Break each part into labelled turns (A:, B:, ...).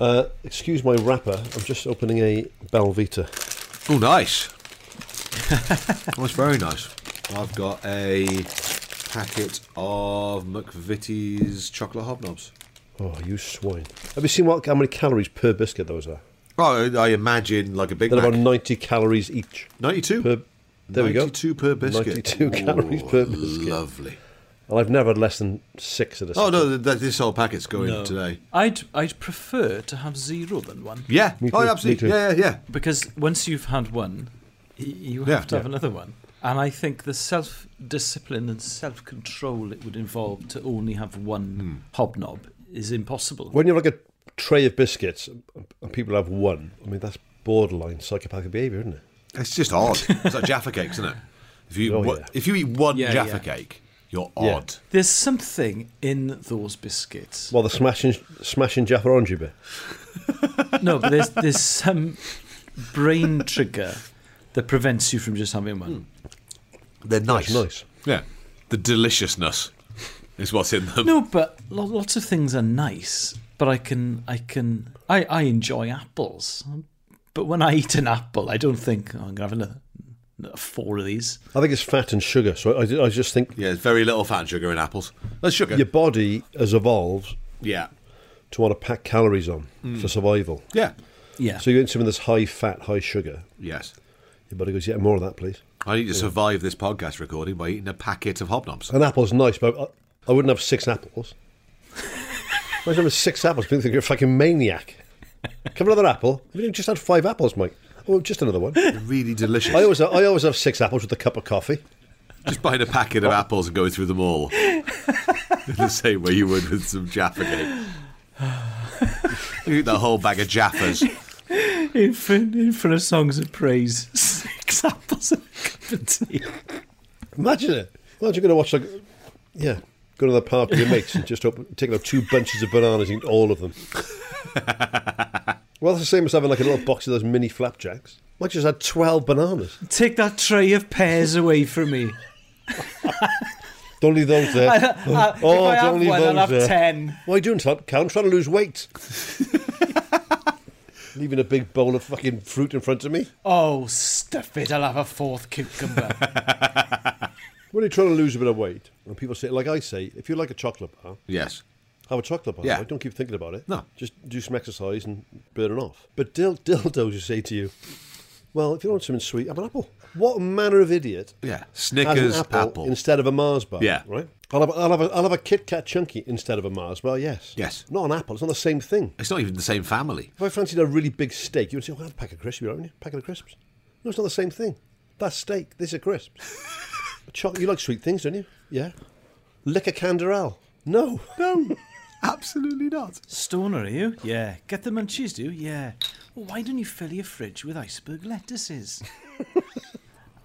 A: Uh, excuse my wrapper. I'm just opening a Belvita.
B: Oh, nice. That's very nice. I've got a packet of McVitie's chocolate hobnobs.
A: Oh, you swine! Have you seen what how many calories per biscuit those are?
B: Oh, I imagine like a big.
A: They're
B: Mac.
A: about ninety calories each.
B: Ninety-two.
A: Per, there we go.
B: Ninety-two per biscuit.
A: Ninety-two calories
B: Ooh,
A: per biscuit.
B: Lovely.
A: Well, I've never had less than six at a.
B: Oh no, th- this whole packet's going
C: No.
B: today.
C: I'd I'd prefer to have zero than one.
B: Yeah.
A: Me
B: Oh,
A: too,
B: absolutely.
A: me too.
B: Yeah, yeah, yeah.
C: Because once you've had one, y- you have
B: Yeah.
C: to have
B: Yeah.
C: another one. And I think the self discipline and self control it would involve to only have
B: Hmm.
C: one hobnob is impossible.
A: When you have like a tray of biscuits and people have one, I mean that's borderline psychopathic behaviour, isn't it?
B: It's just odd. It's like Jaffa cakes, isn't it? If you
A: Oh,
B: what-
A: yeah.
B: if you eat one
C: Yeah,
B: Jaffa
C: yeah.
B: cake, you're
A: Yeah.
B: odd.
C: There's something in those biscuits.
A: Well, the smashing smashing Jaffa Orange bit.
C: No, but there's there's some brain trigger that prevents you from just having
B: Hmm.
C: one.
B: They're nice.
A: That's nice.
B: Yeah. The deliciousness is what's in them.
C: No, but lo- lots of things are nice. But I can, I can, I, I enjoy apples. But when I eat an apple, I don't think "Oh, I'm gonna have another, another four of these.
A: I think it's fat and sugar. So I, I just think
B: Yeah, there's very little fat and sugar in apples. That's sugar.
A: your body has evolved
B: Yeah.
A: to want to pack calories on
B: Hmm.
A: for survival.
B: Yeah.
C: Yeah,
A: So you eat something that's high fat, high sugar.
B: Yes.
A: Your body goes, yeah, more of that, please.
B: I need to survive this podcast recording by eating a packet of hobnobs.
A: An apple's nice, but I, I wouldn't have six apples. Imagine having six apples. People think you're a fucking maniac. Come another apple. Have you just had five apples, Mike? Oh, just another one. I
B: Really delicious.
A: always, I always have six apples with a cup of coffee.
B: Just buying a packet of apples and going through them all. in the same way you would with some Jaffa cake. You eat the whole bag of Jaffas.
C: in front, in front of songs of praise, six apples and a cup of tea.
A: Imagine it. Imagine you're going to watch like, yeah, go to the park with your mates and just open, take out two bunches of bananas and eat all of them. well, that's the same as having like a little box of those mini flapjacks. Mike just had twelve bananas.
C: Take that tray of pears away from me.
A: Don't leave those there.
C: I-
A: oh,
C: Uh, if I
A: don't
C: have
A: leave
C: one,
A: those
C: I'll have
A: there.
C: ten.
A: Why are you doing, Todd? Cal? I'm trying to lose weight. Leaving a big bowl of fucking fruit in front of me.
C: Oh, stuff it! I'll have a fourth cucumber.
A: When you're trying to lose a bit of weight, and people say, like I say, if you like a chocolate bar,
B: Yes.
A: have a chocolate bar.
B: Yeah.
A: Like, don't keep thinking about it.
B: No.
A: Just do some exercise and burn it off. But dil- dildos, you say to you, well, if you want something sweet, have an apple. What manner of idiot?
B: Yeah.
A: has an
B: Snickers
A: apple,
B: apple.
A: instead of a Mars bar.
B: Yeah.
A: right. I'll have, I'll have a, I'll have a Kit Kat chunky instead of a Mars bar. Yes.
B: Yes.
A: Not an apple. It's not the same thing.
B: It's not even the same family.
A: If I fancied a really big steak, you would say, "Oh, I'll have a packet of crisps, you haven't you? Packet of crisps." No, it's not the same thing. That's steak. These are crisps. Choc- you like sweet things, don't you? Yeah. Lick a canderel. No. No.
B: Absolutely not.
D: Stoner, are you? Yeah. Get the munchies, do you? Yeah. Well, why don't you fill your fridge with iceberg lettuces?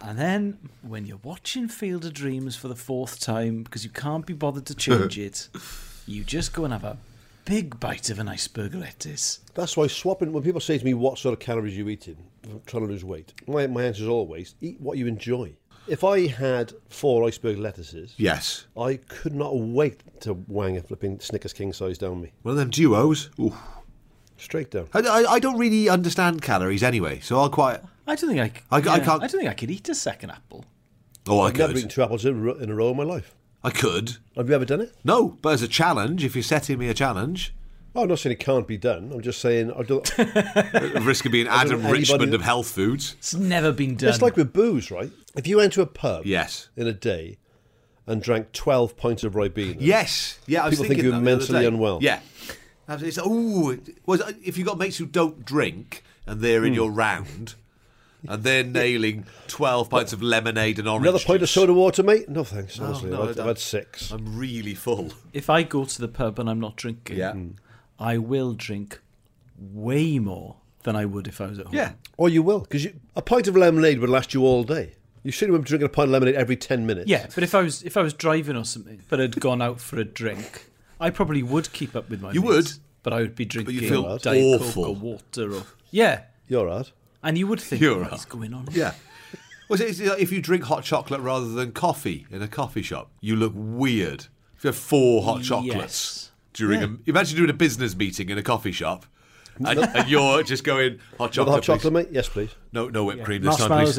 D: and then, when you're watching Field of Dreams for the fourth time because you can't be bothered to change it, you just go and have a big bite of an iceberg lettuce.
A: That's why swapping. When people say to me, "What sort of calories you eating?" I'm trying to lose weight. My my answer is always eat what you enjoy. If I had four iceberg lettuces,
B: Yes.
A: I could not wait to wang a flipping Snickers king size down me,
B: One of them duos. Ooh.
A: straight down.
B: I, I, I don't really understand calories anyway, so I'll quite.
D: I don't think I. c-
B: I- I
D: yeah,
B: can't-
D: I don't think I could eat a second apple.
B: Oh, I
A: I've never eaten
B: could.
A: two apples in a row- in a row in my life.
B: I could.
A: Have you ever done it?
B: No, but as a challenge, if you're setting me a challenge,
A: Oh, I'm not saying it can't be done. I'm just saying I don't.
B: at the risk of being
A: don't
B: Adam
A: know anybody
B: Richmond
A: that-
B: of health foods.
D: It's never been done.
A: It's like with booze, right? If you went to a pub
B: Yes.
A: in a day and drank 12 pints of Ribena,
B: Yes. Yeah, I was
A: People think
B: thinking
A: you're
B: that the other
A: mentally
B: day.
A: unwell.
B: Yeah. It's, ooh, well, if you've got mates who don't drink and they're
A: Hmm.
B: in your round and they're nailing 12 pints of lemonade and orange
A: another pint of
B: juice,
A: soda water, mate? No, thanks.
B: No,
A: honestly,
B: no,
A: I've,
B: I
A: I've
B: don't-
A: had six.
B: I'm really full.
D: if I go to the pub and I'm not drinking,
B: Yeah.
D: I will drink way more than I would if I was at home.
B: Yeah.
A: Or you will, because a pint of lemonade would last you all day. You shouldn't be drinking a pint of lemonade every 10 minutes.
D: Yeah, but if I was if I was driving or something, but had gone out for a drink, I probably would keep up with my.
B: You
D: mates,
B: would.
D: but I would be drinking
B: feel
D: diet
B: awful.
D: coke or water or yeah,
A: You're right.
D: and you would think
B: You're
D: what's
B: right.
D: going on?
B: Yeah. Well, it's like if you drink hot chocolate rather than coffee in a coffee shop, you look weird. If you have four hot chocolates
D: Yes.
B: during a, imagine doing a business meeting in a coffee shop, and, and you're just going hot
A: With
B: chocolate,
A: hot
B: please."
A: chocolate, mate? Yes, please.
B: no, no whipped cream this time,
D: Marshmallows
B: please.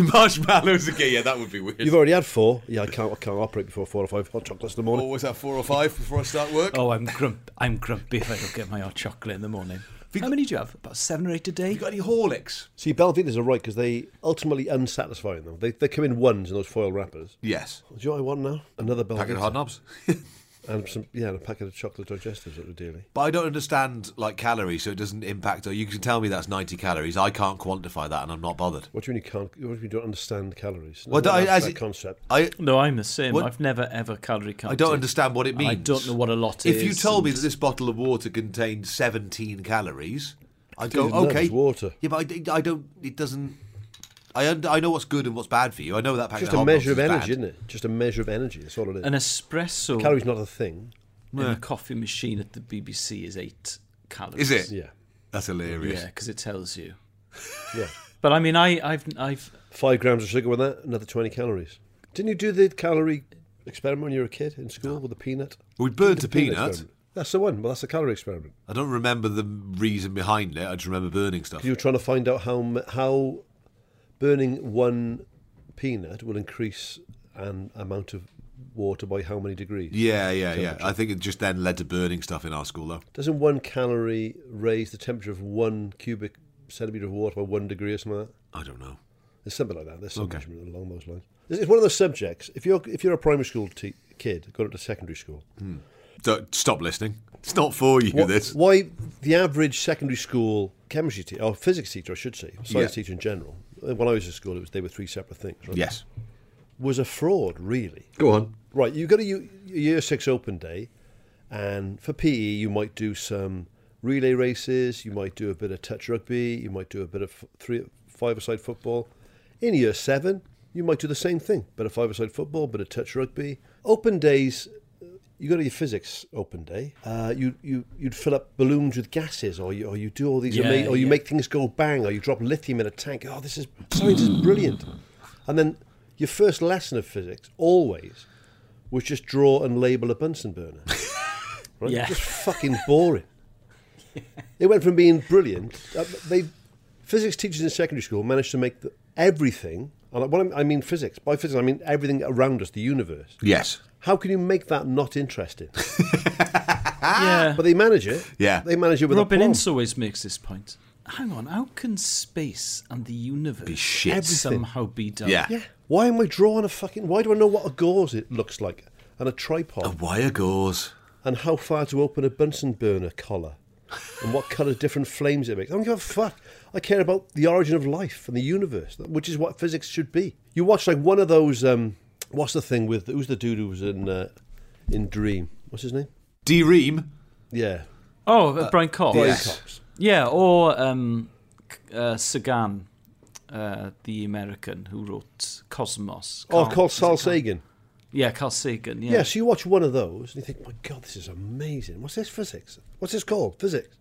D: again.
B: marshmallows again. Yeah, that would be weird.
A: You've already had four. Yeah, I can't, I can't operate before four or five hot chocolates in the morning.
B: Always have four or five before I start work.
D: Oh, I'm grump. I'm grumpy if I don't get my hot chocolate in the morning. How many do you have? About seven or eight a day.
B: You got any Horlicks?
A: See, Belvitas are right because they ultimately unsatisfying them. They, they come in ones in those foil wrappers.
B: Yes.
A: Do you know what I want now? Another
B: Packet of
A: Belvita.
B: hard knobs.
A: And some, yeah, and a packet of chocolate digestives at the daily.
B: But I don't understand like calories, so it doesn't impact. Or you can tell me that's ninety calories. I can't quantify that, and I'm not bothered.
A: What do you mean you can't? What do you mean you don't understand calories? No,
B: Well,
A: no,
B: I-
A: that's
B: as
A: that
B: it-
A: concept.
B: I
D: No, I'm the same.
B: What-
D: I've never ever calorie counted.
B: I don't understand what it
D: And
B: means.
D: I don't know what a lot
B: if
D: is.
B: you told me
D: and-
B: that this bottle of water contained 17 calories, I'd go,
A: Dude, no,
B: okay.
A: it's water.
B: Yeah, but I, I don't, it doesn't, I, und- I know what's good and what's bad for you. I know that packet
A: Just
B: of
A: a
B: hot dogs
A: measure of
B: is
A: energy,
B: bad.
A: isn't it? Just a measure of energy. That's all it is.
D: an espresso
A: Calories not a thing.
D: in a coffee machine at the BBC is eight calories.
B: Is it?
A: Yeah,
B: That's hilarious.
D: Yeah, because it tells you.
A: yeah.
D: But I mean, I, I've, I've,
A: Five grams of sugar with that, another twenty calories. Didn't you do the calorie experiment when you were a kid in school with a peanut?
B: We'd burnt a
A: The
B: peanut.
A: experiment. That's the one. Well, that's the calorie experiment.
B: I don't remember the reason behind it. I just remember burning stuff.
A: You were trying to find out how m- how burning one peanut will increase an amount of water by how many degrees.
B: yeah, yeah, yeah. I think it just then led to burning stuff in our school, though.
A: Doesn't one calorie raise the temperature of one cubic centimetre of water by one degree or something like that?
B: I don't know.
A: There's something like that. There's some measurement along those lines. It's it's one of those subjects. If you're if you're a primary school te- kid going up to secondary school,
B: Don't, stop listening. It's not for you,
A: what-
B: this.
A: why the average secondary school chemistry teacher or physics teacher, I should say, science
B: Yeah.
A: teacher in general. uh, When I was at school, it was they were three separate things. Right?
B: Yes.
A: was a fraud really.
B: Go on.
A: Right, you've got a u- a year six open day, and for PE, you might do some relay races, you might do a bit of touch rugby, you might do a bit of f- three, five a side football. In year seven, you might do the same thing bit of five a side football, bit of touch rugby. Open days, uh, you go to your physics open day, uh, you, you, you'd fill up balloons with gases, or you, or you do all these,
D: Yeah,
A: ama- or you
D: yeah.
A: make things go bang, or you drop lithium in a tank. Oh, this is science is brilliant. And then your first lesson of physics always was just draw and label a Bunsen burner. Right?
D: Yeah.
A: Just fucking boring. It went from being brilliant. Uh, they physics teachers in secondary school managed to make the, everything. And what I I mean physics by physics I mean everything around us, the universe.
B: Yes.
A: How can you make that not interesting?
D: yeah.
A: Ah, but they manage it.
B: Yeah.
A: They manage it with
D: Robin
A: a plum.
D: Ince always makes this point. hang on, how can space and the universe
B: Be shit.
A: Everything.
D: somehow be done?
B: Yeah.
A: Yeah. Why am I drawing a fucking? Why do I know what a gauze it looks like and a tripod
B: A wire gauze.
A: and how far to open a Bunsen burner collar and what colour different flames it makes? I don't give a fuck. I care about the origin of life and the universe, which is what physics should be. You watch like one of those. Um, what's the thing with who's the dude who was in uh, in Dream? What's his name?
B: D-ream.
A: Yeah,
C: Oh, uh, Brian Cox.
A: Brian
B: Yeah.
A: Cox.
C: Yeah, or um, K- uh, Sagan, uh, the American who wrote Cosmos.
A: Oh,
C: Carl-
A: called
C: is it Carl-
A: Carl Sagan.
C: Yeah, Carl Sagan. Yeah.
A: Yeah. so you watch one of those and you think, my God, this is amazing. What's this physics? What's this called? Physics.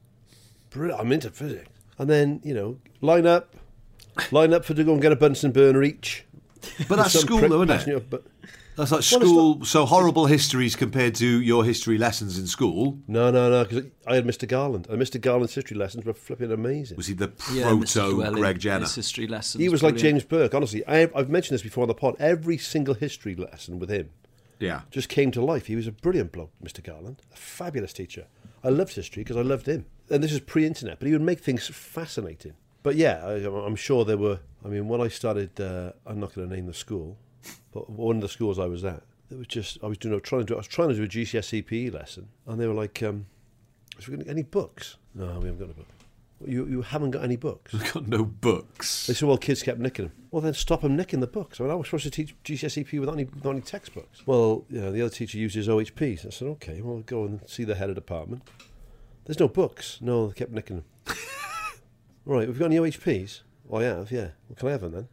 A: Brilliant. I'm into physics. And then, you know, line up, line up for to go and get a Bunsen burner each.
B: But that's
A: Some
B: school,
A: prick
B: though, isn't
A: passing you
B: it?
A: up, But
B: That's like
A: Well, it's
B: school. So horrible histories compared to your history lessons in school.
A: no, no, no, because I had Mr. Garland. And Mr. Garland's history lessons were flipping amazing.
B: Was he the
C: Yeah, Mr.
B: proto
C: Llewellyn,
B: Greg Jenner?
C: His history lessons.
A: He was like
C: brilliant.
A: James Burke, honestly. I, I've mentioned this before on the pod. Every single history lesson with him
B: Yeah.
A: just came to life. He was a brilliant bloke, Mr. Garland, a fabulous teacher. I loved history because I loved him. And this is pre internet, but he would make things fascinating. But yeah, I, I'm sure there were. I mean, when I started, uh, I'm not going to name the school, but one of the schools I was at, there was just I was doing, I was trying to do, I was trying to do a GCSE PE E lesson, and they were like, um, "Is we got any books? No, we haven't got a book. You you haven't got any books."
B: We've got no books.
A: They said, well, kids kept nicking them. Well, then stop them nicking the books. I mean, I was supposed to teach GCSE PE without any, without any textbooks. Well, you know, the other teacher used his OHP. So I said, okay, well, go and see the head of department. There's no books. No, they kept nicking them. right, we've got any OHPs? Well, I have, yeah. Well, can I have them then?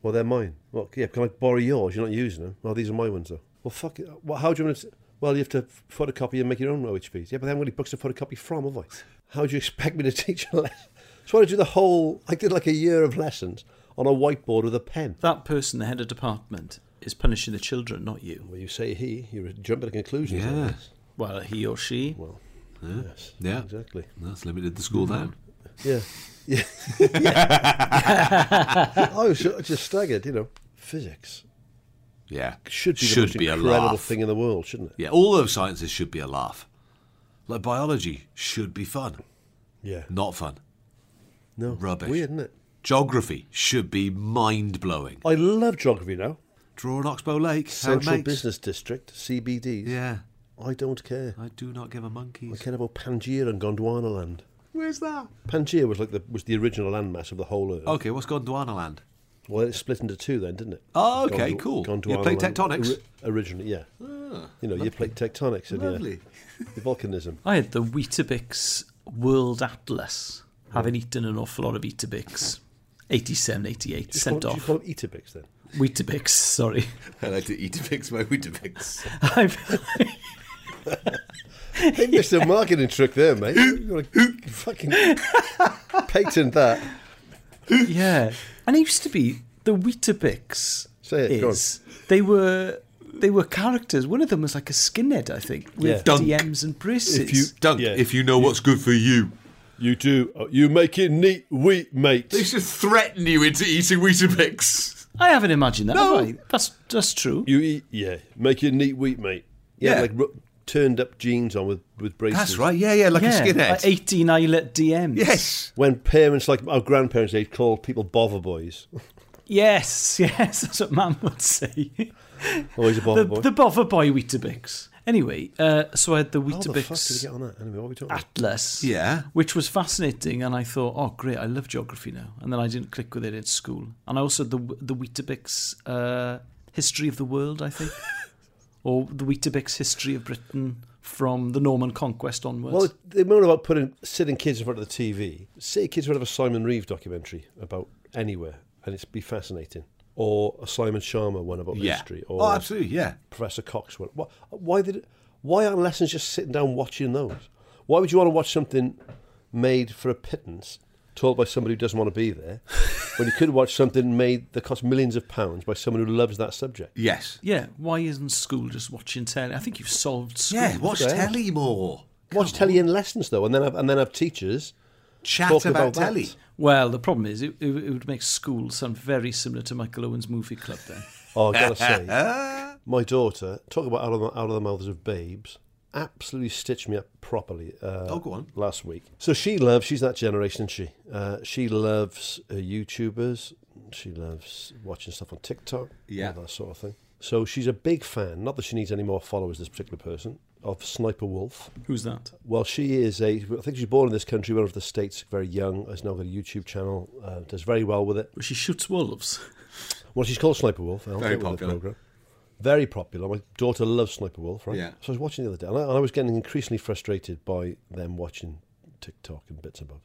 A: Well, they're mine. Well, yeah, can I borrow yours? You're not using them. Well, these are my ones, though. Well, fuck it. Well, how do you want to... Well, you have to photocopy and make your own OHPs. Yeah, but I haven't got any books to photocopy from, have I? How do you expect me to teach a lesson? So I did the whole... I did like a year of lessons on a whiteboard with a pen.
D: That person, the head of department, is punishing the children, not you.
A: Well, you say he, you're jumping to conclusions. on
B: Yeah.
A: this.
D: Well, he or she.
A: Well, yes.
B: Yeah.
A: Exactly. Mm-hmm.
B: That's limited the school down.
A: Yeah. Yeah. I was ju- just staggered, you know. Physics
B: Yeah.
A: should be the
B: should
A: most
B: be a
A: incredible
B: laugh.
A: thing in the world, shouldn't it?
B: Yeah. All those sciences should be a laugh. Like biology should be fun,
A: Yeah.
B: not fun.
A: No.
B: Rubbish.
A: Weird, isn't it?
B: Geography should be mind blowing.
A: I love geography now.
B: Draw an oxbow lake. how
A: Central
B: it makes.
A: Business District, CBDs.
B: Yeah.
A: I don't care.
B: I do not give a monkey's.
A: I care about Pangaea and Gondwana land.
B: Where's that?
A: Pangaea was like the was the original landmass of the whole Earth.
B: Okay, what's Gondwana land?
A: Well, it split into two then, didn't it?
B: Oh, okay, cool. You
A: Gondwana
B: played
A: land-
B: tectonics? Ah,
A: ori- originally, yeah. you know, you played tectonics and
B: Lovely.
A: yeah, the volcanism.
D: I had the Weetabix World Atlas. Having eaten an awful lot of Weetabix. 87, 88,
A: Do you
D: sent
A: call, do you
D: off.
A: call them Etabix then?
D: Weetabix, sorry.
B: I like to eat a fix my wheat fix.
D: I've,
A: They missed a marketing trick there, mate. You gotta fucking patent that.
D: yeah. And it used to be the Weetabix.
A: Say it, go
D: is, They were they were characters. One of them was like a skinhead, I think, with
A: Yeah.
B: Dunk.
D: DMs and braces.
A: If you
B: Dunk,
A: Yeah.
B: if you know what's good for you.
A: you do uh, you make it neat, wheat, mate.
B: They should threaten you into eating Weetabix.
D: I haven't imagined that.
B: No.
D: have I? That's that's true.
A: You eat, yeah. Make it neat, wheat, mate. Yeah,
B: Yeah.
A: like ru- turned up jeans on with with braces.
B: That's right, yeah, yeah, like
D: yeah,
B: a skinhead.
D: like 18 eyelet DMs.
B: yes.
A: When parents, like our grandparents, they'd call people bother boys.
D: Yes, yes, that's what Mam would say.
A: Always a bother
D: the,
A: boy.
D: the bother by Weetabix. Anyway, uh, so I had the
A: How the fuck did we
D: Weetabix
A: get on that? Anyway, what are we
B: Ah,
A: talking about?
D: Atlas,
B: Yeah.
D: which was fascinating, and I thought, oh great, I love geography now. And then I didn't click with it in school, and I also the the Weetabix uh, history of the world, I think, or the Weetabix history of Britain from the Norman conquest onwards.
A: Well, they moan about putting sitting kids in front of the TV. Sit kids in front of a Simon Reeve documentary about anywhere, and it's be fascinating. Or a Simon Sharma one about
B: Yeah.
A: history. Or
B: Oh, absolutely, yeah.
A: Professor Cox one. Why, why did? Why aren't lessons just sitting down watching those? Why would you want to watch something made for a pittance, told by somebody who doesn't want to be there, when you could watch something made that cost millions of pounds by someone who loves that subject?
B: Yes.
D: yeah, why isn't school just watching telly? I think you've solved school.
B: Yeah, watch
A: Okay.
B: telly more.
A: Watch telly in lessons though, and then have, and then have teachers
B: Chat
A: talk
B: about,
A: about, that.
B: telly.
D: Well, the problem is it, it, it would make school sound very similar to Michael Owen's movie club then.
A: Oh, I gotta say, my daughter talk about out of the, out of the mouths of babes. absolutely stitched me up properly. Uh,
B: Oh, go on.
A: Last week. So she loves. She's that generation, isn't she? Uh, she loves uh, YouTubers. She loves watching stuff on TikTok.
B: Yeah.
A: all that sort of thing. So she's a big fan. Not that she needs any more followers. This particular person of Sniper Wolf.
C: Who's that?
A: Well, she is a. I think she's born in this country, one of the states. Very young. Has now got a YouTube channel. Uh, does very well with it.
C: Well, she shoots wolves.
A: Well, she's called Sniper Wolf. I'll
B: Very
A: get with the
B: popular.
A: program. Very popular. My daughter loves Sniper Wolf, right?
B: Yeah.
A: So I was watching the other day, and I, and I was getting increasingly frustrated by them watching TikTok and bits and bobs.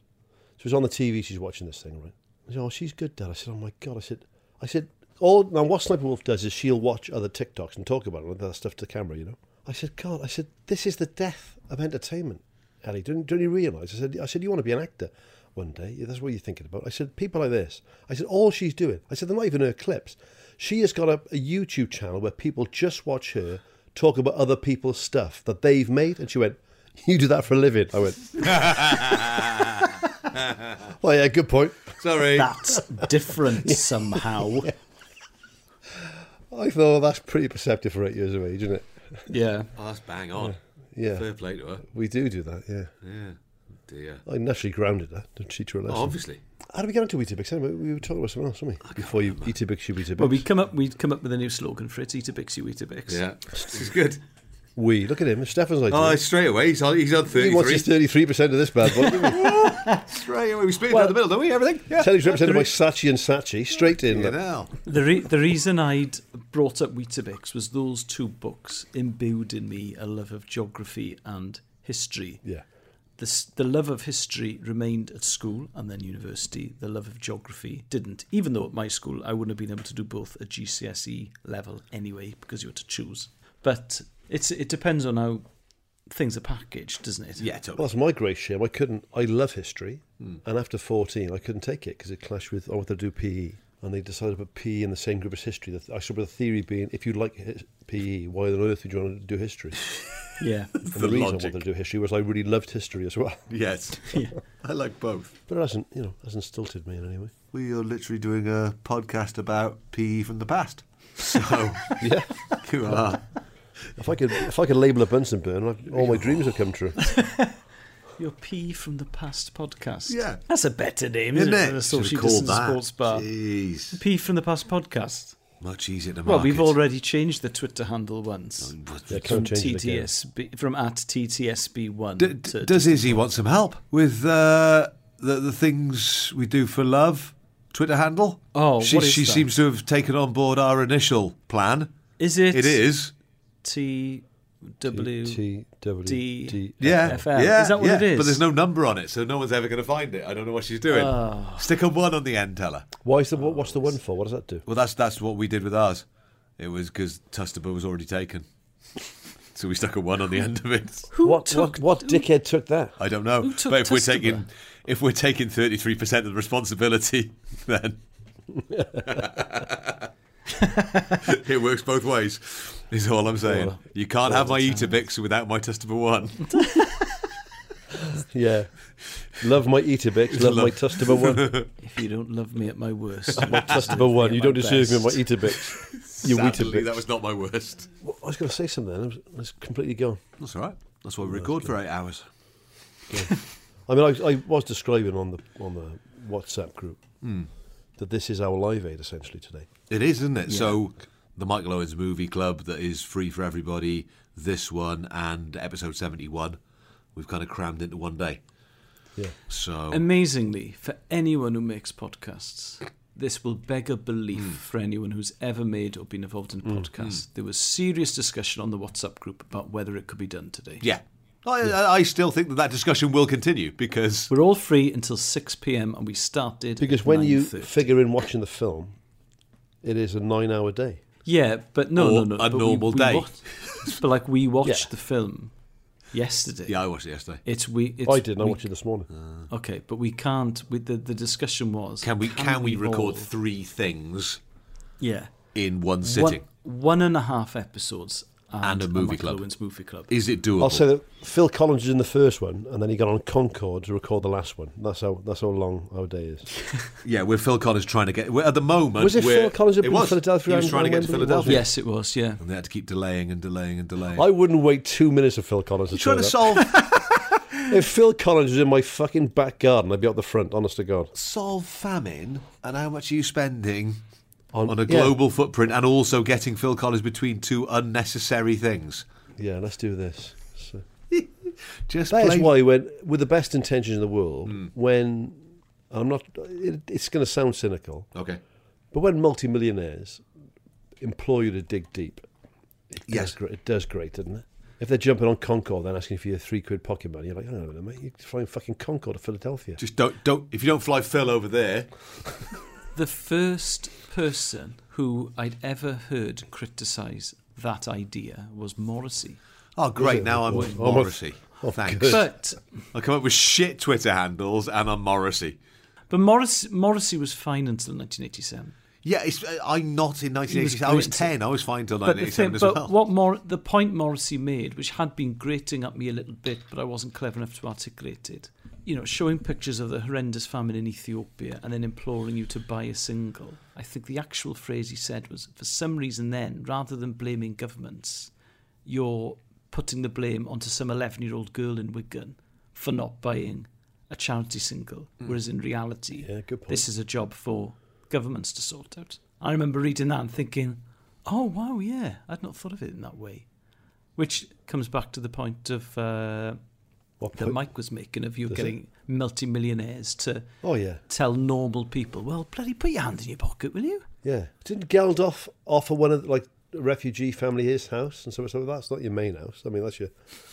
A: So it's on the TV. She's watching this thing, right? I said, "Oh, she's good, Dad." I said, "Oh my God!" I said, "I said, all now what Sniper Wolf does is she'll watch other TikToks and talk about it, and that stuff to the camera, you know." I said, "God," I said, "This is the death of entertainment, Ellie. Don't don't you realise?" I said, "I said you want to be an actor." One day, Yeah, that's what you're thinking about. I said, people like this. I said, all she's doing. I said, they're not even her clips. She has got a, a YouTube channel where people just watch her talk about other people's stuff that they've made. And she went, You do that for a living. I went, Well, yeah, good point.
B: Sorry.
C: That's different somehow.
A: I thought "Oh, that's pretty perceptive for eight years of age, isn't it?
C: Yeah.
B: Oh, that's bang on.
A: Yeah.
B: Fair play to her.
A: We do do that, yeah.
B: Yeah. Dear.
A: I naturally grounded her. Don't cheat her a lesson.
B: Oh, obviously.
A: How do we get onto Weetabix anyway? We were talking about something else, weren't we? Before you Weetabix, should Weetabix.
C: Well, we come up we come up with a new slogan for it: Eatabix, you Eatabix.
B: Yeah. This is good.
A: we. Look at him. Stefan's idea.
B: Oh, straight away. He's on, he's on
A: he
B: 33.
A: wants his 33% of this bad boy, doesn't he?
B: straight away. We split it down the middle, don't we? Everything? Yeah.
A: Telly's represented by Sachi and Sachi, straight in.
B: You
A: Look.
B: know.
C: The re- the reason I'd brought up Weetabix was those two books imbued in me a love of geography and history.
A: Yeah.
C: The, s- the love of history remained at school and then university. The love of geography didn't, even though at my school I wouldn't have been able to do both at GCSE E level anyway because you had to choose. But it's it depends on how things are packaged, doesn't it?
B: Yeah,
A: Well,
B: totally.
A: that's my great shame. I couldn't. I love history, and after fourteen, I couldn't take it because it clashed with I wanted to do PE, and they decided to put PE in the same group as history. The- I saw the theory being, if you like his, PE, why on earth would you want to do history?
C: Yeah.
A: And the, reason I wanted to do history was I really loved history as well,
B: Yes. I like both.
A: but it hasn't, you know, hasn't stilted me in any way.
B: We are literally doing a podcast about PE from the past. So,
A: Yeah.
B: you are.
A: If I could, if I could label a Bunsen burner, I'd- all my dreams would come true.
C: Your P from the Past podcast.
B: Yeah.
C: That's a better name,
B: Isn't
C: isn't,
B: it?
C: For the
B: Should've
C: social
B: called
C: distance
B: that.
C: sports bar.
B: Jeez.
C: P from the Past podcast.
B: Much easier to market.
C: Well, we've already changed the Twitter handle once.
A: Yeah, can't
C: From
A: change it again.
C: TTSB from at TTSB1
B: D-
C: to
B: d- does Izzy want some help with uh, the, the things we do for love Twitter handle?
C: Oh,
B: she,
C: what is
B: she
C: that?
B: seems to have taken on board our initial plan.
C: Is it?
B: It is.
C: T W
A: T W
C: D-
A: D.
B: Yeah,
C: FL.
B: yeah,
C: Is that what
B: yeah.
C: it is?
B: But there's no number on it, so no one's ever going to find it. I don't know what she's doing.
C: Oh.
B: Stick a one on the end, tell her.
A: Why is the what, what's the one for? What does that do?
B: Well, that's that's what we did with ours. It was because Tustable was already taken, so we stuck a one on the end of it.
C: Who
A: what,
C: took-
A: what what dickhead took that?
B: I don't know,
C: Who took
B: but if we're
C: Tustable?
B: taking if we're taking 33 percent of the responsibility, then it works both ways. Is all I'm saying.
C: Oh,
B: you can't have my Eatabix without my Tustable one.
A: Yeah. Love my Eatabix, love, my
B: Love-
A: Tustable one.
C: If you don't love me at my worst,
A: my Tustable one. You don't deserve me, my
C: eat.
A: Eatabix. You
B: Sadly,
A: Weetabix.
B: that was not my worst.
A: Well, I was going to say something then. It's- It's completely gone.
B: That's all right. That's why we record for eight hours.
A: I mean, I, I was describing on the on the WhatsApp group that this is our live aid essentially today.
B: It is, isn't it? So, the Michael Owens Movie Club that is free for everybody, this one and episode 71, we've kind of crammed into one day.
A: Yeah.
B: So,
C: Amazingly, for anyone who makes podcasts, this will beggar belief
B: Hmm.
C: for anyone who's ever made or been involved in a podcast. There was serious discussion on the WhatsApp group about whether it could be done today.
B: yeah. I, I I still think that that discussion will continue because
C: We're all free until 6 p.m. and we started
A: Because
C: at
A: when you
C: 9:30.
A: figure in watching the film, it is a nine-hour day.
C: yeah, but no,
B: Or
C: no, no,
B: a
C: but we-
B: normal
C: we
B: day.
C: watched- but like we watched
A: Yeah.
C: the film yesterday.
B: yeah, I watched it yesterday.
C: It's we. It's,
A: I didn't. I
C: we-
A: watched it this morning.
C: Okay, but we can't. We, the the discussion was
B: Can we can, we, record
C: all-
B: three things
C: yeah,
B: in one sitting?
C: One, one and a half episodes
B: and, a movie
C: Michael
B: club.
C: Owen's movie club.
B: Is it doable?
A: I'll say that Phil Collins is in the first one, and then he got on Concord to record the last one. That's how that's how long our day is.
B: Yeah, we're Phil Collins trying to get. We're at the moment.
A: Was it
B: we're-
A: Phil Collins who
B: It
A: put
B: was.
A: Philadelphia
B: He was
A: and-
B: trying to
A: and
B: get to
A: Wembley,
B: Philadelphia.
C: Yes, it was. Yeah.
B: And they had to keep delaying and delaying and delaying.
A: I wouldn't wait two minutes of Phil Collins.
B: You're trying
A: To
B: to
A: turn up.
B: solve
A: If Phil Collins was in my fucking back garden, I'd be out the front. Honest to God.
B: solve famine and how much are you spending on, a
A: yeah.
B: global footprint and also getting Phil Collins between two unnecessary things.
A: Yeah, let's do this. So.
B: Just
A: That is
B: plain-
A: why, when with the best intentions in the world, when I'm not, it, it's going to sound cynical,
B: Okay.
A: but when multimillionaires employ you to dig deep, it
B: Yes.
A: does, gr- it does great, doesn't it? If they're jumping on Concord, then asking for your three quid pocket money, you're like, hang on a minute, mate, you're flying fucking Concord to Philadelphia.
B: Just don't don't if you don't fly Phil over there.
C: The first person who I'd ever heard criticise that idea was Morrissey.
B: Oh great! Now I'm with
A: Oh, my-
B: Morrissey.
A: oh,
B: Thanks.
A: good.
C: But
B: I come up with shit Twitter handles and I'm Morrissey.
C: but Morris, Morrissey was fine until 1987.
B: Yeah, it's, uh, I'm not in
C: He was
B: 1987. I was
C: great.
B: 10. I was fine till
C: But the, thing,
B: 1987 as
C: but
B: well.
C: what Mor- the point Morrissey made, which had been grating at me a little bit, but I wasn't clever enough to articulate it. You know, showing pictures of the horrendous famine in Ethiopia and then imploring you to buy a single. I think the actual phrase he said was, for some reason, then rather than blaming governments, you're putting the blame onto some 11 year old girl in Wigan for not buying a charity single, whereas in reality,
A: Hmm. Yeah, good point.
C: this is a job for governments to sort out. I remember reading that and thinking, oh, wow, yeah, I'd not thought of it in that way. Which comes back to the point of uh,
A: What
C: that
A: point-
C: Mike was making of you
A: Does it?
C: getting multimillionaires to
A: Oh yeah,
C: tell normal people, well, bloody put your hand in your pocket, will you?
A: yeah. Didn't Geldof offer one of the, like a refugee family his house and so so that's not your main house. I mean that's your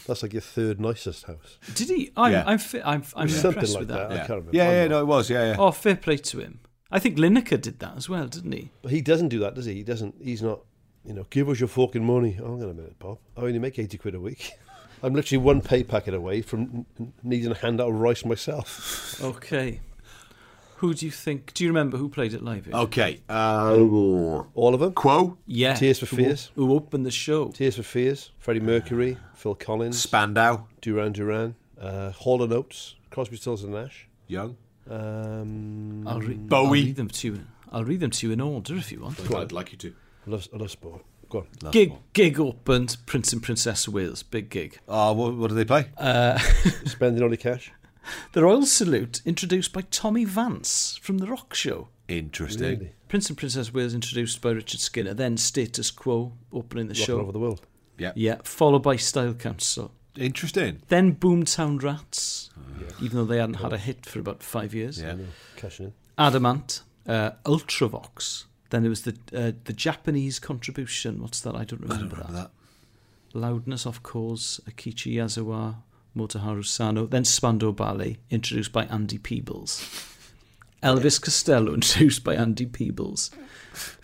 A: that's like your third nicest house.
C: Did he? I'm,
B: Yeah.
C: I'm, fi- I'm, I'm
A: Something
C: impressed
A: like
C: with
A: that.
C: that.
A: I
B: yeah.
A: can't remember.
B: yeah,
A: I'm
B: yeah,
A: not-
B: no, it was. Yeah, yeah.
C: Oh, fair play to him. I think Lineker did that as well, didn't he?
A: But he doesn't do that, does he? He doesn't. He's not. You know, give us your fucking money. Oh, hang on a minute, Bob. I only make eighty quid a week. I'm literally one pay packet away from n- needing a handout of rice myself.
C: Okay. Who do you think? Do you remember who played it live? Ian?
A: Oh,
B: Okay. Uh,
A: All of them.
B: Quo,
C: yeah.
A: Tears for
C: who-
A: Fears.
C: Who opened the show?
A: Tears for Fears, Freddie Mercury, Phil Collins,
B: Spandau,
A: Duran Duran, uh, Hall and Oates, Crosby, Stills and Nash.
B: Young.
A: Um,
C: I'll, re-
B: Bowie.
C: I'll read them to you. I'll read them to you in order if you want.
B: I'd like you to.
A: I love, I love sport. Go on.
C: Gig gig opened Prince and Princess of Wales. Big gig.
B: Oh, what, what do they play?
C: Uh,
A: Spending only cash.
C: The Royal Salute introduced by Tommy Vance from The Rock Show.
B: Interesting.
C: Prince and Princess of Wales introduced by Richard Skinner. Then Status Quo opening the
A: Rocking
C: show.
A: over the world.
B: Yeah.
C: yeah, followed by Style Council.
B: Interesting.
C: Then Boomtown Rats, even though they hadn't had a hit for about five years.
B: Yeah.
A: Cashing in.
C: Adamant, uh, Ultravox. Then there was the uh, the Japanese contribution. What's that? I don't remember, that. Loudness, of course. Akichi Yazawa, Motoharu Sano. Then Spando Ballet, introduced by Andy Peebles. Elvis Costello, introduced by Andy Peebles.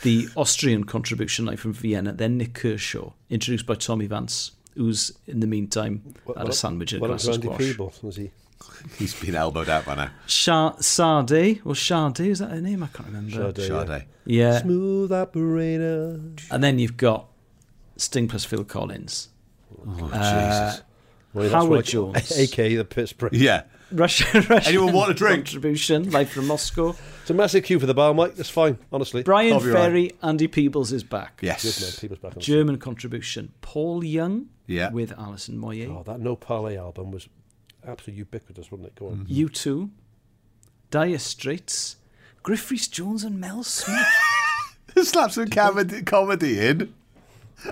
C: The Austrian contribution live from Vienna. Then Nick Kershaw, introduced by Tommy Vance, who's in the meantime had a sandwich and a
A: Well,
C: glass
A: that's
C: of
A: Andy
C: squash.
A: Peebles. Was
C: Uh,
A: he?
B: He's been elbowed out by now.
C: Sha- Sade, or Sade, is that her name? I can't remember.
A: Sade, yeah.
B: Sade.
C: Yeah.
A: Smooth operator.
C: And then you've got Sting plus Phil Collins.
B: Oh,
C: Uh,
B: Jesus.
A: Well, that's
C: Howard
A: what I-
C: Jones.
A: A.K. the Pittsburgh.
B: Yeah.
C: Russia, Russia.
B: Anyone want a drink?
C: Contribution, live from Moscow.
A: It's a massive queue for the bar, Mike. That's fine, honestly.
C: Brian
B: I'll be right.
C: Ferry, Andy Peebles is back.
A: Good man,
B: Yes.
A: people's back on the
C: German contribution, Paul Young
B: Yeah.
C: with Alison Moyer.
A: scene. Oh, that No Parlay album was absolutely ubiquitous, wasn't it? Go on.
C: You two, Dire Straits, Griffiths Jones and Mel Smith.
B: Slap some comedy, comedy in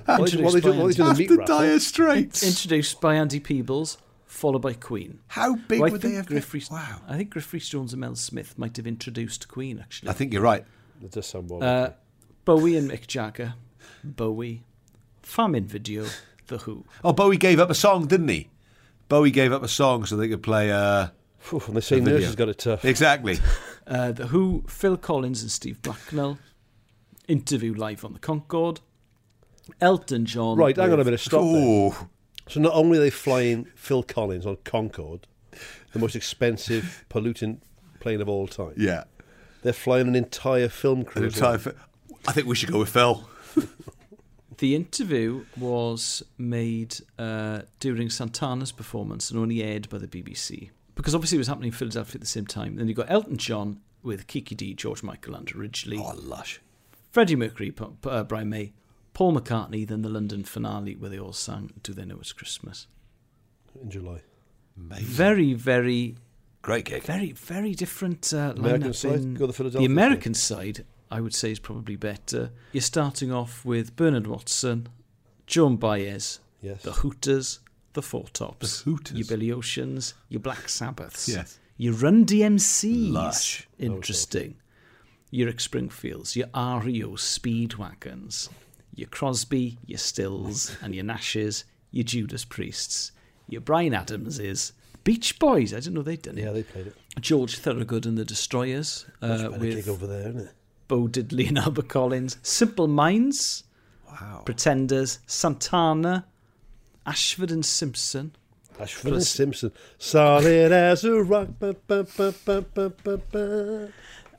A: What they- what they do- what they do in the meat
B: after
A: wrap,
B: Dire
A: eh?
B: Straits.
C: Introduced by Andy Peebles, followed by Queen.
B: How big
C: Well, I
B: would they
C: think
B: have
C: Griffiths-
B: been? Wow.
C: I think Griffiths Jones and Mel Smith might have introduced Queen, actually.
B: I think you're right.
A: It does sound well.
C: Uh, Bowie and Mick Jagger. Bowie. Famine video. The Who.
B: Oh, Bowie gave up a song, didn't he? Bowie gave up a song so they could play. Uh,
A: Phew, and they say
B: video.
A: nurses got it tough.
B: exactly.
C: Uh, the Who, Phil Collins and Steve Bucknell. Interview live on the Concord. Elton John.
A: Right, hang on a
C: with-
A: minute. Stop there.
B: Oh,
A: So not only are they flying Phil Collins on Concorde, the most expensive, pollutant plane of all time,
B: yeah.
A: they're flying an entire film crew.
B: An
A: as well.
B: entire. fi- I think we should go with Phil.
C: The interview was made uh, during Santana's performance and only aired by the BBC because obviously it was happening in Philadelphia at the same time. Then you got Elton John with Kiki D, George Michael, and originally
B: Oh, lush.
C: Freddie Mercury, P- P- uh, Brian May, Paul McCartney. Then the London finale where they all sang "Do They Know It's Christmas."
A: in July.
B: Amazing.
C: Very, very
B: Great gig.
C: very, very different uh,
A: American
C: lineup
A: side?
C: in
A: Go the Philadelphia
C: American side, I would say, is probably better. You're starting off with Bernard Watson, John Baez,
A: Yes.
C: the Hooters, the Four Tops,
B: The Hooters.
C: your Billy Oceans, your Black Sabbaths,
B: Yes.
C: your Run DMCs,
B: Lush.
C: interesting, your Rick Springfields, your E REO Speedwagons, your Crosby, your Stills, and your Nashes, your Judas Priests, your Brian Adamses, Beach Boys. I didn't know they'd done it.
A: Yeah, they played it.
C: George Thorogood and the Destroyers uh,
A: Better gig
C: with
A: over there, isn't it?
C: Bo Diddley and Albert Collins, Simple Minds,
B: Wow.
C: Pretenders, Santana, Ashford and Simpson,
A: Ashford and Simpson. Solid as a rock. Ba, ba, ba, ba, ba, ba, ba.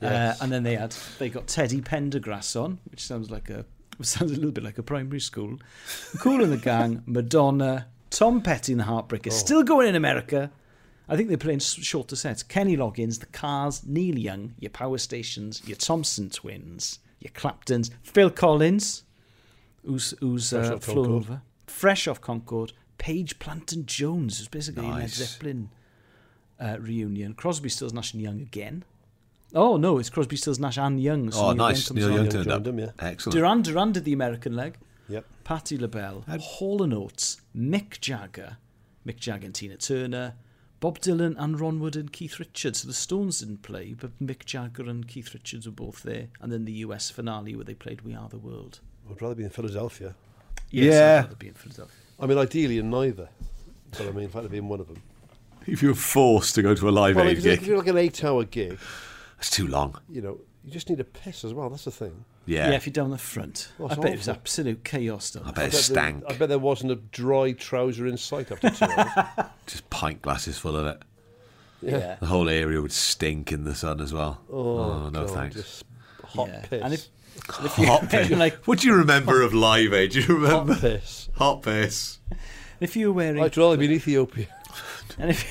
C: uh, and then they had they got Teddy Pendergrass on, which sounds like a sounds a little bit like a primary school. Cool and the Gang, Madonna, Tom Petty and the
A: Oh.
C: Heartbreakers, still going in America. I think they're playing s- shorter sets. Kenny Loggins, The Cars, Neil Young, your Power Stations, your Thompson Twins, your Claptons, Phil Collins. who's who's
A: Fresh
C: uh,
A: off
C: flown
A: Concord.
C: over. Fresh off Concord, Paige Planton Jones, who's basically a Led
B: Nice.
C: Zeppelin uh, reunion. Crosby, Stills, Nash and Young again. Oh no, it's Crosby, Stills, Nash and Young. so
B: Oh,
C: Neil
B: nice.
C: comes
B: Neil
C: on.
B: Young
A: Young
B: turned up.
A: joined him, yeah.
B: Excellent.
C: Duran Duran did the American leg.
A: Yep.
C: Patti LaBelle, Hall and Oates, Mick Jagger, Mick Jagger and Tina Turner, Bob Dylan and Ron Wood and Keith Richards. So the Stones didn't play, but Mick Jagger and Keith Richards were both there. And then the US finale where they played "We Are the World."
A: I'd rather be in Philadelphia.
C: Yes,
B: Yeah.
C: I'd rather be in Philadelphia.
A: I mean, ideally in neither. But I mean, in fact, I'd be in one of them.
B: If you were forced to go to a live
A: Well,
B: aid
A: if you're- if
B: gig,
A: you're like an eight-hour gig,
B: it's too long.
A: you know, you just need a piss as well. That's the thing.
B: Yeah.
C: Yeah, if you're down the front.
A: Well,
C: I
A: it's
C: bet it was
A: awful.
C: absolute chaos down
B: I
C: there.
B: bet it
A: I bet there-
B: stank.
A: I bet there wasn't a dry trouser in sight after two hours.
B: Just pint glasses full of it.
A: Yeah.
B: The whole area would stink in the sun as well. Oh, no
A: God,
B: thanks.
A: Just hot
C: Yeah.
A: piss.
C: And if, if you
B: Hot piss.
C: were like,
B: what do you remember of Live Aid? Do you remember?
A: hot piss.
B: Hot piss.
C: if you were wearing,
A: I'd rather be in Ethiopia.
C: and if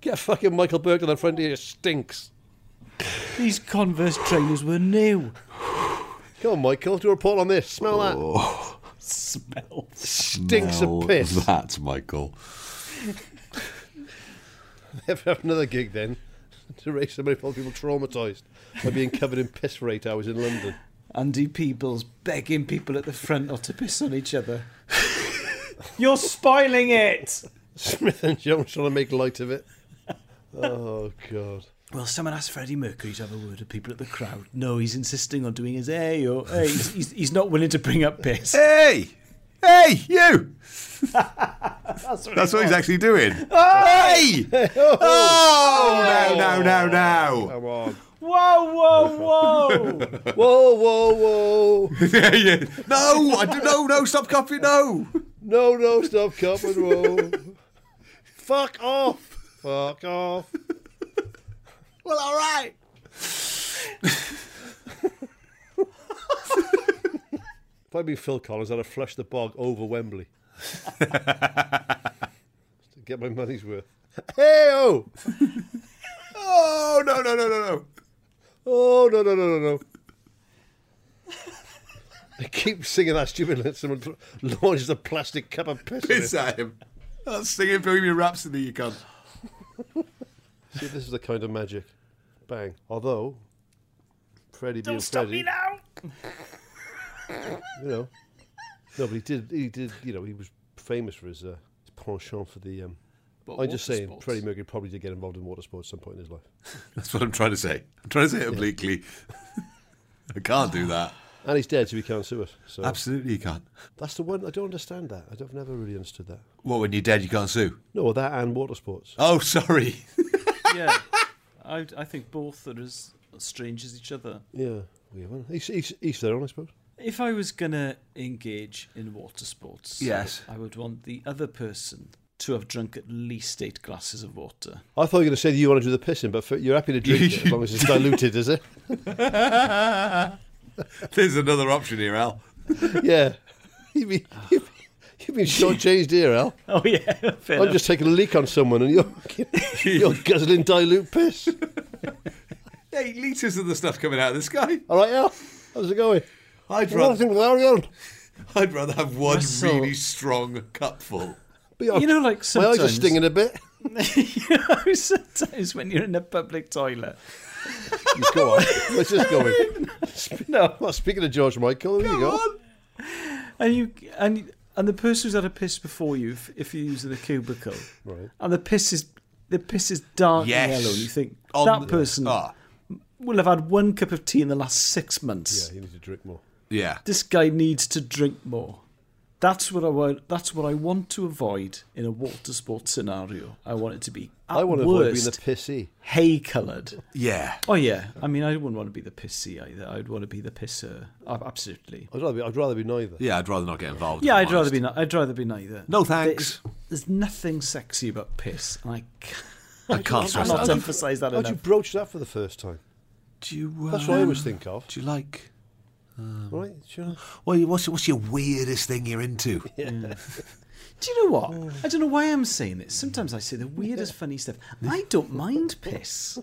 A: Get fucking Michael Burke and a friend here stinks.
C: these Converse trainers were new,
A: Come on, Michael, do a report on this. Smell that.
C: smell.
A: Stinks
B: Well,
A: of piss.
B: That's Michael.
A: Never have another gig then to raise so many people traumatised by being covered in piss for eight hours in London.
C: Andy Peebles begging people at the front not to piss on each other. You're spoiling it.
A: Smith and Jones trying to make light of it. Oh, God.
C: Well, someone asked Freddie Mercury to have a word with people at the crowd. No, he's insisting on doing his hey or hey. He's, he's, he's not willing to bring up piss.
B: Hey! Hey, you!
C: That's what
B: That's what he's actually doing. hey! Oh, no, no, no, no.
A: Come on.
C: Whoa, whoa, whoa!
A: Whoa, whoa, whoa.
B: Yeah, yeah. No, I do, no, no, stop copying, no.
A: No, no, stop coming, whoa. Fuck off. Fuck off.
B: Well, all right.
A: If I'd been Phil Collins, I'd have flushed the bog over Wembley. to get my money's worth. Hey, oh!
B: Oh, no, no, no, no, no.
A: Oh, no, no, no, no, no. I keep singing that stupid little someone dr- launches a plastic cup of piss. at
B: Piss
A: it.
B: at him. That's singing Bohemian Rhapsody, you cunt.
A: See, this is the kind of magic. Bang. Although, Freddie being
C: Stop me
A: Freddie,
C: now!
A: you know. No, but he did, he did, you know, he was famous for his, uh, his penchant for the. Um, I'm just saying, Freddie Mercury probably did get involved in water sports at some point in his life.
B: That's what I'm trying to say. I'm trying to say it obliquely. I can't do that.
A: And he's dead, so he can't sue us. So
B: Absolutely, you can't.
A: that's the one. I don't understand that. I don't- I've never really understood that.
B: What, when you're dead, you can't sue?
A: No, well, that and water sports.
B: Oh, sorry.
C: yeah, I, I think both are as strange as each other.
A: Yeah, we have one. Each, each, each their own, I suppose.
C: If I was gonna engage in water sports,
B: Yes.
C: I would want the other person to have drunk at least eight glasses of water.
A: I thought you were going to say that you want to do the pissing, but for, you're happy to drink it as long as it's diluted, is it?
B: There's another option here, Al.
A: yeah. You've been, you've, you've been shortchanged here, Al.
C: Oh yeah, fair
A: I'm
C: enough.
A: just taking a leak on someone and you're, you're guzzling dilute piss.
B: Eight litres of the stuff coming out of this guy.
A: All right, Al, how's it going?
B: I'd
A: Another
B: rather,
A: thing with Arion.
B: I'd rather have one
C: Russell.
B: really strong cupful.
A: But yeah,
C: You know, like
A: my eyes are
C: sometimes-
A: stinging a bit.
C: you know, sometimes when you're in a public toilet.
A: Go on, let's just go in.
C: No.
A: Well, speaking of George Michael, there you go.
C: and you and and the person who's had a piss before you, if, if you're using a cubicle,
A: Right.
C: and the piss is the piss is dark
B: Yes.
C: yellow, and you think
B: On
C: that
B: the-
C: person
B: Ah,
C: will have had one cup of tea in the last six months.
A: Yeah, you need to drink more.
B: yeah.
C: This guy needs to drink more. That's what I want. That's what I want to avoid in a water sport scenario. I want it to be at
A: I want to avoid being
C: worst
A: the pissy.
C: hay coloured.
B: Yeah.
C: Oh yeah, I mean, I wouldn't want to be the pissy either. I'd want to be the pisser. Ab- Absolutely.
A: I'd rather be, I'd rather be neither.
B: Yeah, I'd rather not get involved.
C: Yeah,
B: if
C: I'd
B: I'm
C: rather
B: honest.
C: be. Ni- I'd rather be neither.
B: No thanks.
C: There's, there's nothing sexy about piss, and I can't,
B: I can't stress
C: cannot
B: that.
C: emphasise that
A: How'd you
C: enough.
A: broach that for the first time?
B: Do you, uh,
A: That's what I always think of.
B: Do you like?
A: Right? Sure.
B: Well, what's what's your weirdest thing you're into?
C: Do you know what? I don't know why I'm saying this. Sometimes I say the weirdest, funny stuff. I don't mind piss.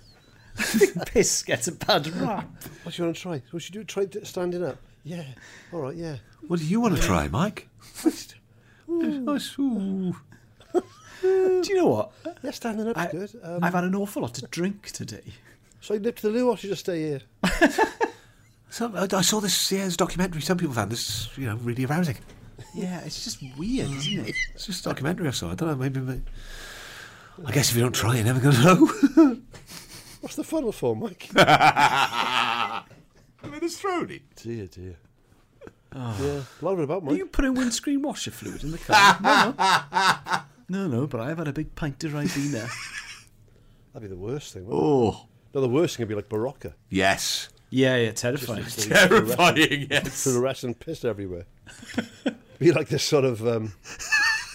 C: I think piss gets a bad rap.
A: What do you want to try? What should you do? Try d- standing up. Yeah. All right. Yeah.
B: What do you want to try, Mike?
C: Do you know what?
A: Yeah, standing up's
C: I,
A: good. Um,
C: I've had an awful lot to drink today.
A: so you nip to the loo, or should I just stay here?
B: Some, I I saw this yeah, this documentary. Some people found this, you know, really arousing.
C: Yeah, it's just weird, isn't it?
B: It's just a documentary I saw. I don't know. Maybe. maybe I guess if you don't try, you're never going to know.
A: What's the funnel for, Mike?
B: Minestrone.
A: dear, dear. Yeah. Louder about
C: Are
A: Mike.
C: you putting windscreen washer fluid in the car? No, no. No, no, but I've had a big pint of Ribena.
A: That'd be the worst thing. Wouldn't it?
B: Oh
A: No, the worst thing would be like Barocca.
B: yes,
C: Yeah, yeah, terrifying.
B: terrifying.
A: To
B: Yes.
A: the rest and piss everywhere. be like this sort of um,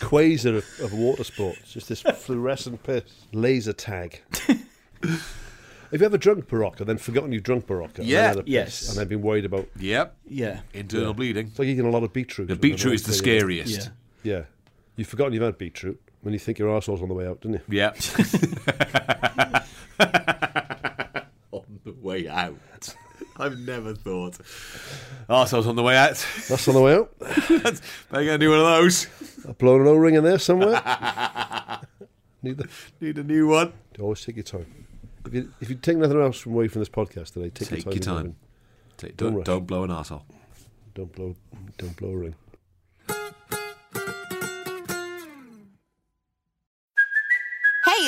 A: quasar of, of water sports. Just this fluorescent piss. Laser tag. Have you ever drunk Barocca, then forgotten you've drunk Barocca? and then
B: Yeah.
A: had a piss,
C: Yes.
A: And then been worried about. It's
B: Yep.
C: Yeah.
B: Internal bleeding.
A: like eating a lot of beetroot.
B: The
A: and then
B: beetroot is the
A: obviously-
C: Yeah.
B: scariest.
A: Yeah. You've forgotten you've had beetroot when you think your arsehole's on the way out, didn't you?
B: Yeah. on the way out. I've never thought. Oh, so I was on the way out.
A: That's on the way out.
B: That's, I got a new one of those.
A: I've blown an O-ring in there somewhere. Need the,
B: Need a new one.
A: always take your time. If you, if you take nothing else away from this podcast today, take,
B: Take your
A: your time. in
B: time.
A: O-ring.
B: Take,
A: Don't
B: don't
A: rush.
B: don't blow an arsehole.
A: Don't blow, don't blow a ring.
E: Hey,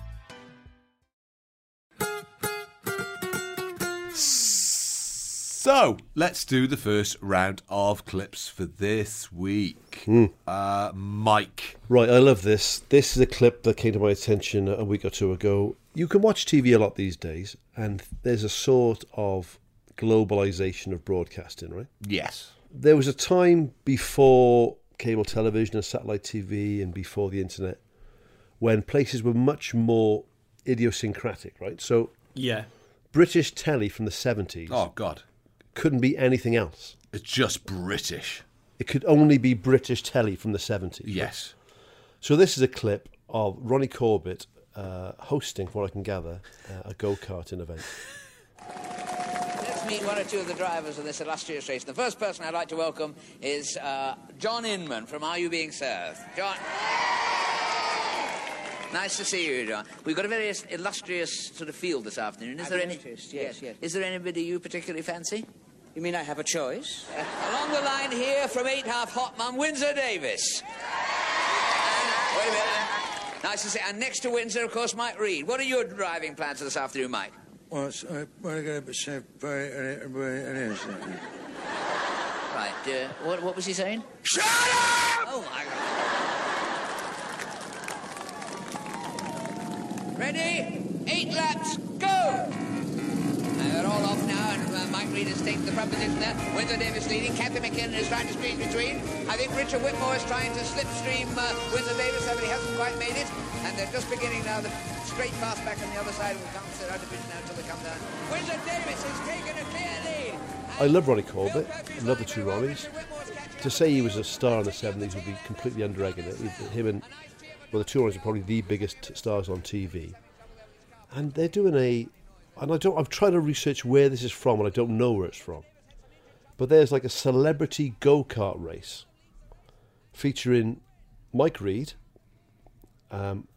B: So let's do the first round of clips for this week.
A: Hmm.
B: Uh, Mike.
A: Right, I love this. This is a clip that came to my attention a week or two ago. You can watch TV a lot these days, and there's a sort of globalization of broadcasting, right?
B: Yes.
A: There was a time before cable television and satellite TV and before the internet when places were much more idiosyncratic, right? So
C: Yeah.
A: British telly from the 70s
B: Oh God,
A: couldn't be anything else.
B: it's just British.
A: It could only be British telly from the 70s.
B: Yes.
A: So this is a clip of Ronnie Corbett uh, hosting, from what I can gather, uh, a go karting event.
F: Let's meet one or two of the drivers of this illustrious race. The first person I'd like to welcome is uh, John Inman from Are You Being Served? John. Nice to see you, John. We've got a very illustrious sort of field this afternoon. Is
G: I've
F: there any?
G: noticed, yes, yes.
F: Is there anybody you particularly fancy?
G: You mean I have a choice?
F: Along the line here from Eight Half Hot Mum, Windsor Davis. And- wait a minute. Nice to see. And next to Windsor, of course, Mike Reed. What are your driving plans for this afternoon, Mike?
H: Well, it's uh, very good, but safe by everybody it is.
F: Right. Uh, what, what was he saying? Shut up! Oh my God. Ready? Eight laps. Go. And they're all off now, and uh, Mike Reed has taken the front position there. Windsor Davis leading. Kathy McKinnon is trying to squeeze between. I think Richard Whitmore is trying to slipstream uh, Windsor Davis, but he hasn't quite made it. And they're just beginning now. The straight pass back on the other side will come. So they're out of vision now until they come down. Windsor Davis has taken a clear lead.
A: I love Ronnie Corbett. I love the two Ronnies. To say he was a star in the 70s would be completely underrated. Him and, well, the two Ronnies are probably the biggest stars on TV. And they're doing a, and I don't, I've tried to research where this is from and I don't know where it's from. But there's like a celebrity go kart race featuring Mike Reed. Um,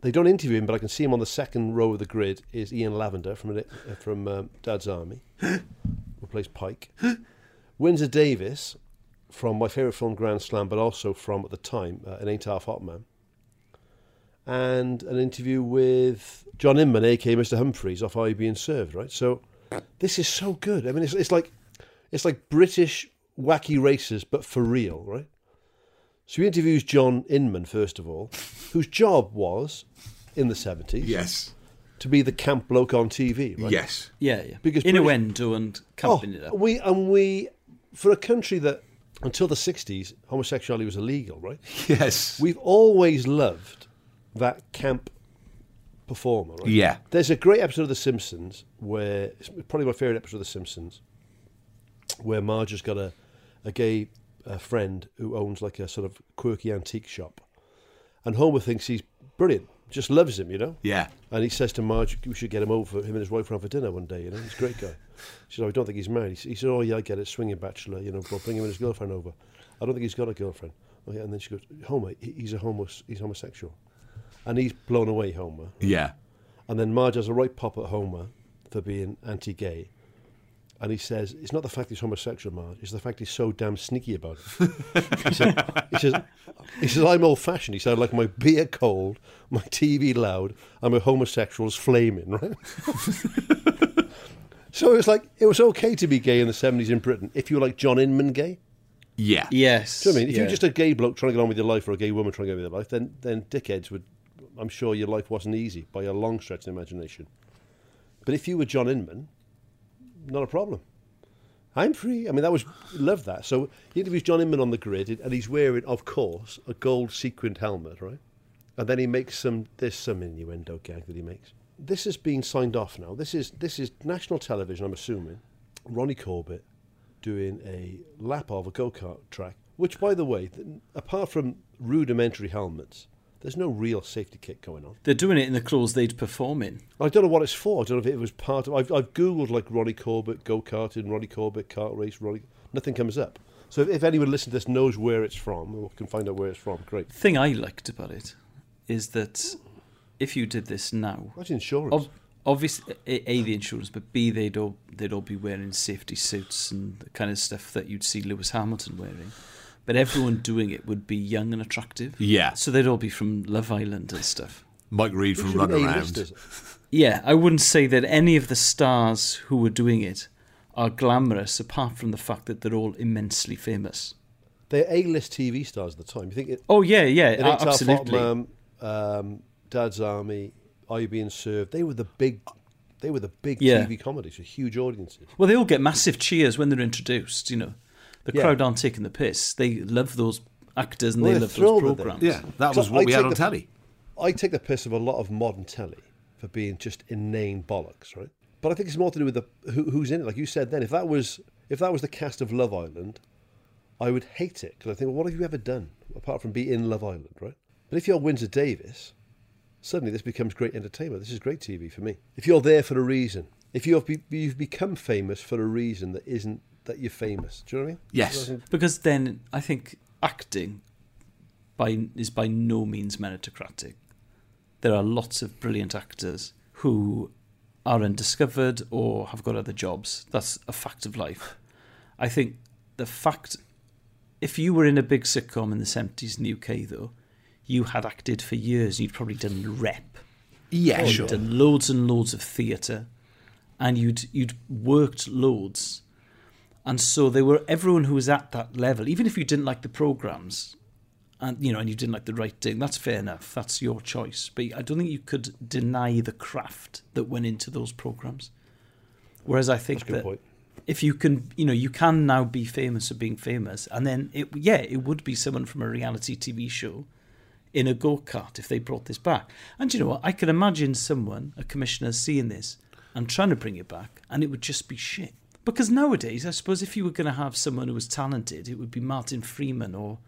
A: they don't interview him, but I can see him on the second row of the grid is Ian Lavender from, uh, from um, Dad's Army who plays Pike. Windsor Davis from my favourite film Grand Slam, but also from at the time uh, An Ain't Half Hot Man. And an interview with John Inman, aka Mr. Humphreys, off Are You Being Served, right? So this is so good. I mean, it's, it's like it's like British wacky races, but for real, right? So he interviews John Inman first of all, whose job was in the seventies,
B: yes,
A: to be the camp bloke on TV, right?
B: Yes.
D: Yeah, yeah.
A: Because
D: Innuendo and company
A: Oh, we and we for a country that until the sixties homosexuality was illegal, right?
B: Yes.
A: We've always loved that camp performer, right?
B: Yeah.
A: There's a great episode of The Simpsons where it's probably my favourite episode of The Simpsons, where Marge has got a, a gay uh, friend who owns like a sort of quirky antique shop, and Homer thinks he's brilliant, just loves him, you know.
B: Yeah.
A: And he says to Marge, "We should get him over. Him and his wife round for dinner one day. You know, he's a great guy." She said, oh, "I don't think he's married." He s- He said, "Oh yeah, I get it. Swinging bachelor. You know, we'll bring him and his girlfriend over. I don't think he's got a girlfriend." Oh, yeah. And then she goes, "Homer, he- he's a homo. He's homosexual," and he's blown away, Homer.
B: Yeah.
A: And then Marge has a right pop at Homer for being anti-gay. And he says, it's not the fact he's homosexual, Marge, it's the fact he's so damn sneaky about it. he, said, he, says, he says, I'm old-fashioned. He said, I like my beer cold, my TV loud, and my homosexuals flaming, right? so it was like, it was okay to be gay in the 70s in Britain if you were like John Inman gay.
B: Yeah.
D: Yes.
A: Do you know what I mean? If
D: yeah.
A: you're just a gay bloke trying to get on with your life or a gay woman trying to get on with their life, then, then dickheads would, I'm sure your life wasn't easy by a long stretch of the imagination. But if you were John Inman, not a problem. I'm free. I mean, that was, love that. So he interviews John Inman on the grid and he's wearing, of course, a gold sequined helmet, right? And then he makes some, there's some innuendo gag that he makes. This has been signed off now. This is, this is national television, I'm assuming. Ronnie Corbett doing a lap of a go kart track, which, by the way, th- apart from rudimentary helmets, there's no real safety kit going on.
D: They're doing it in the clothes they'd perform in.
A: I don't know what it's for. I don't know if it was part of. I've, I've googled like Ronnie Corbett go karting, Ronnie Corbett kart race, Ronnie. Nothing comes up. So if, if anyone listening to this knows where it's from or can find out where it's from, great.
D: thing I liked about it is that if you did this now,
A: That's insurance.
D: ob- obviously, a, a the insurance, but b they'd all they'd all be wearing safety suits and the kind of stuff that you'd see Lewis Hamilton wearing. But everyone doing it would be young and attractive.
B: Yeah.
D: So they'd all be from Love Island and stuff.
B: Mike Reed from Run Around.
D: Yeah, I wouldn't say that any of the stars who were doing it are glamorous, apart from the fact that they're all immensely famous.
A: They're A-list TV stars at the time. You think? It,
D: Oh, yeah, yeah,
A: it ain't Tough Hot
D: absolutely.
A: Mum, um, Dad's Army, Are You Being Served? They were the big. They were the big
D: Yeah.
A: TV comedies with huge audiences.
D: Well, they all get massive cheers when they're introduced. You know, the
A: Yeah.
D: crowd aren't taking the piss. They love those actors and
A: Well,
D: they
A: they're
D: love those
A: thrilled with them.
D: programs.
B: that was
A: So
B: what we
A: take
B: had on
A: the-
B: telly.
A: I take the piss of a lot of modern telly for being just inane bollocks, right? But I think it's more to do with the who, who's in it. Like you said, then if that was if that was the cast of Love Island, I would hate it because I think, well, what have you ever done apart from be in Love Island, right? But if you're Windsor Davis, suddenly this becomes great entertainment. This is great TV for me. If you're there for a reason, if you've be- you've become famous for a reason that isn't that you're famous, do you know what I mean?
C: Yes, because then I think acting by is by no means meritocratic. There are lots of brilliant actors who are undiscovered or have got other jobs. That's a fact of life. I think the fact, if you were in a big sitcom in the seventies in the UK, though, you had acted for years. You'd probably done rep.
B: Yeah,
A: Oh,
C: You'd
B: sure.
C: Done Oh, loads and loads of theatre, and you'd you'd worked loads. And so they were everyone who was at that level, even if you didn't like the programs, and you know, and you didn't like the writing. That's fair enough. That's your choice. But I don't think you could deny the craft that went into those programs. Whereas I think
A: That's a good
C: that
A: point.
C: if you can, you know, you can now be famous for being famous, and then it, yeah, it would be someone from a reality TV show in a go kart if they brought this back. And do you know what? I can imagine someone, a commissioner, seeing this and trying to bring it back, and it would just be shit. Because nowadays, I suppose if you were going to have someone who was talented, it would be Martin Freeman or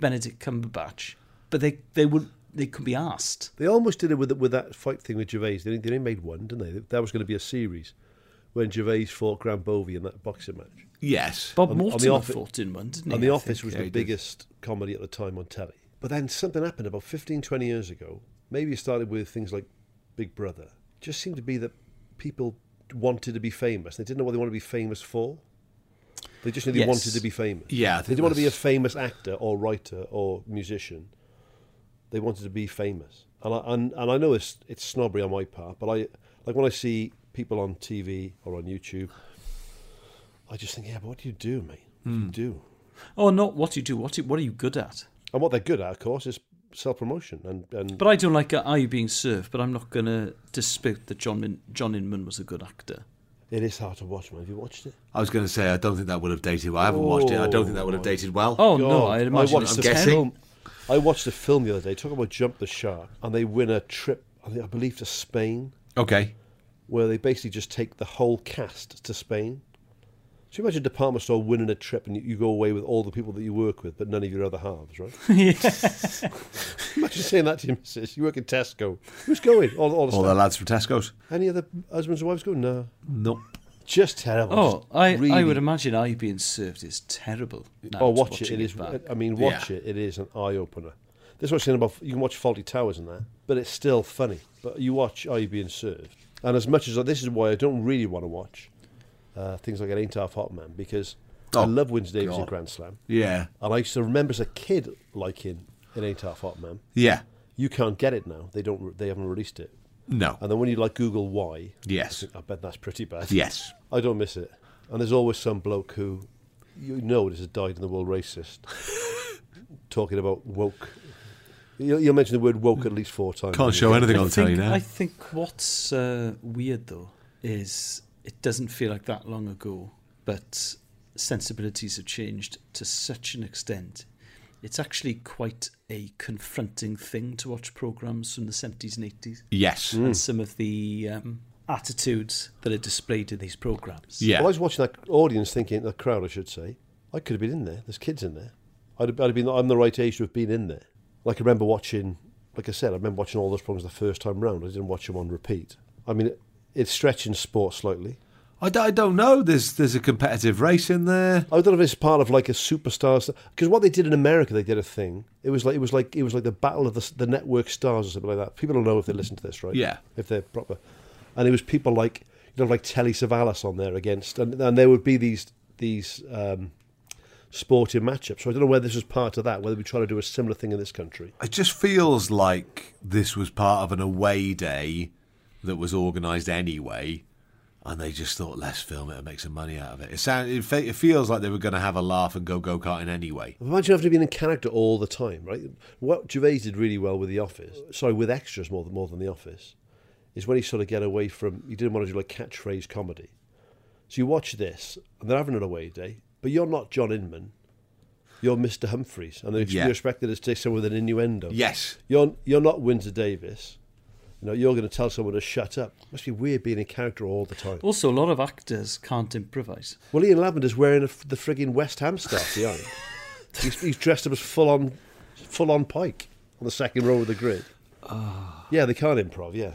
C: Benedict Cumberbatch. But they they would they could be asked.
A: They almost did it with with that fight thing with Gervais. They only, they only made one, didn't they? That was going to be a series when Gervais fought Granbovi in that boxing match.
B: Yes.
C: Bob
A: On- on The
C: Mortimer
A: Office-
C: fought in one, didn't he?
A: And The
C: I
A: Office
C: think?
A: was
C: Yeah,
A: the
C: he did.
A: biggest comedy at the time on telly. But then something happened about 15, 20 years ago. Maybe it started with things like Big Brother. Just seemed to be that people wanted to be famous. They didn't know what they wanted to be famous for. They just knew they
B: Yes.
A: wanted to be famous.
B: Yeah, I
A: they
B: think
A: didn't want to be a
B: that's-
A: famous actor or writer or musician. They wanted to be famous. And I, and, and I know it's it's snobbery on my part, but I like when I see people on TV or on YouTube, I just think, yeah, but what do you do, mate? What
C: Hmm.
A: do you do?
C: Oh, not what you do. What you, what are you good at?
A: And what they're good at, of course, is self promotion and, and
C: But I don't like Are You Being Served, but I'm not going to dispute that John, Min- John Inman was a good actor.
A: it is hard to watch, man. Have you watched it?
B: I was going to say I don't think that would have dated well. I haven't watched it. I don't think that would have dated well.
C: Oh,
A: God, watched
B: I'm
A: the
B: guessing.
A: Film, I watched the film the other day, talking about Jump the Shark, and they win a trip, I think- I believe, to Spain,
B: Okay.
A: where they basically just take the whole cast to Spain. So you imagine a department store winning a trip and you, you go away with all the people that you work with, but none of your other halves, right? imagine saying that to your missus. You work in Tesco. Who's going? All, all the
B: All
A: staff.
B: the lads from Tesco's.
A: Any other husbands and wives go? No.
B: Nope.
A: Just terrible.
C: Oh, I, I
A: Really-
C: would imagine Are You Being Served is terrible. now
A: oh,
C: it's
A: watch it.
C: watching
A: It is.
C: back.
A: I mean, watch it. It is an eye opener. This what's in about. You can watch Faulty Towers and that, but it's still funny. But you watch Are You Being Served? And as much as this is why I don't really want to watch uh, things like It Ain't Half Hot Man because I
B: Oh,
A: love Wednesday Davis in
B: God.
A: Grand Slam.
B: Yeah.
A: and I used to remember as a kid liking It Ain't Half Hot Man.
B: Yeah.
A: you can't get it now. They don't. re- They haven't released it.
B: No.
A: And then when you like Google why,
B: Yes.
A: I, think, I bet that's pretty bad.
B: Yes.
A: I don't miss it. And there's always some bloke who you know is a died in the world racist talking about woke. You'll, you'll mention the word woke at least four times.
B: Can't show anything
C: I
B: on telly
C: think,
B: now.
C: I think what's uh, weird, though, is it doesn't feel like that long ago, but sensibilities have changed to such an extent. It's actually quite a confronting thing to watch programs from the 70s and 80s.
B: Yes.
A: Hmm.
C: And
B: Mm.
C: some of the um, attitudes that are displayed in these programs.
A: Well, I was watching that audience thinking, the crowd, I should say, I could have been in there. There's kids in there. I'd have, I'd have been, I'm the right age to have been in there. Like I remember watching, like I said, I remember watching all those programs the first time round. I didn't watch them on repeat. I mean, it, it's stretching sport slightly.
B: I, d- I don't know. There's there's a competitive race in there.
A: I don't know if it's part of like a superstars because what they did in America, they did a thing. It was like it was like it was like the battle of the, the network stars or something like that. People don't know if they listen to this, right?
B: Yeah.
A: if they're proper. And it was people like you know like Telly Savalas on there against, and, and there would be these these um, sporting matchups. So I don't know whether this was part of that, whether we try to do a similar thing in this country.
B: It just feels like this was part of an away day that was organised anyway, and they just thought, let's film it and make some money out of it. It sound, it, fe- it feels like they were going to have a laugh and go go karting anyway.
A: Imagine having to be in character all the time, right? What Gervais did really well with The Office, sorry, with extras more than more than The Office, is when he sort of get away from. He didn't want to do like catchphrase comedy, so you watch this and they're having an away day, but you're not John Inman, you're Mister Humphreys, and they're ex-
B: Yeah.
A: you're expected to say someone with an innuendo.
B: Yes.
A: you're you're not Windsor Davis. You know, you're going to tell someone to shut up. Must be weird being in character all the time.
C: Also, a lot of actors can't improvise.
A: Well, Ian Lavender's wearing a, the frigging West Ham stuff behind. he's, he's dressed up as full on, full on Pike on the second row of the grid. Yeah, they can't improv. Yeah,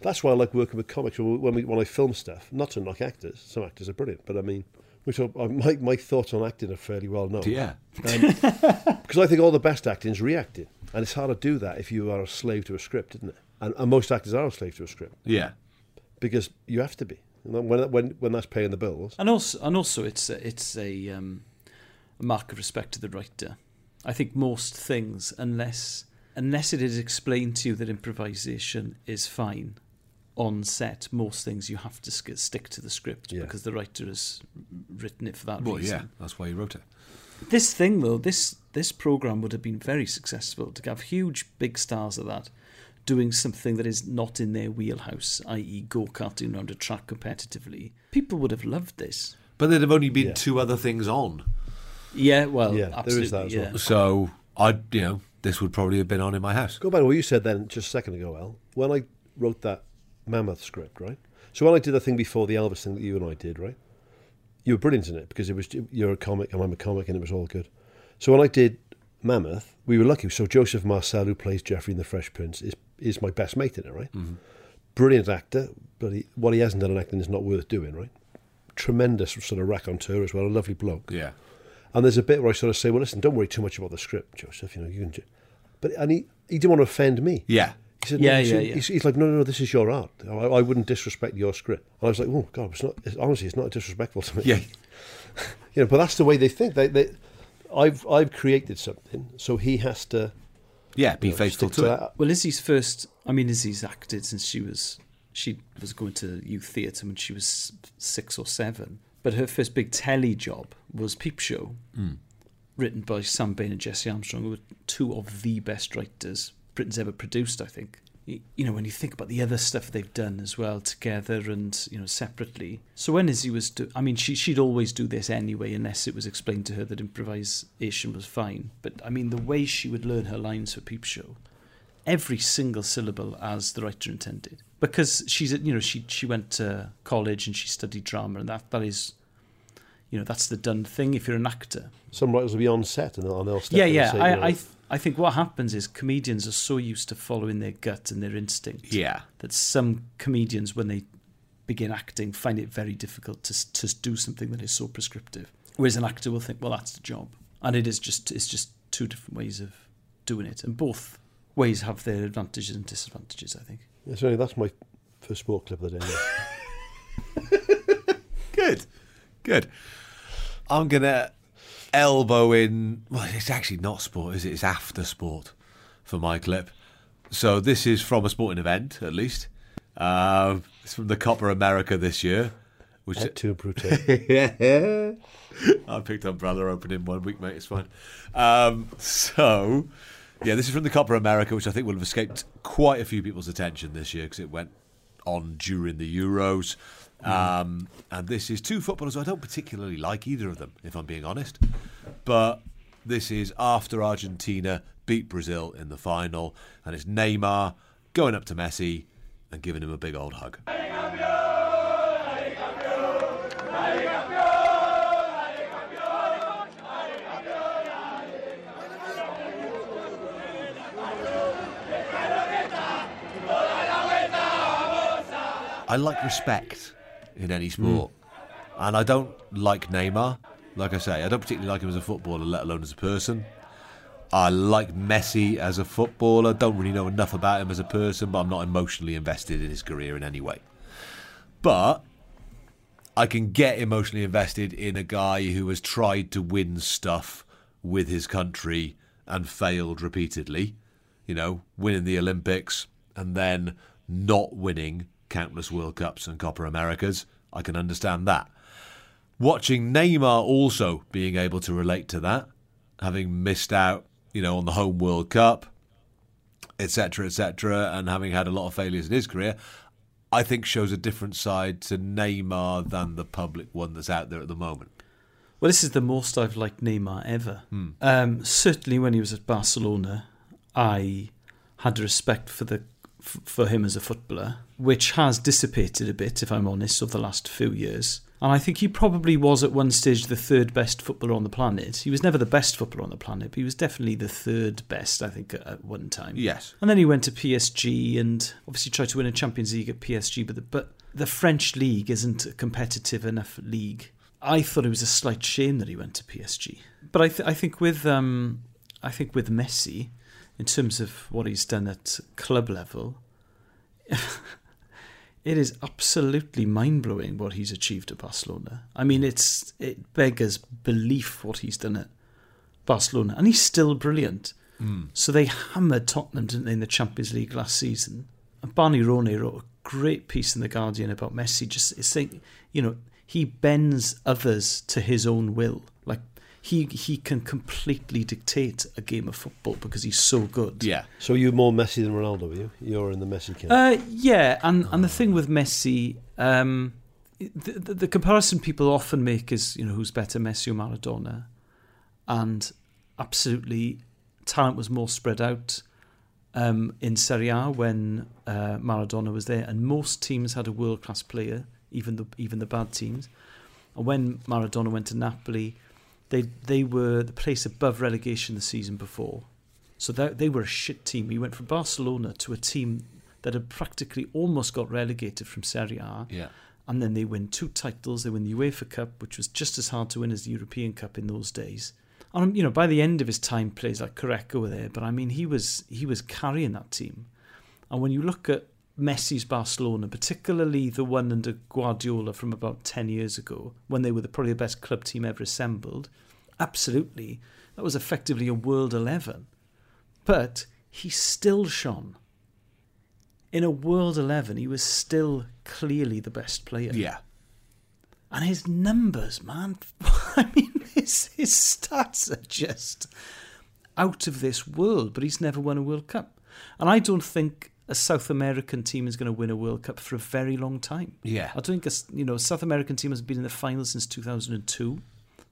A: that's why I like working with comics. When we- when, we, when I film stuff, not to knock actors, some actors are brilliant, but I mean, we talk, I- my my thoughts on acting are fairly well known.
B: Yeah.
A: because I think all the best acting is reacting, and it's hard to do that if you are a slave to a script, isn't it? And, and most actors are a slave to a script.
B: Yeah.
A: because you have to be. And then When when when that's paying the bills,
C: And also, and also, it's a, it's a, um, a mark of respect to the writer. I think most things, unless unless it is explained to you that improvisation is fine on set, most things you have to sk- stick to the script
B: Yeah.
C: because the writer has written it for that
B: Well,
C: reason.
B: yeah, that's why he wrote it.
C: This thing though, this this program would have been very successful to have huge big stars of that doing something that is not in their wheelhouse, i.e., go karting around a track competitively. People would have loved this.
B: But there'd have only been two other things on.
C: Yeah, well,
A: Yeah, there is
C: absolutely.
A: that as
C: yeah.
A: well.
B: So I, you know, this would probably have been on in my house.
A: Go back to what you said then just a second ago, Al. When I wrote that mammoth script, right? So when I did the thing before the Elvis thing that you and I did, right? You were brilliant in it because it was you're a comic and I'm a comic and it was all good. So when I did Mammoth, we were lucky. So Joseph Marcel, who plays Jeffrey in The Fresh Prince, is is my best mate in it, right?
B: Mhm.
A: Brilliant actor, but he, what he hasn't done in acting is not worth doing, right? Tremendous sort of raconteur as well, a lovely bloke.
B: Yeah.
A: And there's a bit where I sort of say, "Well, listen, don't worry too much about the script, Joseph. You know, you can." Ju-. But and he he didn't want to offend me.
B: Yeah.
A: He said,
C: Yeah,
A: no, he
C: yeah,
A: said-
C: yeah.
A: He's, he's like, no, no, no, this is your art. I, I wouldn't disrespect your script. And I was like, oh God, it's not. It's, honestly, it's not disrespectful to me.
B: Yeah.
A: you know, but that's the way they think. They, they, I've, I've created something, so he has to.
B: Yeah, be
A: you know,
B: faithful
A: stick
B: to it.
A: that.
C: Well, Lizzie's first. I mean, Lizzie's acted since she was she was going to youth theatre when she was six or seven. But her first big telly job was Peep Show,
B: Mm.
C: written by Sam Bain and Jesse Armstrong, who were two of the best writers Britain's ever produced. I think. Y- You know, when you think about the other stuff they've done as well, together and you know separately. So when Izzy was, do- I mean, she she'd always do this anyway, unless it was explained to her that improvisation was fine. But I mean, the way she would learn her lines for Peep Show every single syllable as the writer intended because she's you know she she went to college and she studied drama and that that is you know that's the done thing if you're an actor
A: Some writers will be on set and they'll, and they'll step
C: yeah
A: in and
C: yeah
A: say,
C: i
A: you know,
C: i th- i think what happens is comedians are so used to following their gut and their instinct
B: Yeah.
C: that some comedians when they begin acting find it very difficult to s- to do something that is so prescriptive whereas an actor will think well that's the job and it is just it's just two different ways of doing it and both ways have their advantages and disadvantages i think
A: Yeah, so that's my first sport clip of the day.
B: Good. Good. I'm going to elbow in. Well, it's actually not sport, is it? It's after sport for my clip. So this is from a sporting event, at least. Um, it's from the Copper America this year. Which
A: Et tu, Brute.
B: yeah. I picked Umbrella opening one week, mate. It's fine. Um, so, yeah, this is from the Copper America, which I think will have escaped quite a few people's attention this year because it went on during the Euros. Um, and this is two footballers who I don't particularly like either of them, if I'm being honest. But this is after Argentina beat Brazil in the final, and it's Neymar going up to Messi and giving him a big old hug. I like respect in any sport. And I don't like Neymar. Like I say, I don't particularly like him as a footballer, let alone as a person. I like Messi as a footballer. Don't really know enough about him as a person, but I'm not emotionally invested in his career in any way. But I can get emotionally invested in a guy who has tried to win stuff with his country and failed repeatedly. You know, winning the Olympics and then not winning countless World Cups and Copper Americas. I can understand that. Watching Neymar also being able to relate to that, having missed out, you know, on the home World Cup, etc., etc., and having had a lot of failures in his career, I think shows a different side to Neymar than the public one that's out there at the moment.
C: Well, this is the most I've liked Neymar ever.
B: Hmm.
C: Um, certainly, when he was at Barcelona, I had a respect for the f- for him as a footballer, which has dissipated a bit, if I'm honest, over the last few years. And I think he probably was at one stage the third best footballer on the planet. He was never the best footballer on the planet, but he was definitely the third best, I think, at- at one time.
B: Yes.
C: And then he went to PSG and obviously tried to win a Champions League at PSG, but the, but the French league isn't a competitive enough league. I thought it was a slight shame that he went to PSG. But I, th- I think with um, I think with Messi, in terms of what he's done at club level, it is absolutely mind blowing what he's achieved at Barcelona. I mean, it's it beggars belief what he's done at Barcelona, and he's still brilliant.
B: Mm.
C: So they hammered Tottenham, didn't they, in the Champions League last season? And Barney Roney wrote a great piece in the Guardian about Messi, just saying, you know, he bends others to his own will. Like he he can completely dictate a game of football because he's so good.
B: Yeah.
A: So you're more messy than Ronaldo, were you? You're in the messy camp.
C: Uh, yeah, and and the thing with Messi, um, the, the the comparison people often make is you know who's better, Messi or Maradona, and absolutely, talent was more spread out um, in Serie A when uh, Maradona was there, and most teams had a world class player, even the even the bad teams. And when Maradona went to Napoli, they they were the place above relegation the season before, so that, they were a shit team. He went from Barcelona to a team that had practically almost got relegated from Serie A.
B: Yeah.
C: And then they win two titles. They win the UEFA Cup, which was just as hard to win as the European Cup in those days. And you know, by the end of his time, players like Correco were there. But I mean, he was he was carrying that team. And when you look at Messi's Barcelona, particularly the one under Guardiola from about ten years ago, when they were the, probably the best club team ever assembled, absolutely, that was effectively a world eleven. But he still shone. In a world eleven, he was still clearly the best player.
B: Yeah.
C: And his numbers, man. I mean, his, his stats are just out of this world, but he's never won a World Cup. And I don't think a South American team is going to win a World Cup for a very long time.
B: Yeah.
C: I don't think a, s- you know, a South American team has been in the final since 2002.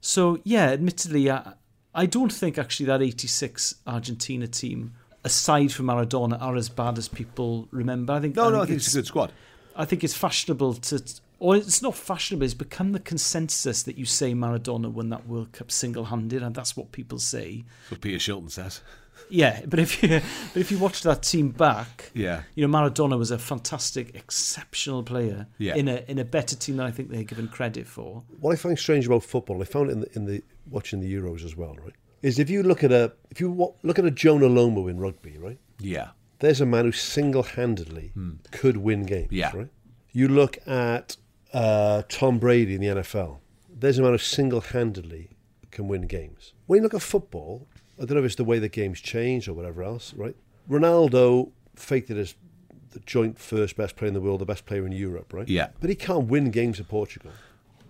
C: So, yeah, admittedly, I, I don't think actually that 86 Argentina team, aside from Maradona, are as bad as people remember. I think
B: No, no, I think it's a good squad.
C: I think it's fashionable to, or it's not fashionable. It's become the consensus that you say Maradona won that World Cup single-handed, and that's what people say.
B: What Peter Shilton says.
C: Yeah, but if you but if you watch that team back,
B: Yeah.
C: you know Maradona was a fantastic, exceptional player
A: Yeah.
C: in a in a better team than I think they're given credit for.
A: What I find strange about football, I found it in the, in the watching the Euros as well, right? Is if you look at a if you wa- look at a Jonah Lomo in rugby, right?
B: Yeah.
A: There's a man who single-handedly could win games,
B: Hmm. Yeah.
A: right? You look at uh, Tom Brady in the NFL. There's a man who single-handedly can win games. When you look at football, I don't know if it's the way the game's changed or whatever else, right? Ronaldo faked it as the joint first best player in the world, the best player in Europe, right?
B: Yeah.
A: But he can't win games at Portugal.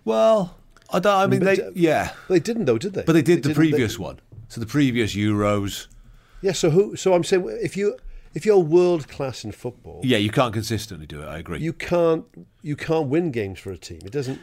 B: Well, I don't. I mean, they. Yeah.
A: uh, They didn't though, did they?
B: But they did the
A: didn't-
B: previous
A: they-
B: one. So the previous Euros.
A: Yeah. So who? So I'm saying if you if you're world class in football,
B: Yeah, you can't consistently do it. I agree.
A: you can't you can't win games for a team. It doesn't.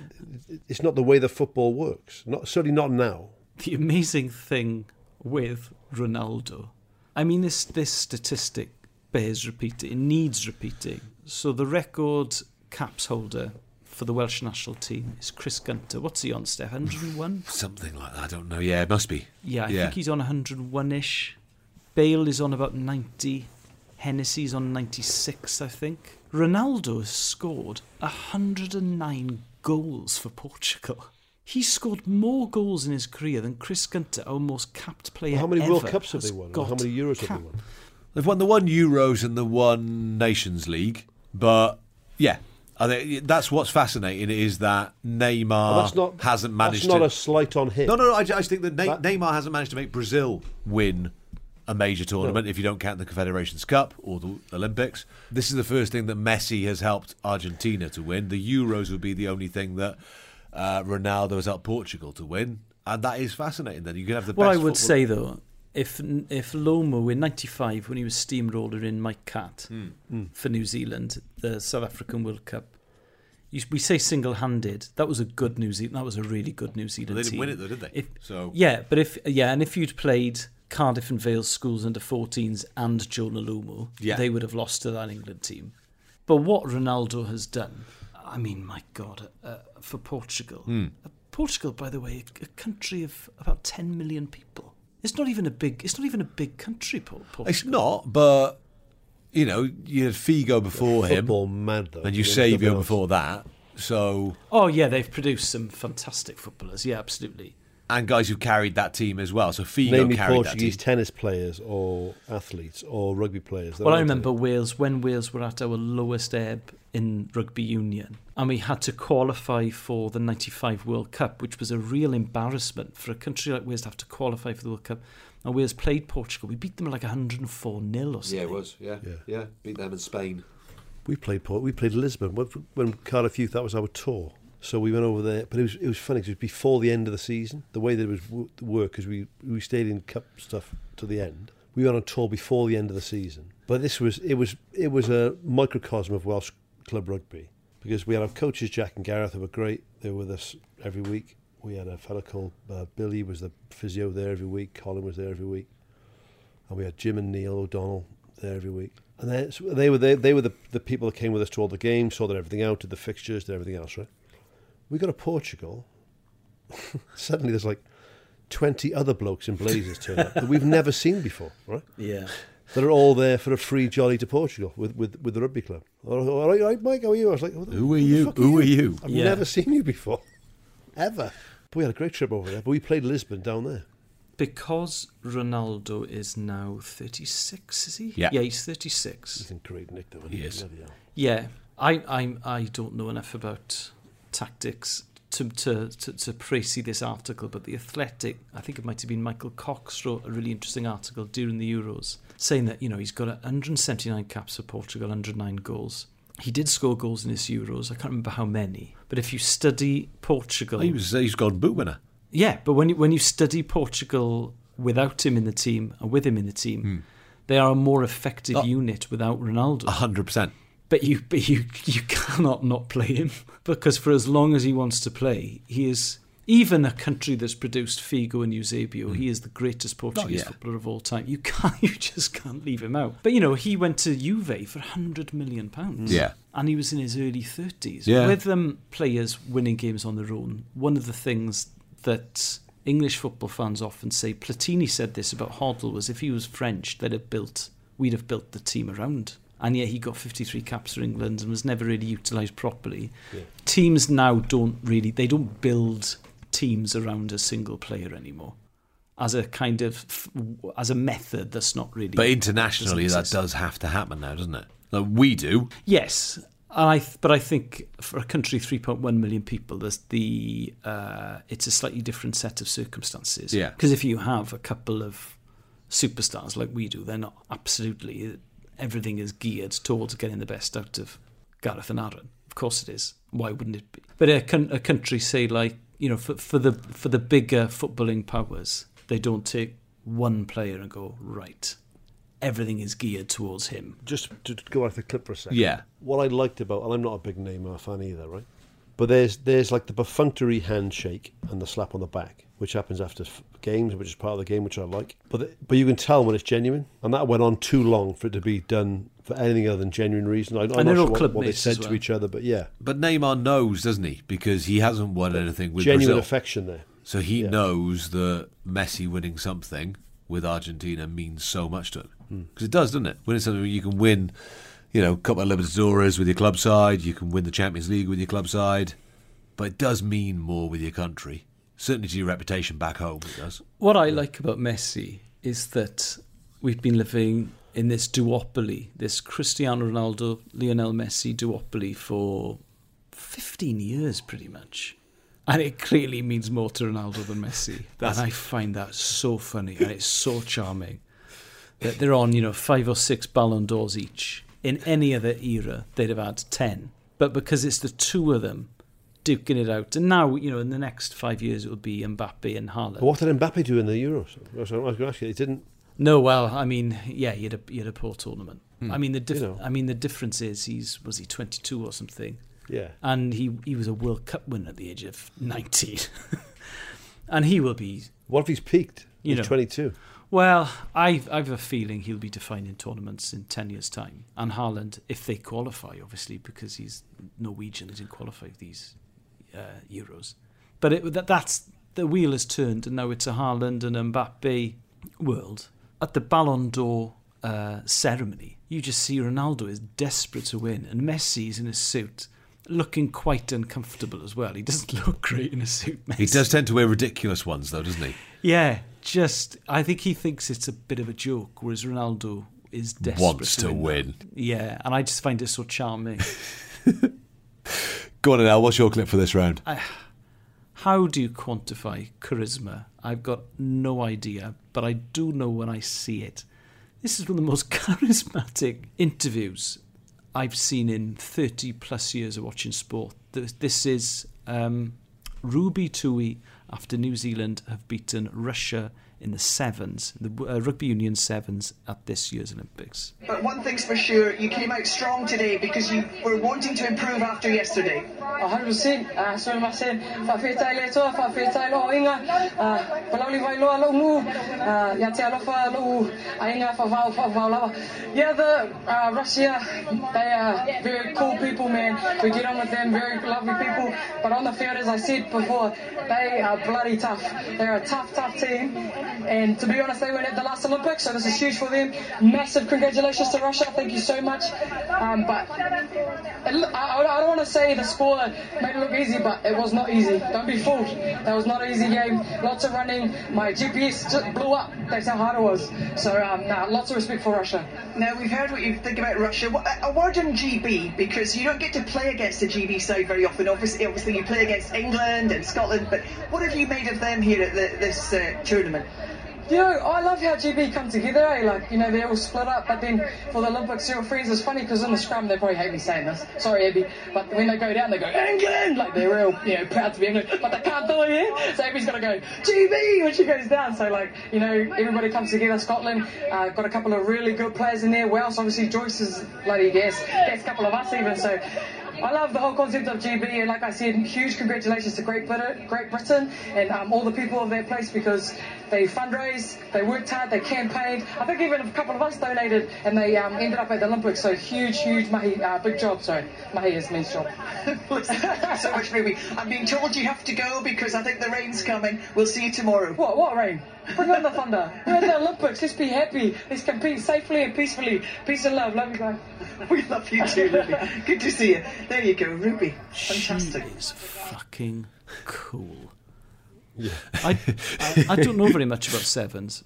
A: It's not the way the football works. Not certainly not now.
C: the amazing thing with Ronaldo, I mean, this this statistic bears repeating. It needs repeating. So the record caps holder for the Welsh national team is Chris Gunter. What's he on, Steph? 101?
B: Something like that. I don't know. Yeah, it must be.
C: Yeah, I
B: yeah.
C: think he's on 101 ish. Bale is on about 90. Hennessy's on 96, I think. Ronaldo has scored 109 goals for Portugal. He scored more goals in his career than Chris Gunter, our most capped player.
A: how many World
C: ever,
A: Cups have they
C: has
A: won? Or
C: got
A: how many Euros have
C: capped.
A: they won?
B: They've won the one Euros and the one Nations League, but yeah, I think that's what's fascinating is that Neymar
A: Well, that's not
B: Ah, hasn't managed
A: That's not
B: to.
A: a slight on him.
B: no, no, no. I, ju- I just think that, ne- Neymar hasn't managed to make Brazil win a major tournament if you don't count the Confederations Cup or the Olympics. This is the first thing that Messi has helped Argentina to win. The Euros would be the only thing that uh, Ronaldo has helped Portugal to win, and that is fascinating. Then you can have the
C: What
B: best.
C: I would
B: football-
C: say though, if if Lomo in '95 when he was steamroller in Mike Cat
B: Hmm.
C: for New Zealand, the South African World Cup, you, we say single-handed. That was a good New Zealand. That was a really good New Zealand
B: They didn't
C: team.
B: win it though, did they?
C: If,
B: So-
C: yeah, but if yeah, and if you'd played Cardiff and Vale's schools under 14s and Joe Nalumo,
D: Yeah.
C: they would have lost to that England team. But what Ronaldo has done, I mean, my God, uh, for Portugal. Uh,
D: Hmm.
C: Portugal, by the way, a, a country of about 10 million people. It's not even a big. It's not even a big country, Por- Portugal.
B: It's not, but you know, you had Figo before him,
A: Football mad though.
B: and you
A: Nothing
B: Savio
A: else.
B: before that. So
C: Oh yeah, they've produced some fantastic footballers. Yeah, absolutely.
B: and guys who carried that team as well. So Figo
A: Name me
B: carried
A: Portuguese
B: that team.
A: tennis players or athletes or rugby players. They're
C: Well, I
A: all
C: remember Wales when Wales were at our lowest ebb in rugby union, and we had to qualify for the '95 World Cup, which was a real embarrassment for a country like Wales to have to qualify for the World Cup. And Wales played Portugal. We beat them like 104 nil or something.
B: was. yeah, yeah. Beat them in Spain.
A: We played Port. We played Lisbon when, when Cardiff Youth. That was our tour, so we went over there. But it was it was funny because it was before the end of the season. The way that it was w- work because we we stayed in cup stuff to the end. We went on tour before the end of the season. But this was it was it was a microcosm of Welsh club rugby because we had our coaches Jack and Gareth who were great. They were with us every week. We had a fellow called uh, Billy was the physio there every week. Colin was there every week. and we had Jim and Neil O'Donnell there every week. And they, so they were they, they were the, the people that came with us to all the games, sorted everything out, did the fixtures, did everything else, right? We go to Portugal. Suddenly, there's like twenty other blokes in blazers turn up that we've never seen before, right?
D: Yeah.
A: That are all there for a free jolly to Portugal with, with, with the rugby club. Oh, all right, all right, Mike, how are you? I was like, who, the-
B: Who are
A: the
B: you?
A: fuck
B: Who are you?
A: I've
B: Yeah.
A: never seen you before, ever. But we had a great trip over there. But we played Lisbon down there.
C: Because Ronaldo is now 36, is he?
A: Yeah.
C: Yeah, he's 36.
A: He's in great nick, though. isn't
B: He is.
A: Bloody hell.
C: Yeah, I I'm, I don't know enough about tactics to to to, to précy this article, but the Athletic, I think it might have been Michael Cox wrote a really interesting article during the Euros saying that you know he's got 179 caps for Portugal, 109 goals. He did score goals in his Euros. I can't remember how many, but if you study Portugal,
B: He was he's gone boot winner.
C: yeah, but when you, when you study Portugal without him in the team and with him in the team,
B: Hmm.
C: they are a more
B: Oh.
C: effective unit without Ronaldo.
B: hundred percent.
C: But you but you you cannot not play him because for as long as he wants to play, he is even a country that's produced Figo and Eusebio, he is the greatest Portuguese
D: yeah.
C: footballer of all time. You can't, you just can't leave him out. But you know, he went to Juve for hundred million pounds.
D: Yeah.
C: and he was in his early thirties.
D: Yeah.
C: With um, players winning games on their own, one of the things that English football fans often say, Platini said this about Hoddle, was if he was French, they'd have built, we'd have built the team around. And yet he got 53 caps for England and was never really utilised properly.
D: Yeah.
C: Teams now don't really, they don't build teams around a single player anymore. As a kind of, f- as a method that's not really.
B: But
C: doesn't
B: internationally, that
C: exist.
B: does have to happen now, doesn't it? Like we do.
C: Yes, and I th- but I think for a country 3.1 million people, there's the uh, it's a slightly different set of circumstances.
B: Yeah.
C: Because if you have a couple of superstars like we do, then absolutely everything is geared towards getting the best out of Gareth and Aaron. Of course it is. Why wouldn't it be? But a, con- a country say like you know for, for the for the bigger footballing powers, they don't take one player and go right. Everything is geared towards him.
A: just to go back to the clip for a second.
C: Yeah.
A: What I liked about, and I'm not a big Neymar fan either, right? But there's there's like the perfunctory handshake and the slap on the back, which happens after f- games, which is part of the game, which I like. But the, but you can tell when it's genuine, and that went on too long for it to be done for anything other than genuine reason. I, I'm
B: And
A: not
B: they're all
A: sure what,
B: club
A: what they
B: mates
A: said
B: as
A: to
B: well.
A: each other, but yeah,
B: But Neymar knows, doesn't he? Because he hasn't won anything with
A: genuine
B: Brazil.
A: affection there.
B: So he knows that Messi winning something with Argentina means so much to him because it does, doesn't it? Winning something you can win, you know, a couple of Libertadores with your club side, you can win the Champions League with your club side, but it does mean more with your country. Certainly to your reputation back home, it does.
C: What I like about Messi is that we've been living in this duopoly, this Cristiano Ronaldo, Lionel Messi duopoly for 15 years pretty much. And it clearly means more to Ronaldo than Messi. and I find that so funny and it's so charming that they're on, you know, five or six Ballon d'Ors each. In any other era, they'd have had 10. But because it's the two of them duking it out, and now, you know, in the next five years, it will be Mbappe and Haaland.
A: But what did Mbappe do in the Euros? I was going to ask you. He didn't.
C: No, well, I mean, yeah, he had a, he had a poor tournament.
A: Hmm.
C: I mean, the dif-
A: You know.
C: I mean, the difference is he's was he twenty two or something?
A: Yeah.
C: and he he was a World Cup winner at the age of nineteen, and he will be.
A: What if he's peaked?
C: You
A: He's
C: know,
A: 22.
C: Well, I've, I've a feeling he'll be defining tournaments in 10 years' time. And Haaland, if they qualify, obviously, because he's Norwegian, he didn't qualify for these uh, Euros. But it, that, that's the wheel has turned, and now it's a Haaland and Mbappe world. At the Ballon d'Or uh, ceremony, you just see Ronaldo is desperate to win, and Messi is in a suit. Looking quite uncomfortable as well. He doesn't look great in a suit. Messi.
B: He does tend to wear ridiculous ones, though, doesn't he?
C: Yeah, just I think he thinks it's a bit of a joke, whereas Ronaldo is desperate
B: Wants to
C: win.
B: win.
C: Yeah, and I just find it so charming.
B: Go on, Al. What's your clip for this round?
I: Uh,
C: I, how do you quantify charisma? I've got no idea, but I do know when I see it. This is one of the most charismatic interviews I've seen in 30 plus years of watching sport. Th- This is um, Ruby Tui after New Zealand have beaten Russia in the sevens, the uh, Rugby Union sevens at this year's Olympics.
I: But one thing's for sure, you came out strong today because you were wanting to improve after yesterday.
J: 100%. Uh, so am I saying, whawhetai le toa, whawhetai loa inga, uh, palauli vai loa lau ngu, uh, ia te alofa lau ainga, whawau, whawau lawa. Yeah, the uh, Russia, they are very cool people, man. We get on with them, very lovely people. But on the field, as I said before, they are bloody tough. They're a tough, tough team. And to be honest, they weren't at the last Olympics, so this is huge for them. Massive congratulations to Russia. Thank you so much. Um, but it lo- I, I don't want to say the score made it look easy, but it was not easy. Don't be fooled. That was not an easy game. Lots of running. My GPS just blew up. That's how hard it was. So, um, nah, lots of respect for Russia.
I: Now we've heard what you think about Russia. What, a word on GB because you don't get to play against the GB side very often. Obviously, obviously you play against England and Scotland. But what have you made of them here at the, this uh, tournament?
J: You know, I love how GB come together, eh? Like, you know, they all split up, but then for the Olympics, they're all friends. It's funny because in the scrum, they probably hate me saying this. Sorry, Abby. But when they go down, they go, England! Like, they're real, you know, proud to be England. But they can't do it here. So Abby's got to go, GB! when she goes down. So, like, you know, everybody comes together. Scotland uh, got a couple of really good players in there. Wales, obviously, Joyce is bloody gas. That's a couple of us, even. So, I love the whole concept of GB, and like I said, huge congratulations to Great Britain, Great Britain and um, all the people of their place because they fundraised, they worked hard, they campaigned. I think even a couple of us donated, and they um, ended up at the Olympics. So huge, huge mahi, uh, big job. Sorry, mahi is means job.
I: so much for me. I'm being told you have to go because I think the rain's coming. We'll see you tomorrow.
J: What? What rain? Bring on the thunder. We're at the Olympics. Let's be happy. Let's compete safely and peacefully. Peace and love. Love you guys.
I: We love you too, Ruby. Good to see you. There you go, Ruby. Fantastic.
C: Fucking cool. I, I, I don't know very much about sevens.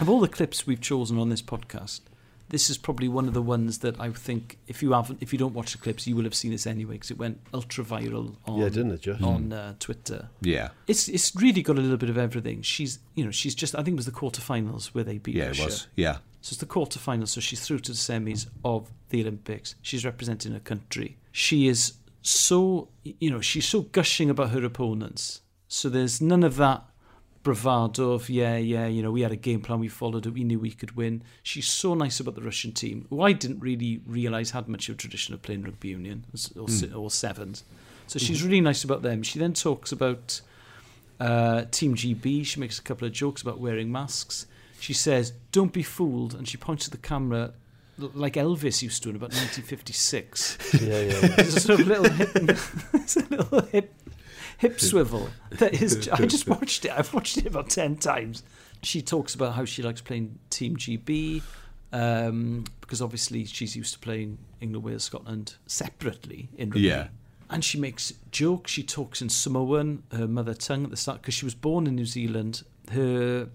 C: Of all the clips we've chosen on this podcast, this is probably one of the ones that I think if you haven't, if you don't watch the clips, you will have seen this anyway because it went ultra viral on
A: Yeah, didn't it, Josh? Hmm.
C: on uh, Twitter.
B: Yeah.
C: It's it's really got a little bit of everything. She's you know she's just I think it was the quarterfinals where they beat
B: Yeah, it
C: Russia.
B: was. Yeah.
C: So it's the quarterfinals. So she's through to the semis of the Olympics. She's representing her country. She is so you know she's so gushing about her opponents. So there's none of that bravado of yeah yeah you know we had a game plan we followed it we knew we could win. She's so nice about the Russian team, who I didn't really realise had much of a tradition of playing rugby union or,
K: Mm.
C: or sevens. So she's
K: Mhm.
C: really nice about them. She then talks about uh, Team GB. She makes a couple of jokes about wearing masks. She says, "Don't be fooled," and she points to the camera l- like Elvis used to in about 1956.
A: Yeah, yeah.
C: There's a sort of little hip, there's a little hip, hip swivel. That is, I just watched it. I've watched it about ten times. She talks about how she likes playing Team GB um, because obviously she's used to playing England, Wales, Scotland separately in rugby.
B: Yeah.
C: And she makes jokes. She talks in Samoan, her mother tongue at the start, because she was born in New Zealand. Her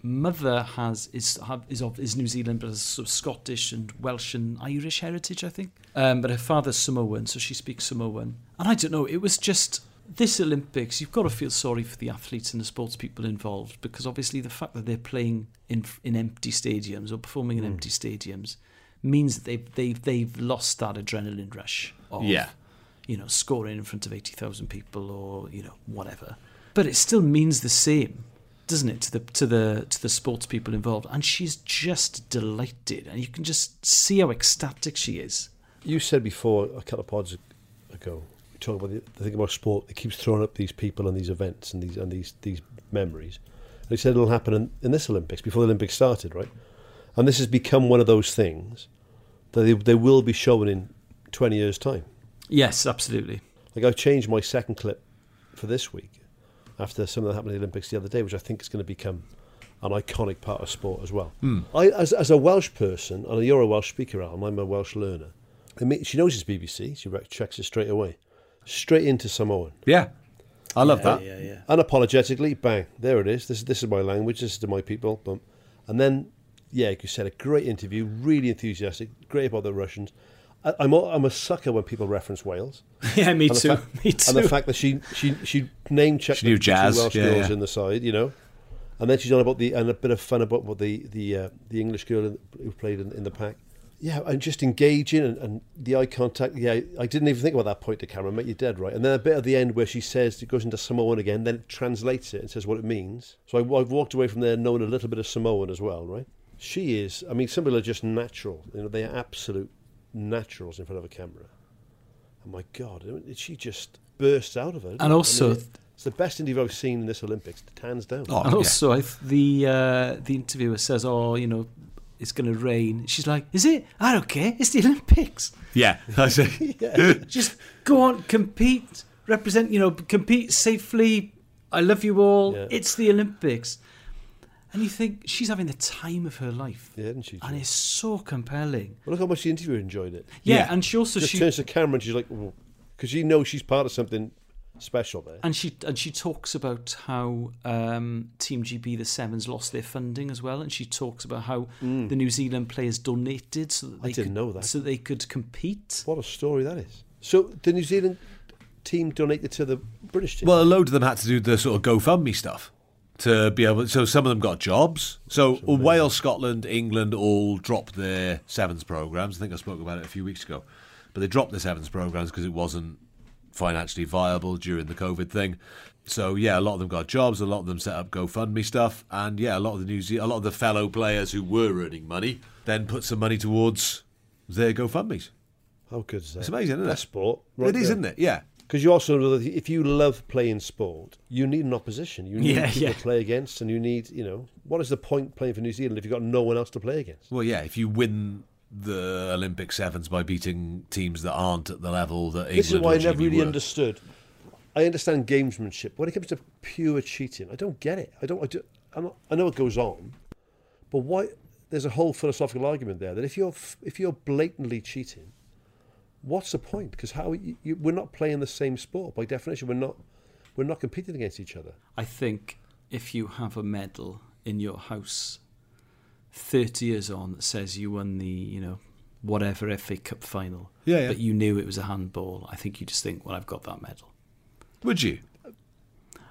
C: mother has is have, is of is New Zealand, but has sort of Scottish and Welsh and Irish heritage, I think. Um, but her father's Samoan, so she speaks Samoan. And I don't know. It was just this Olympics. You've got to feel sorry for the athletes and the sports people involved, because obviously the fact that they're playing in in empty stadiums or performing in
K: Mm.
C: empty stadiums means that they've they've they've lost that adrenaline rush of
K: Yeah.
C: you know scoring in front of eighty thousand people or you know whatever. But it still means the same, doesn't it, to the to the to the sports people involved? And she's just delighted, and you can just see how ecstatic she is.
A: You said before a couple of pods ago, we talked about the, the thing about sport. It keeps throwing up these people and these events and these and these these memories. And he said it'll happen in, in this Olympics, before the Olympics started, right? And this has become one of those things that they, they will be showing in 20 years' time.
C: Yes, absolutely.
A: Like, I've changed my second clip for this week after something that happened in the Olympics the other day, which I think is going to become an iconic part of sport as well.
C: Hmm.
A: I, as, as a Welsh person, and you're a Welsh speaker, Alan, I'm a Welsh learner. I mean, she knows it's BBC. She rec- checks it straight away, straight into Samoan.
B: Yeah, I love
A: Yeah,
B: that.
A: yeah, yeah. Unapologetically, bang, there it is. This this is my language. This is my people. Boom. And then, yeah, you said a great interview, really enthusiastic, great about the Russians. I, I'm a, I'm a sucker when people reference Wales.
C: Yeah, me
A: And the
C: too,
A: fact-
C: me
A: And
C: too.
A: the fact that she she she name checked
B: She
A: the
B: knew jazz,
A: two Welsh
B: yeah,
A: girls
B: yeah.
A: in the side, you know. And then she's on about the and a bit of fun about what the the uh, the English girl in- who played in, in the pack. Yeah, and just engaging and, and the eye contact. Yeah, I didn't even think about that point to camera, mate. You're dead right. And then a bit at the end where she says it goes into Samoan again, then it translates it and says what it means. So I, I've walked away from there knowing a little bit of Samoan as well, right? She is. I mean, some people are just natural. You know, they are absolute naturals in front of a camera. And Oh my God, she just bursts out of her. doesn't
C: And
A: it?
C: also-
A: it- it's the best interview I've seen in this Olympics, hands down.
B: Oh,
C: and also, I th- the uh, the interviewer says, "Oh, you know, it's going to rain." She's like, "Is it? I don't care. It's the Olympics.
B: Yeah, I see.
C: Just go on, compete, represent. You know, compete safely. I love you all. It's the Olympics." And you think she's having the time of her life.
A: Yeah, isn't she?
C: And it's so compelling.
A: Well, look how much the interviewer enjoyed it.
C: Yeah, Yeah. and she also-
A: just
C: she-
A: turns to the camera and she's like, because she knows she's part of something special there.
C: And she and she talks about how um, Team GB the Sevens lost their funding as well, and she talks about how
A: Mm.
C: the New Zealand players donated so that
A: I
C: they
A: didn't
C: could,
A: know that.
C: so they could compete.
A: What a story that is. So the New Zealand team donated to the British team.
B: Well, a load of them had to do the sort of GoFundMe stuff to be able. So some of them got jobs. So Wales, Scotland, England all dropped their sevens programs. I think I spoke about it a few weeks ago, but they dropped their sevens programs because it wasn't financially viable during the COVID thing. So yeah, a lot of them got jobs. A lot of them set up GoFundMe stuff, and yeah, a lot of the New Ze- a lot of the fellow players who were earning money then put some money towards their GoFundmes.
A: How good is that?
B: It's amazing, isn't it?
A: That's sport.
B: It is, isn't it? Yeah.
A: Because you also know that if you love playing sport, you need an opposition. You need
B: Yeah,
A: people
B: yeah.
A: to play against, and you need, you know, what is the point playing for New Zealand if you've got no one else to play against?
B: Well, yeah, if you win the Olympic sevens by beating teams that aren't at the level that England
A: this is why I
B: or
A: never
B: GB
A: really
B: were.
A: understood. I understand gamesmanship. When it comes to pure cheating, I don't get it. I don't. I, do, I'm not, I know it goes on, but why? There's a whole philosophical argument there that if you're f- if you're blatantly cheating, what's the point? Because how you, you, we're not playing the same sport by definition. We're not we're not competing against each other.
C: I think if you have a medal in your house, thirty years on, that says you won the you know whatever FA Cup final,
B: Yeah, yeah.
C: but you knew it was a handball. I think you just think, well, I've got that medal.
B: Would you?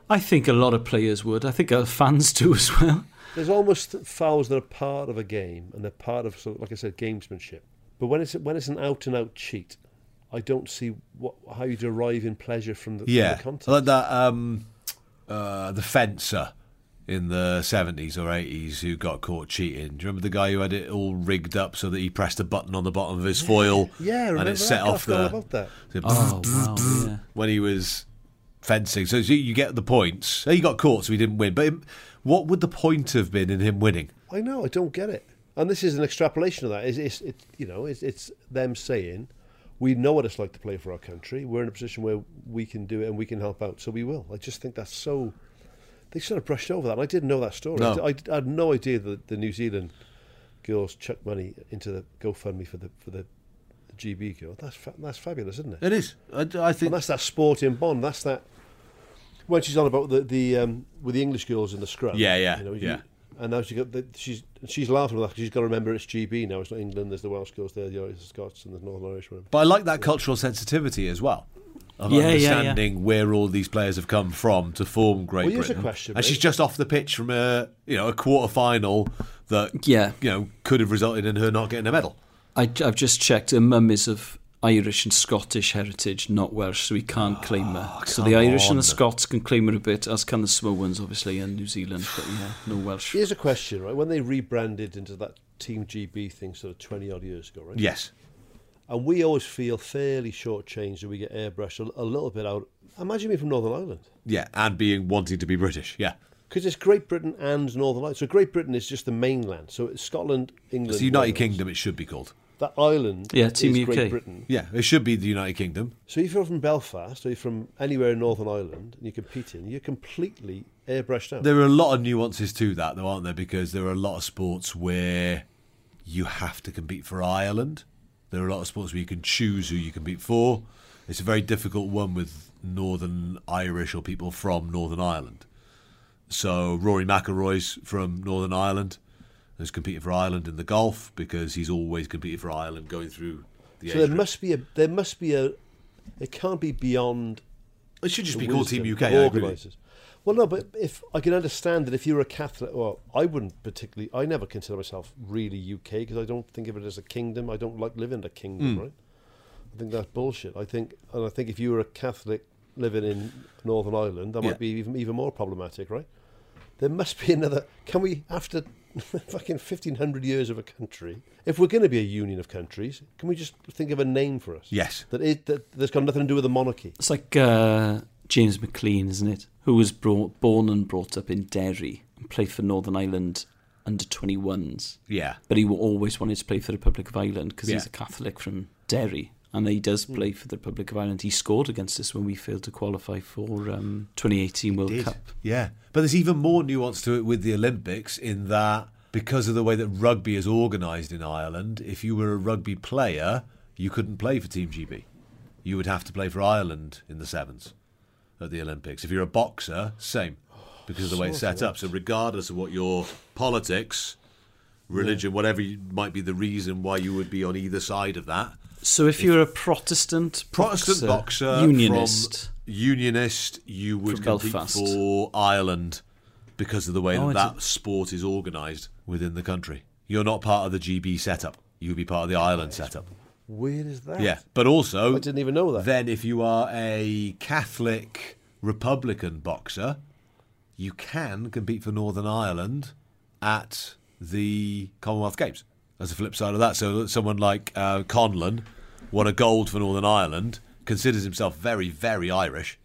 C: I think a lot of players would. I think our fans do as well.
A: There's almost fouls that are part of a game and they're part of, sort of like I said, gamesmanship. But when it's when it's an out and out cheat, I don't see what how you derive in pleasure from the, from
B: Yeah,
A: the content.
B: like that. Um, uh, the fencer in the seventies or eighties who got caught cheating. Do you remember the guy who had it all rigged up so that he pressed a button on the bottom of his foil?
A: Yeah, I
B: and
A: remember
B: it set
A: that. I
B: off
A: forgot
B: the.
A: about that.
B: so-
C: Oh, wow, yeah.
B: When he was fencing, so you- you get the points. He got caught, so he didn't win. But him- what would the point have been in him winning?
A: I know, I don't get it. And this is an extrapolation of that. It's, it's it, you know, it's, it's them saying, we know what it's like to play for our country. We're in a position where we can do it and we can help out, so we will. I just think that's so. They sort of brushed over that, and I didn't know that story.
B: No.
A: I, I had no idea that the New Zealand girls chucked money into the GoFundMe for the for the GB girl. That's fa- that's fabulous, isn't it?
B: It is. I, I think
A: and that's that sporting bond. That's that when she's on about the the um, with the English girls in the scrum.
B: Yeah, yeah, yeah.
A: and now she got the, she's she's laughing with that 'cause she's got to remember it's GB now. It's not England. There's the Welsh girls there. You know, it's the Scots and the Northern Irish. Whatever.
B: But I like that cultural sensitivity as well. Of
A: Yeah, yeah, yeah.
B: understanding where all these players have come from to form Great
A: Well, here's a
B: Britain.
A: question,
B: and
A: mate.
B: she's just off the pitch from a you know a quarter final that
C: Yeah.
B: you know could have resulted in her not getting a medal.
C: I, have just checked. Her mum is of Irish and Scottish heritage, not Welsh, so we can't claim her. So the
B: Ah, come
C: Irish and
B: on.
C: the Scots can claim her a bit, as can the Samoans, obviously, and New Zealand, but yeah, no Welsh.
A: Here's a question, right? When they rebranded into that Team GB thing, sort of twenty odd years ago, right?
B: Yes.
A: And we always feel fairly shortchanged, and we get airbrushed a, a little bit out. Imagine me from Northern Ireland.
B: Yeah, and being wanting to be British. Yeah,
A: Because it's Great Britain and Northern Ireland. So Great Britain is just the mainland. So it's Scotland, England.
B: It's the United
A: Wales.
B: Kingdom, it should be called.
A: That island
B: Yeah,
A: is
B: Team
A: Great
B: UK.
A: Britain.
B: Yeah, it should be the United Kingdom.
A: So if you're from Belfast or you're from anywhere in Northern Ireland and you're competing, you're completely airbrushed out.
B: There are a lot of nuances to that, though, aren't there? Because there are a lot of sports where you have to compete for Ireland. There are a lot of sports where you can choose who you compete for. It's a very difficult one with Northern Irish or people from Northern Ireland. So Rory McIlroy's from Northern Ireland has competed for Ireland in the golf because he's always competed for Ireland going through the
A: so
B: age
A: there must be a there must be a it can't be beyond.
B: It should just
A: the
B: be called
A: wisdom
B: Team UK, I
A: of
B: agree with you.
A: organisers. Well, no, but if I can understand that if you're a Catholic, well, I wouldn't particularly. I never consider myself really UK because I don't think of it as a kingdom. I don't like living in a kingdom,
B: Mm.
A: right? I think that's bullshit. I think, and I think if you were a Catholic living in Northern Ireland, that
B: Yeah.
A: might be even even more problematic, right? There must be another. Can we after fucking fifteen hundred years of a country, if we're going to be a union of countries, can we just think of a name for us?
B: Yes.
A: that it that that's got nothing to do with a monarchy.
C: It's like uh, James McLean, isn't it? Who was brought, born and brought up in Derry and played for Northern Ireland under 21s.
B: Yeah.
C: But he wa- always wanted to play for the Republic of Ireland because he's
B: Yeah.
C: a Catholic from Derry. And he does
B: Hmm.
C: play for the Republic of Ireland. He scored against us when we failed to qualify for um, 2018 World
B: did.
C: Cup.
B: Yeah, but there's even more nuance to it with the Olympics in that because of the way that rugby is organised in Ireland, if you were a rugby player, you couldn't play for Team GB. You would have to play for Ireland in the sevens at the Olympics. If you're a boxer, same, because of the way it's
A: Sort
B: set up. So regardless of what your politics, religion, whatever you, might be the reason why you would be on either side of that,
C: So if, you're a Protestant
B: Protestant boxer,
C: boxer,
B: from
C: unionist,
B: unionist, you would
C: From
B: compete
C: Belfast.
B: for Ireland because of the way
C: Oh,
B: that
C: I
B: that sport is organised within the country. You're not part of the GB setup. You would be part of the Ireland setup.
A: Weird as that.
B: Yeah, but also
A: I didn't even know that.
B: Then, if you are a Catholic Republican boxer, you can compete for Northern Ireland at the Commonwealth Games. That's the flip side of that. So, someone like uh, Conlon won a gold for Northern Ireland, considers himself very, very Irish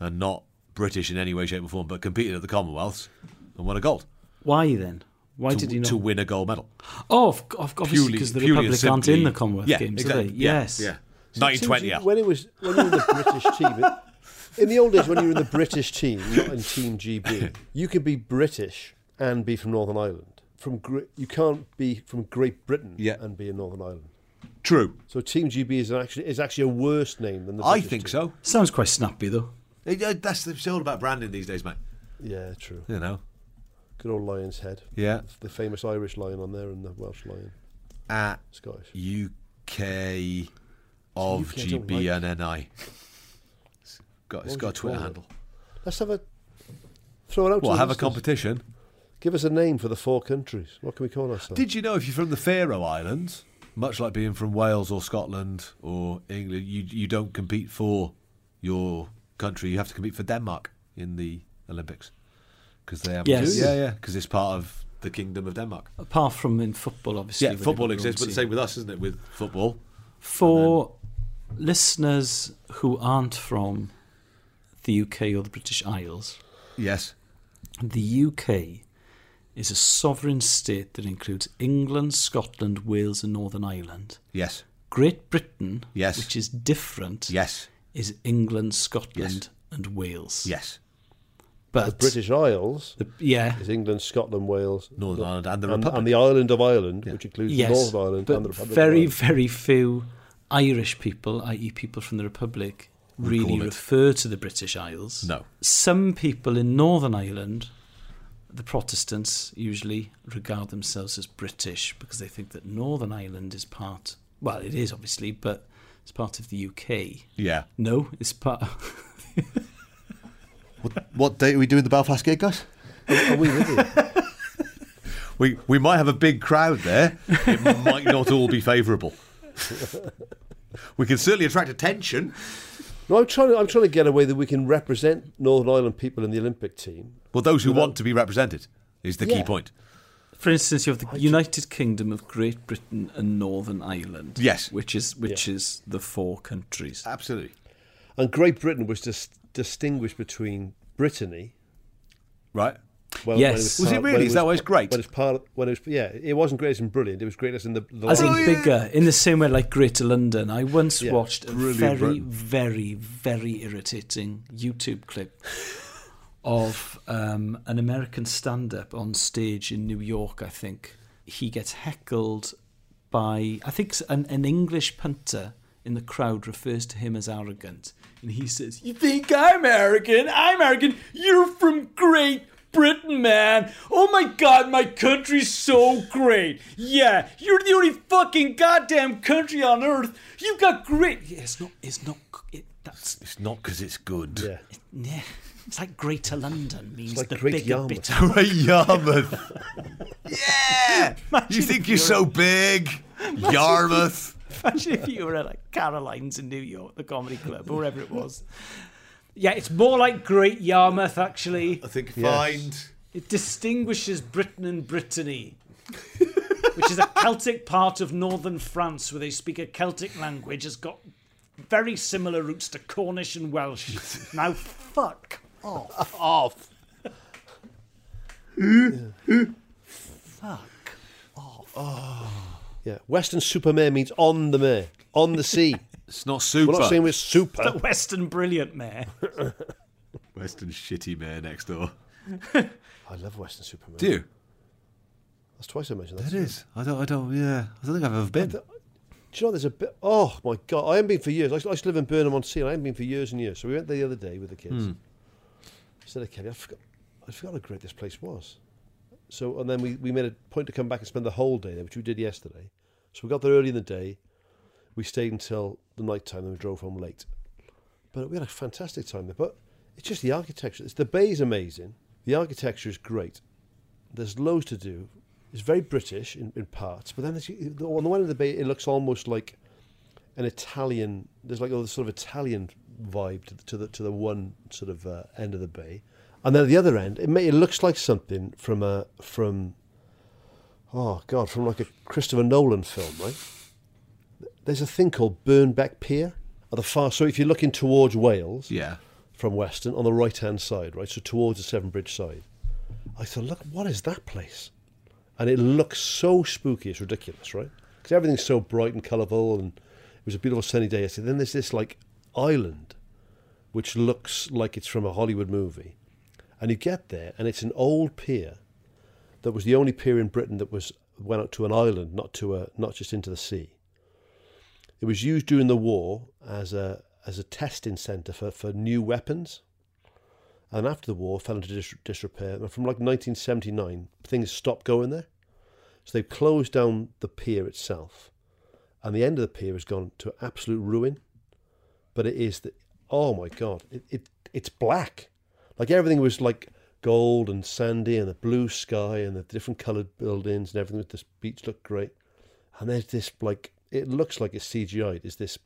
B: and not British in any way, shape, or form, but competed at the Commonwealths and won a gold.
C: Why then? Why
B: to,
C: did he not?
B: to win a gold medal?
C: Oh, of, of, obviously
B: Purely-
C: because the
B: purely and
C: Republic aren't in
B: simply-
C: the Commonwealth
B: Yeah,
C: Games, are
B: exactly.
C: they?
B: Yeah,
C: yes.
B: yeah.
A: So it seems you- When it was when you were in the British team, it- in the old days when you were in the British team, not in Team GB, you could be British and be from Northern Ireland. From Gre- you can't be from Great Britain and be in Northern Ireland.
B: True.
A: So Team GB is actually is actually a worse name than the.
B: I
A: British
B: think
A: team.
B: so.
C: Sounds quite snappy though.
B: It- uh, that's the- it's all about branding these days, mate.
A: Yeah, true.
B: You know.
A: Good old lion's head.
B: Yeah.
A: the famous Irish lion on there and the Welsh lion.
B: at
A: Scottish.
B: UK of
A: UK, I don't
B: GBNNI. It's got,
A: What
B: it's
A: would
B: got
A: you
B: a Twitter
A: call it?
B: handle.
A: Let's have a throw it out.
B: Well,
A: to the
B: have a
A: listeners.
B: competition.
A: Give us a name for the four countries. What can we call ourselves?
B: Did you know if you're from the Faroe Islands, much like being from Wales or Scotland or England, you you don't compete for your country. You have to compete for Denmark in the Olympics because they have
C: Yes.
B: yeah yeah because it's part of the Kingdom of Denmark.
C: Apart from in football, obviously.
B: Yeah,
C: where they've
B: football
C: got their
B: exists,
C: own
B: but the
C: team.
B: same with us, isn't it? With football,
C: For listeners who aren't from the UK or the British Isles,
B: yes,
C: the UK is a sovereign state that includes England, Scotland, Wales, and Northern Ireland.
B: yes,
C: Great Britain,
B: Yes.
C: which is different,
B: yes,
C: is England, Scotland, and Wales.
B: yes.
C: But
A: the British Isles.
C: yeah.
A: Is England, Scotland, Wales,
B: Northern Ireland and the
A: and,
B: Republic.
A: the island of Ireland, which includes
C: Yes,
A: Northern Ireland
C: but
A: and the Republic. of
C: very,
A: Ireland.
C: very few Irish people, i.e., people from the Republic,
B: Would
C: really
B: call it.
C: refer to the British Isles.
B: No.
C: Some people in Northern Ireland, the Protestants usually regard themselves as British because they think that Northern Ireland is part. Well, it is obviously, but it's part of the UK.
B: Yeah.
C: No, it's part.
L: What date are we doing the Belfast gig, guys?
A: Are we with you?
B: We we might have a big crowd there. It might not all be favourable. we can certainly attract attention.
A: No, I'm trying. To, I'm trying to get away that we can represent Northern Ireland people in the Olympic team.
B: Well, those who want to be represented is the
A: Yeah.
B: key point.
C: For instance, you have the United Kingdom of Great Britain and Northern Ireland.
B: Yes.
C: which is which is the four countries.
B: Absolutely.
A: And Great Britain was just distinguished between Brittany
B: Right.
A: Well,
C: Yes.
A: when
C: Was it
A: part-
C: really?
A: when
C: Is that why it's great?
A: When it's part, of- when it's yeah, it wasn't great as in brilliant. It was great as in the, the
C: As in
A: light.
C: bigger, in the same way like Greater London. I once
A: Yeah.
C: watched a very,
A: Brilliant Britain.
C: very, very irritating YouTube clip of um, an American stand up on stage in New York, I think. He gets heckled by, I think, an, an English punter in the crowd refers to him as arrogant. And he says, You think I'm arrogant? I'm arrogant. You're from Great Britain, man. Oh my god, my country's so great. Yeah, you're the only fucking goddamn country on earth. You got great. Yeah, it's not. It's not. It, that's.
B: It's not because it's good. Yeah.
C: Yeah. It's like Greater London means
A: like
C: the
A: Great
C: bigger
A: Yarmouth.
C: bit. of-
B: Great Yarmouth. yeah. you think you're so big,
C: Imagine-
B: Yarmouth?
C: Imagine if you were at like Caroline's in New York, the comedy club, or wherever it was. Yeah, it's more like Great Yarmouth, actually. I
B: think Find.
C: It distinguishes Britain and Brittany, which is a Celtic part of northern France where they speak a Celtic language, has got very similar roots to Cornish and Welsh. Now, fuck off. off. Fuck off.
A: Oh. Yeah, Western Supermare means on the mare, on the sea.
B: it's not super.
A: We're not saying we're super.
C: The Western Brilliant Mare.
B: Western shitty mare next door.
A: I love Western Supermare.
B: Do you?
A: That's twice I mentioned that.
B: That is. I don't. I don't. Yeah. I don't think I've ever been.
A: Do you know there's a bit? Oh my god, I haven't been for years. I used I used to live in Burnham on Sea, and I haven't been for years and years. So we went there the other day with the kids.
B: Hmm.
A: I said to Kelly, I forgot, I forgot how great this place was. So and then we, we made a point to come back and spend the whole day there, which we did yesterday. So we got there early in the day. We stayed until the night time, and we drove home late. But we had a fantastic time there. But it's just the architecture. It's, the bay is amazing. The architecture is great. There's loads to do. It's very British in, in parts, but then it's, on the one end of the bay, it looks almost like an Italian. There's like a sort of Italian vibe to the to the, to the one sort of uh, end of the bay, and then at the other end, it may, it looks like something from a from oh god, from like a Christopher Nolan film, right? There's a thing called Burnbeck Pier at the far. So if you're looking towards Wales,
B: yeah,
A: from Weston on the right hand side, right, so towards the Seven Bridge side. I thought, look, what is that place? And it looks so spooky, it's ridiculous, right? Because everything's so bright and colourful, and it was a beautiful sunny day yesterday. Then there's this like island, which looks like it's from a Hollywood movie, and you get there, and it's an old pier that was the only pier in Britain that was went out to an island, not to a not just into the sea. It was used during the war as a as a testing centre for, for new weapons. And after the war, fell into dis- disrepair. And from like 1979, things stopped going there. So they've closed down the pier itself. And the end of the pier has gone to absolute ruin. But it is the oh my god, it, it it's black. Like everything was like gold and sandy and the blue sky and the different coloured buildings and everything. This beach looked great and there's this like it looks like it's CGI. It's this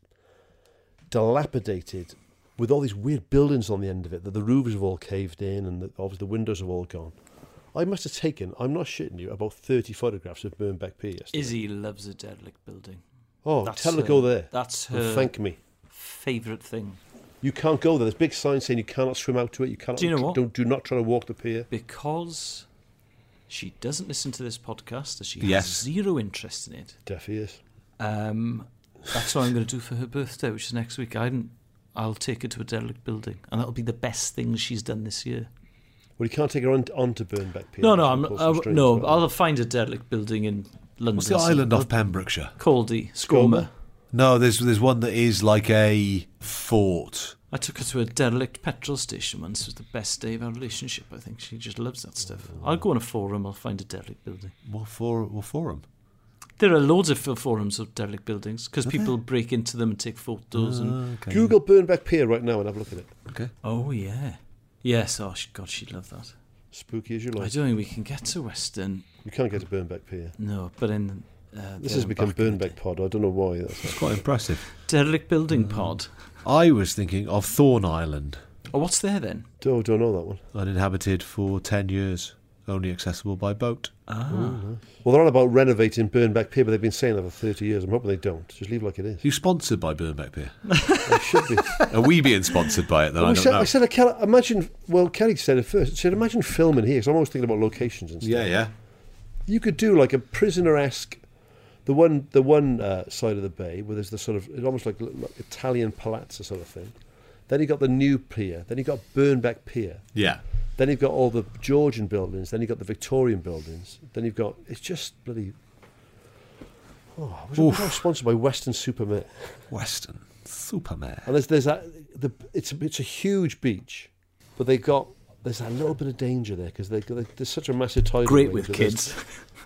A: dilapidated with all these weird buildings on the end of it that the roofs have all caved in and the, obviously the windows have all gone. I must have taken, I'm not shitting you, about 30 photographs of Burnbeck Pier yesterday.
C: Izzy loves a derelict building.
A: Oh,
C: That's
A: tell her to
C: her-
A: go there.
C: that's
A: and
C: her-
A: Thank me.
C: Favourite thing.
A: You can't go there. There's big signs saying you cannot swim out to it. You cannot.
C: Do you know what?
A: Don't, do not try to walk the pier.
C: Because she doesn't listen to this podcast, as she has
A: Yes.
C: zero interest in it.
A: Deaf ears.
C: Um, that's what I'm going to do for her birthday, which is next week. I didn't, I'll take her to a derelict building, and that'll be the best thing she's done this year.
A: Well, you can't take her on, on to Burnbeck Pier.
C: No, no,
A: You
C: I'm,
A: pull some
C: I,
A: strings,
C: no.
A: but-
C: I'll find a derelict building in London.
B: What's the island off Pembrokeshire?
C: Caldy, Scormer.
B: No, there's there's one that is like a fort.
C: I took her to a derelict petrol station once. It was the best day of our relationship. I think she just loves that stuff. I'll go on a forum. I'll find a derelict building.
B: What for? What forum?
C: There are loads of forums of derelict buildings because
B: Are there?
C: people break into them and take photos.
A: Ah.
C: and
A: Google Burnbeck Pier right now and have a look at it.
B: Okay.
C: Oh yeah, yes. Oh she- God, she'd love that.
A: Spooky as you like.
C: I don't think we can get to Western.
A: You can't get to Burnbeck Pier.
C: No, but in uh,
A: This
C: there
A: has
C: and
A: become
C: back.
A: Burnbeck Pod. I don't know why. That's
B: It's quite impressive.
C: derelict
B: Mm.
C: building pod.
B: I was thinking of Thorn Island,
C: Oh, what's there then?
A: Oh, don't know that one.
B: uninhabited for ten years, only accessible by boat.
A: Ah. Well, they're on about renovating Burnback Pier, but they've been saying that for 30 years. I'm hoping they don't. Just leave it like it is.
B: You sponsored by Burnback Pier?
A: They should be.
B: Are we being sponsored by it? Then
A: Well,
B: I
A: Oh, we
B: don't
A: said,
B: know.
A: I said, I can't imagine. Well, Kelly said it first. She said, imagine filming here. Because I'm always thinking about locations and stuff.
B: yeah, yeah.
A: You could do like a prisoner-esque, the one, the one uh, side of the bay where there's the sort of it's almost like, like Italian palazzo sort of thing. Then you got the new pier. Then you got Burnback Pier.
B: Yeah.
A: Then you've got all the Georgian buildings. Then you've got the Victorian buildings. Then you've got it's just bloody. Oh, I was, I was sponsored by Western Supermare.
B: Western Supermare.
A: And there's there's that the it's a- it's a huge beach, but they got there's a little bit of danger there because they, they there's such a massive tidal.
B: Great with
A: wave that
B: kids.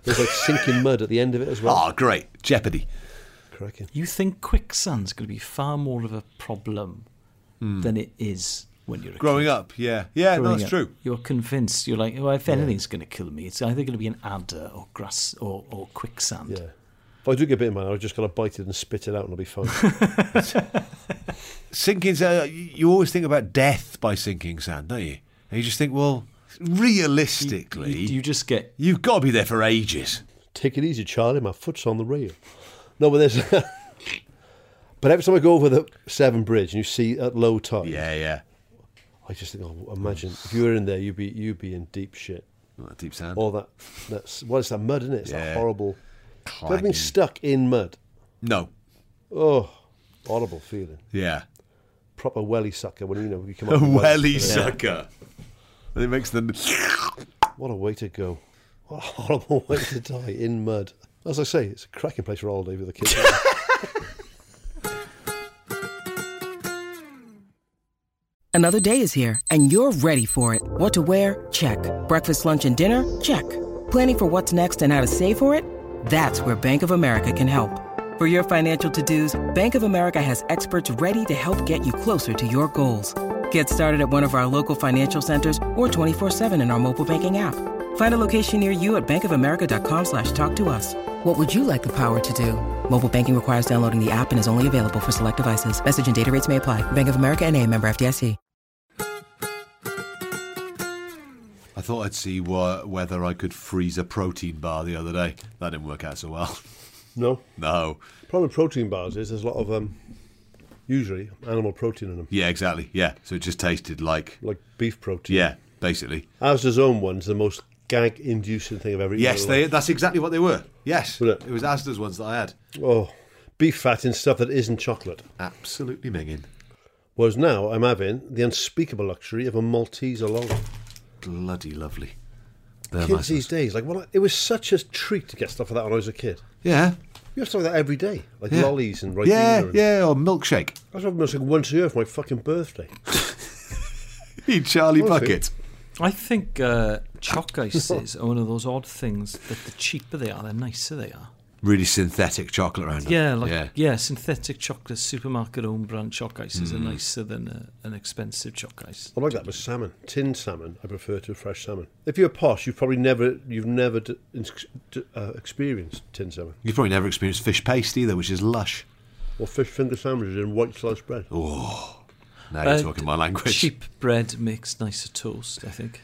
A: There's, there's like sinking mud at the end of it as well.
B: Oh, great. Jeopardy.
A: Cracking.
C: You think quicksand's going to be far more of a problem
B: Hmm.
C: than it is when you're a
B: Growing
C: kid.
B: up, yeah. Yeah,
C: Growing
B: that's
C: up,
B: true.
C: You're convinced. You're like, well, if
A: Yeah.
C: anything's going to kill me, it's either going to be an adder or grass or, or quicksand.
A: Yeah. If I do get bit in my eye, I've just got to bite it and spit it out and I'll be fine.
B: Sinking sand, uh, y- you always think about death by sinking sand, don't you? And you just think, well, realistically, you,
C: just get.
B: You've got to be there for ages.
A: Take it easy, Charlie. My foot's on the rail. No, but there's. but every time I go over the Severn Bridge and you see at low tide.
B: Oh, Yeah, yeah.
A: I just think, oh, imagine if you were in there, you'd be you'd be in deep shit.
B: deep sand.
A: All that that's what is that mud in it? It's
B: Yeah.
A: that horrible. Have you ever
B: Claggy.
A: been stuck in mud?
B: No.
A: Oh, horrible feeling.
B: Yeah.
A: Proper welly sucker when you know you come
B: A
A: up. with
B: welly
A: Yeah.
B: sucker. And it makes them.
A: What a way to go. What a horrible way to die in mud. As I say, it's a cracking place for holiday with the kids.
M: Another day is here, and you're ready for it. What to wear? Check. Breakfast, lunch, and dinner? Check. Planning for what's next and how to save for it? That's where Bank of America can help. For your financial to-dos, Bank of America has experts ready to help get you closer to your goals. Get started at one of our local financial centers or 24-7 in our mobile banking app. Find a location near you at bankofamerica.com slash talk to us. What would you like the power to do? Mobile banking requires downloading the app and is only available for select devices. Message and data rates may apply. Bank of America and a member FDIC.
B: I thought I'd see wha- whether I could freeze a protein bar the other day. That didn't work out so well.
A: no.
B: No.
A: Problem with protein bars is there's a lot of um, usually animal protein in them,
B: Yeah, exactly. Yeah. So it just tasted like.
A: like beef protein.
B: Yeah, basically.
A: As does own one's the most gag-inducing thing I've ever eaten.
B: Yes,
A: in my life.
B: they, that's exactly what they were. Yes. It? was Asda's ones that I had.
A: Oh, beef fat in stuff that isn't chocolate.
B: Absolutely minging.
A: Whereas now I'm having the unspeakable luxury of a Maltese alone.
B: Bloody lovely. They're
A: Kids
B: nice
A: these days, like, well, it was such a treat to get stuff like that when I was a kid.
B: Yeah.
A: You have stuff like that every day, like
B: Yeah.
A: lollies and ribena.
B: yeah,
A: and,
B: yeah, or milkshake.
A: I was having milkshake once a year for my fucking birthday.
B: Eat Charlie
A: Honestly.
B: Bucket.
C: I think uh, chalk ices are one of those odd things that the cheaper they are, the nicer they are.
B: Really synthetic chocolate around them.
C: Yeah, like
B: yeah.
C: yeah, synthetic chocolate, supermarket own brand chalk ices are
B: Mm.
C: nicer than uh, an expensive chalk ice.
A: I like that with salmon, tinned salmon. I prefer to fresh salmon. If you're posh, you've probably never, you've never d- ins- d- uh, experienced tinned salmon
B: You've probably never experienced fish paste either, which is lush.
A: or fish finger sandwiches in white sliced bread.
B: Oh, now you're
C: Uh,
B: talking my language.
C: Cheap bread makes nicer toast, I think.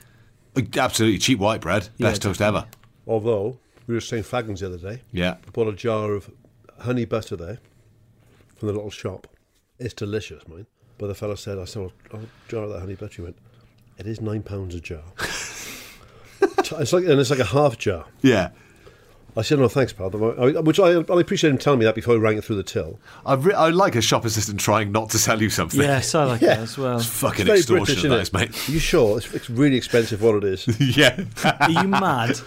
B: Uh, Absolutely cheap white bread.
C: Yeah,
B: Best toast ever.
A: Although we were saying faggins the other day,
B: Yeah.
A: I bought a jar of honey butter there from the little shop. It's delicious, mine. But the fellow said, I said, well, I'll jar of that honey butter. He went, it is nine pounds a jar. T- it's like, and it's like a half jar.
B: Yeah.
A: I said, no, thanks, pal. I- Which I, I appreciate him telling me that before he rang it through the till.
B: I've re- I like a shop assistant trying not to sell you something.
C: Yes, I like
A: Yeah.
C: that as well.
B: It's fucking
A: very
B: extortion,
A: British,
B: that
A: isn't
B: is, mate.
A: Are you sure? It's, it's really expensive what it is.
B: yeah.
C: Are you mad?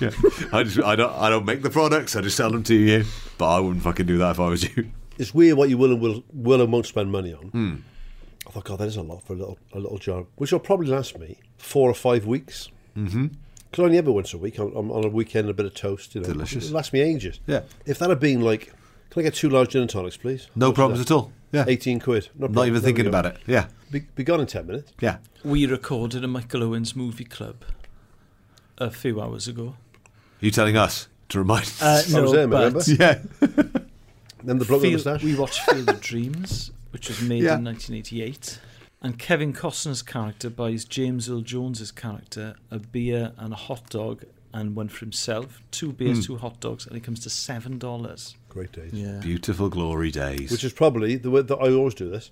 B: yeah. I just I don't I don't make the products. I just sell them to you. But I wouldn't fucking do that if I was you.
A: It's weird what you will and will, will and won't spend money on.
B: Hmm.
A: I thought, God, that is a lot for a little a little jar, which will probably last me four or five weeks.
B: Mm-hmm.
A: Because I only ever once a week. I'm, I'm on a weekend, a bit of toast. You know,
B: Delicious.
A: It lasts me ages.
B: Yeah.
A: If that had been like, can I get two large gin and tonics, please?
B: No
A: How much is
B: problems
A: that?
B: at all. Yeah.
A: Eighteen quid. No
B: Not
A: problem.
B: even
A: There
B: thinking
A: we go.
B: about it. Yeah.
A: Be, be gone in ten minutes.
B: Yeah.
C: We recorded a Michael Owens movie club a few hours ago.
B: you telling us to remind
C: Uh,
B: us?
C: no, but
B: Yeah.
A: Then the bloke with the
C: Field-
A: moustache.
C: We watched Field of Dreams, which was made
B: Yeah.
C: in 1988. And Kevin Costner's character buys James Earl Jones's character a beer and a hot dog, and one for himself, two beers,
B: Hmm.
C: two hot dogs, and it comes to seven dollars.
A: Great days.
C: Yeah.
B: Beautiful glory days.
A: Which is probably the way that I always do this.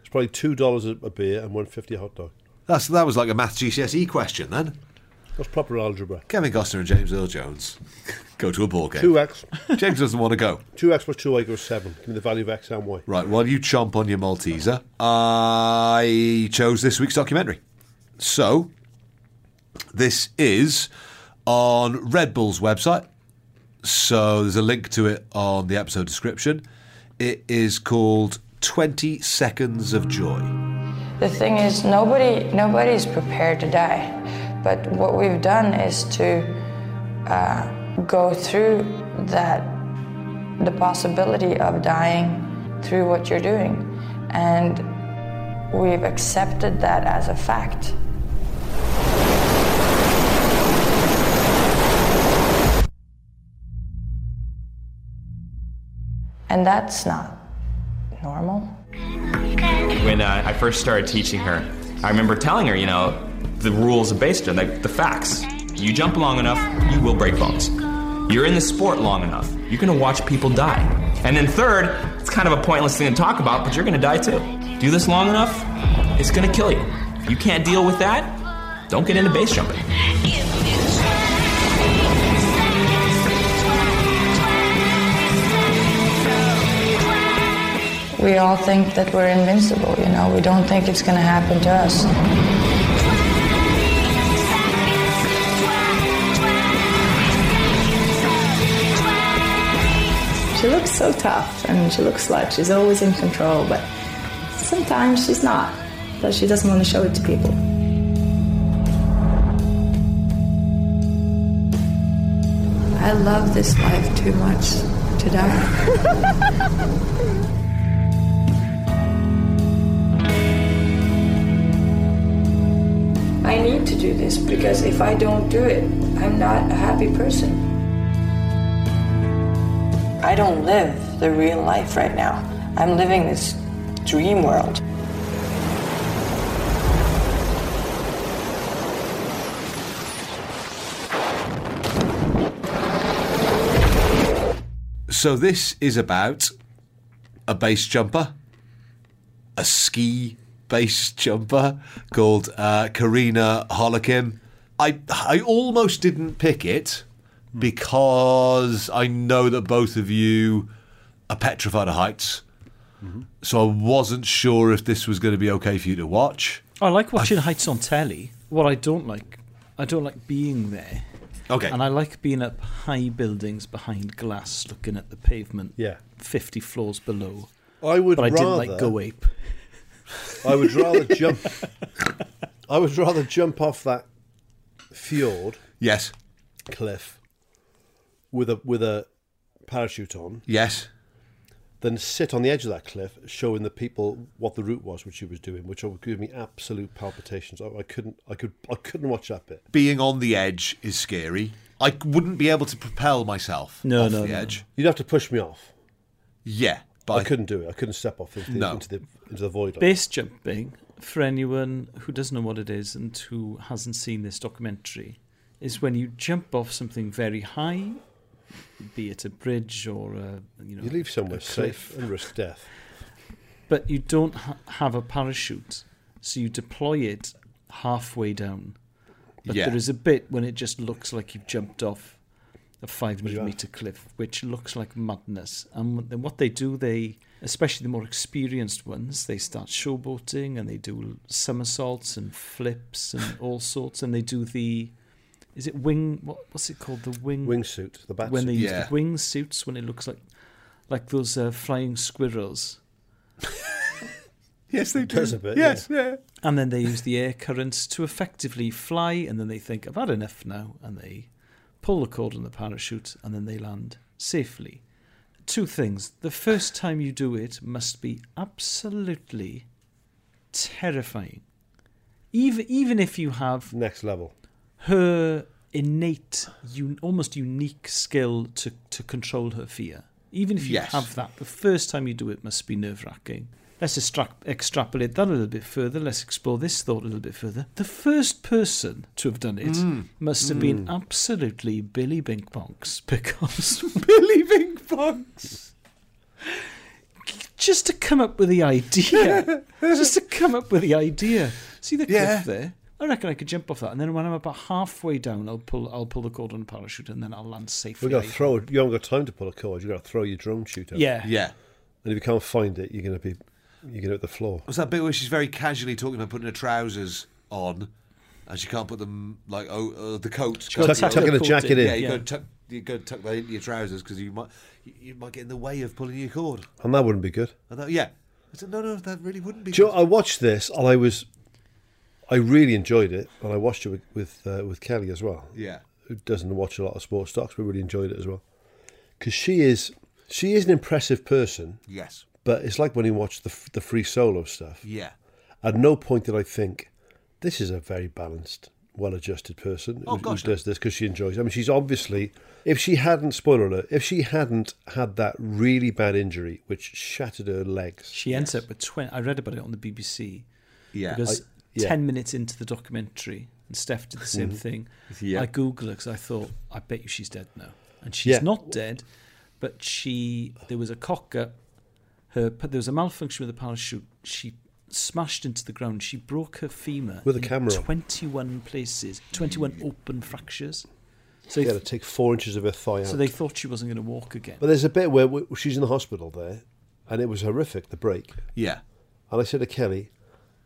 A: It's probably two dollars a beer and one fifty a hot dog.
B: That's that was like a math GCSE E question then.
A: That's proper algebra.
B: Kevin Costner and James Earl Jones go to a ball game.
A: Two X.
B: James doesn't want to go.
A: Two X plus two Y goes seven. Give me the value of X and Y.
B: Right, while you chomp on your Malteser, I chose this week's documentary. So, this is on Red Bull's website. So, there's a link to it on the episode description. It is called 20 Seconds of Joy.
N: The thing is, nobody nobody's prepared to die, but what we've done is to uh, go through that the possibility of dying through what you're doing, and we've accepted that as a fact. And that's not normal.
O: When uh, I first started teaching her, I remember telling her, you know, the rules are based on like, the facts. You jump long enough, you will break bones. You're in the sport long enough, you're gonna watch people die. And then third, it's kind of a pointless thing to talk about, but you're gonna die too. Do this long enough, it's gonna kill you. You can't deal with that, don't get into base jumping.
N: We all think that we're invincible, you know. We don't think it's going to happen to us.
P: She looks so tough and she looks like she's always in control, but sometimes she's not. But she doesn't want to show it to people.
N: I love this life too much to die. I need to do this because if I don't do it, I'm not a happy person. I don't live the real life right now. I'm living this dream world.
B: So, this is about a base jumper, a ski base jumper called uh, Karina Holokim. I I almost didn't pick it because I know that both of you are petrified of heights. So I wasn't sure if this was going to be okay for you to watch.
C: I like watching heights on telly. What I don't like, I don't like being there.
B: Okay.
C: And I like being up high buildings behind glass, looking at the pavement.
A: Yeah.
C: Fifty floors below.
A: I would
C: But I
A: rather,
C: didn't like Go Ape.
A: I would rather jump. I would rather jump off that fjord.
B: Yes.
A: Cliff. With a with a parachute on.
B: Yes.
A: Than sit on the edge of that cliff, showing the people what the route was, which she was doing, which would give me absolute palpitations. I, I couldn't. I could. I couldn't watch that bit.
B: Being on the edge is scary. I wouldn't be able to propel myself
A: No,
B: off
A: no,
B: the
A: no.
B: edge.
A: You'd have to push me off.
B: Yeah, but
A: I, couldn't do it. I couldn't step off into the,
B: No.
A: into the into the void.
C: Base jumping, for anyone who doesn't know what it is and who hasn't seen this documentary, is when you jump off something very high, be it a bridge or a you know
A: You leave somewhere
C: a cliff.
A: safe and risk death.
C: But you don't ha- have a parachute, so you deploy it halfway down. But
B: Yeah.
C: there is a bit when it just looks like you've jumped off a five
B: Yeah.
C: meter cliff, which looks like madness. And wh- then what they do, they especially the more experienced ones, they start showboating and they do somersaults and flips and all sorts, and they do the. Is it wing? What, what's it called? The wing
A: Wingsuit, the bat
C: When
A: suit.
C: they use
A: Yeah.
C: the wing suits, when it looks like like those uh, flying squirrels.
B: Yes, they
A: do. Does a bit, Yes, yeah. yeah.
C: And then they use the air currents to effectively fly, and then they think, I've had enough now, and they pull the cord on the parachute, and then they land safely. Two things. The first time you do it must be absolutely terrifying. Even, even if you have
A: next level
C: her innate, un, almost unique skill to, to control her fear. Even if you
B: Yes.
C: have that, the first time you do it must be nerve wracking. let's extra- extrapolate that a little bit further. Let's explore this thought a little bit further. The first person to have done it
D: Mm.
C: must have been
D: Mm.
C: absolutely Billy Binkbonks because Billy Binkbonks. Just to come up with the idea. just to come up with the idea. See the
D: Yeah.
C: cliff there? I reckon I could jump off that, and then when I'm about halfway down, I'll pull I'll pull the cord on the parachute, and then I'll land safely.
A: We're going to
C: out.
A: throw. You haven't got time to pull a cord. You have got to throw your drone shooter.
C: Yeah. Yeah.
A: And if you can't find it, you're going to be, you're going to hit the floor.
B: Was that bit where she's very casually talking about putting her trousers on, and she can't put them like oh uh, the coat.
A: She's gotta tuck- tuck in the jacket in.
B: Yeah, you
A: Yeah.
B: got to tuck. You got to tuck that into your trousers because you might you- you might get in the way of pulling your cord.
A: And that wouldn't be good.
B: I thought, yeah. I said, no, no, that really wouldn't be.
A: Do you know,
B: good.
A: I watched this and I was, I really enjoyed it, and I watched it with with, uh, with Kelly as well.
B: Yeah.
A: who doesn't watch a lot of sports docs, but really enjoyed it as well, because she is she is an impressive person.
B: Yes.
A: but it's like when you watch the f- the free solo stuff.
B: Yeah.
A: At no point did I think this is a very balanced, well-adjusted person
B: Oh,
A: who,
B: gosh,
A: who does this because she enjoys. It. I mean, she's obviously if she hadn't spoiler alert, if she hadn't had that really bad injury which shattered her legs,
C: She ends up with 20. I read about it on the BBC.
B: Yeah.
C: Because
A: I- yeah.
C: 10 minutes into the documentary, and Steph did the same
A: Mhm.
C: thing.
A: Yeah.
C: I Googled it because I thought, I bet you she's dead now. And she's
A: Yeah.
C: not dead, but she, there was a cock up. Her, pa- there was a malfunction with the parachute. She smashed into the ground. She broke her femur
A: With a
C: in
A: camera on.
C: 21 places, 21 open fractures. So,
A: she
C: they
A: had to take four inches of her thigh out.
C: so they thought she wasn't going to walk again.
A: But there's a bit where w- she's in the hospital there, and it was horrific, the break.
B: Yeah.
A: And I said to Kelly,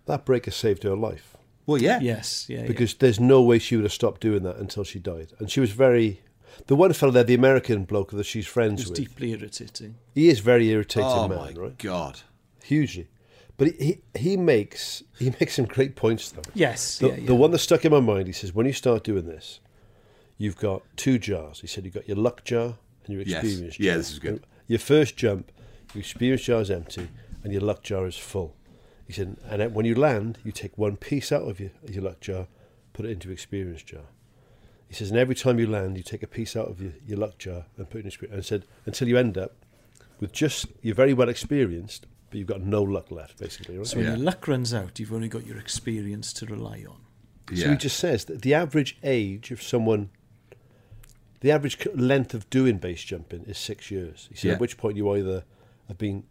A: that break has saved her life.
B: Well, yeah.
C: Yes, yeah, yeah.
A: Because there's no way she would have stopped doing that until she died. And she was very. The one fellow there, the American bloke that she's
C: It
A: friends
C: was
A: with,
C: deeply irritating.
A: he is very irritating
B: Oh,
A: man,
B: my
A: right?
B: God.
A: Hugely. But he, he he makes he makes some great points though.
C: Yes,
A: The,
C: yeah, yeah.
A: the one that stuck in my mind, he says, when you start doing this, you've got two jars. He said you've got your luck jar and your
B: Yes.
A: experience jar.
B: Yeah, this is good.
A: Your first jump, your experience jar is empty and your luck jar is full. He said, and then when you land, you take one piece out of your, your luck jar, put it into your experience jar. He says, and every time you land, you take a piece out of your, your luck jar and put it in your experience. And said, until you end up with just, you're very well experienced, but you've got no luck left, basically. Right?
C: So when your luck runs out, you've only got your experience to rely on.
A: So he just says that the average age of someone, the average c- length of doing base jumping is six years. He said,
B: Yeah.
A: at which point you either have been,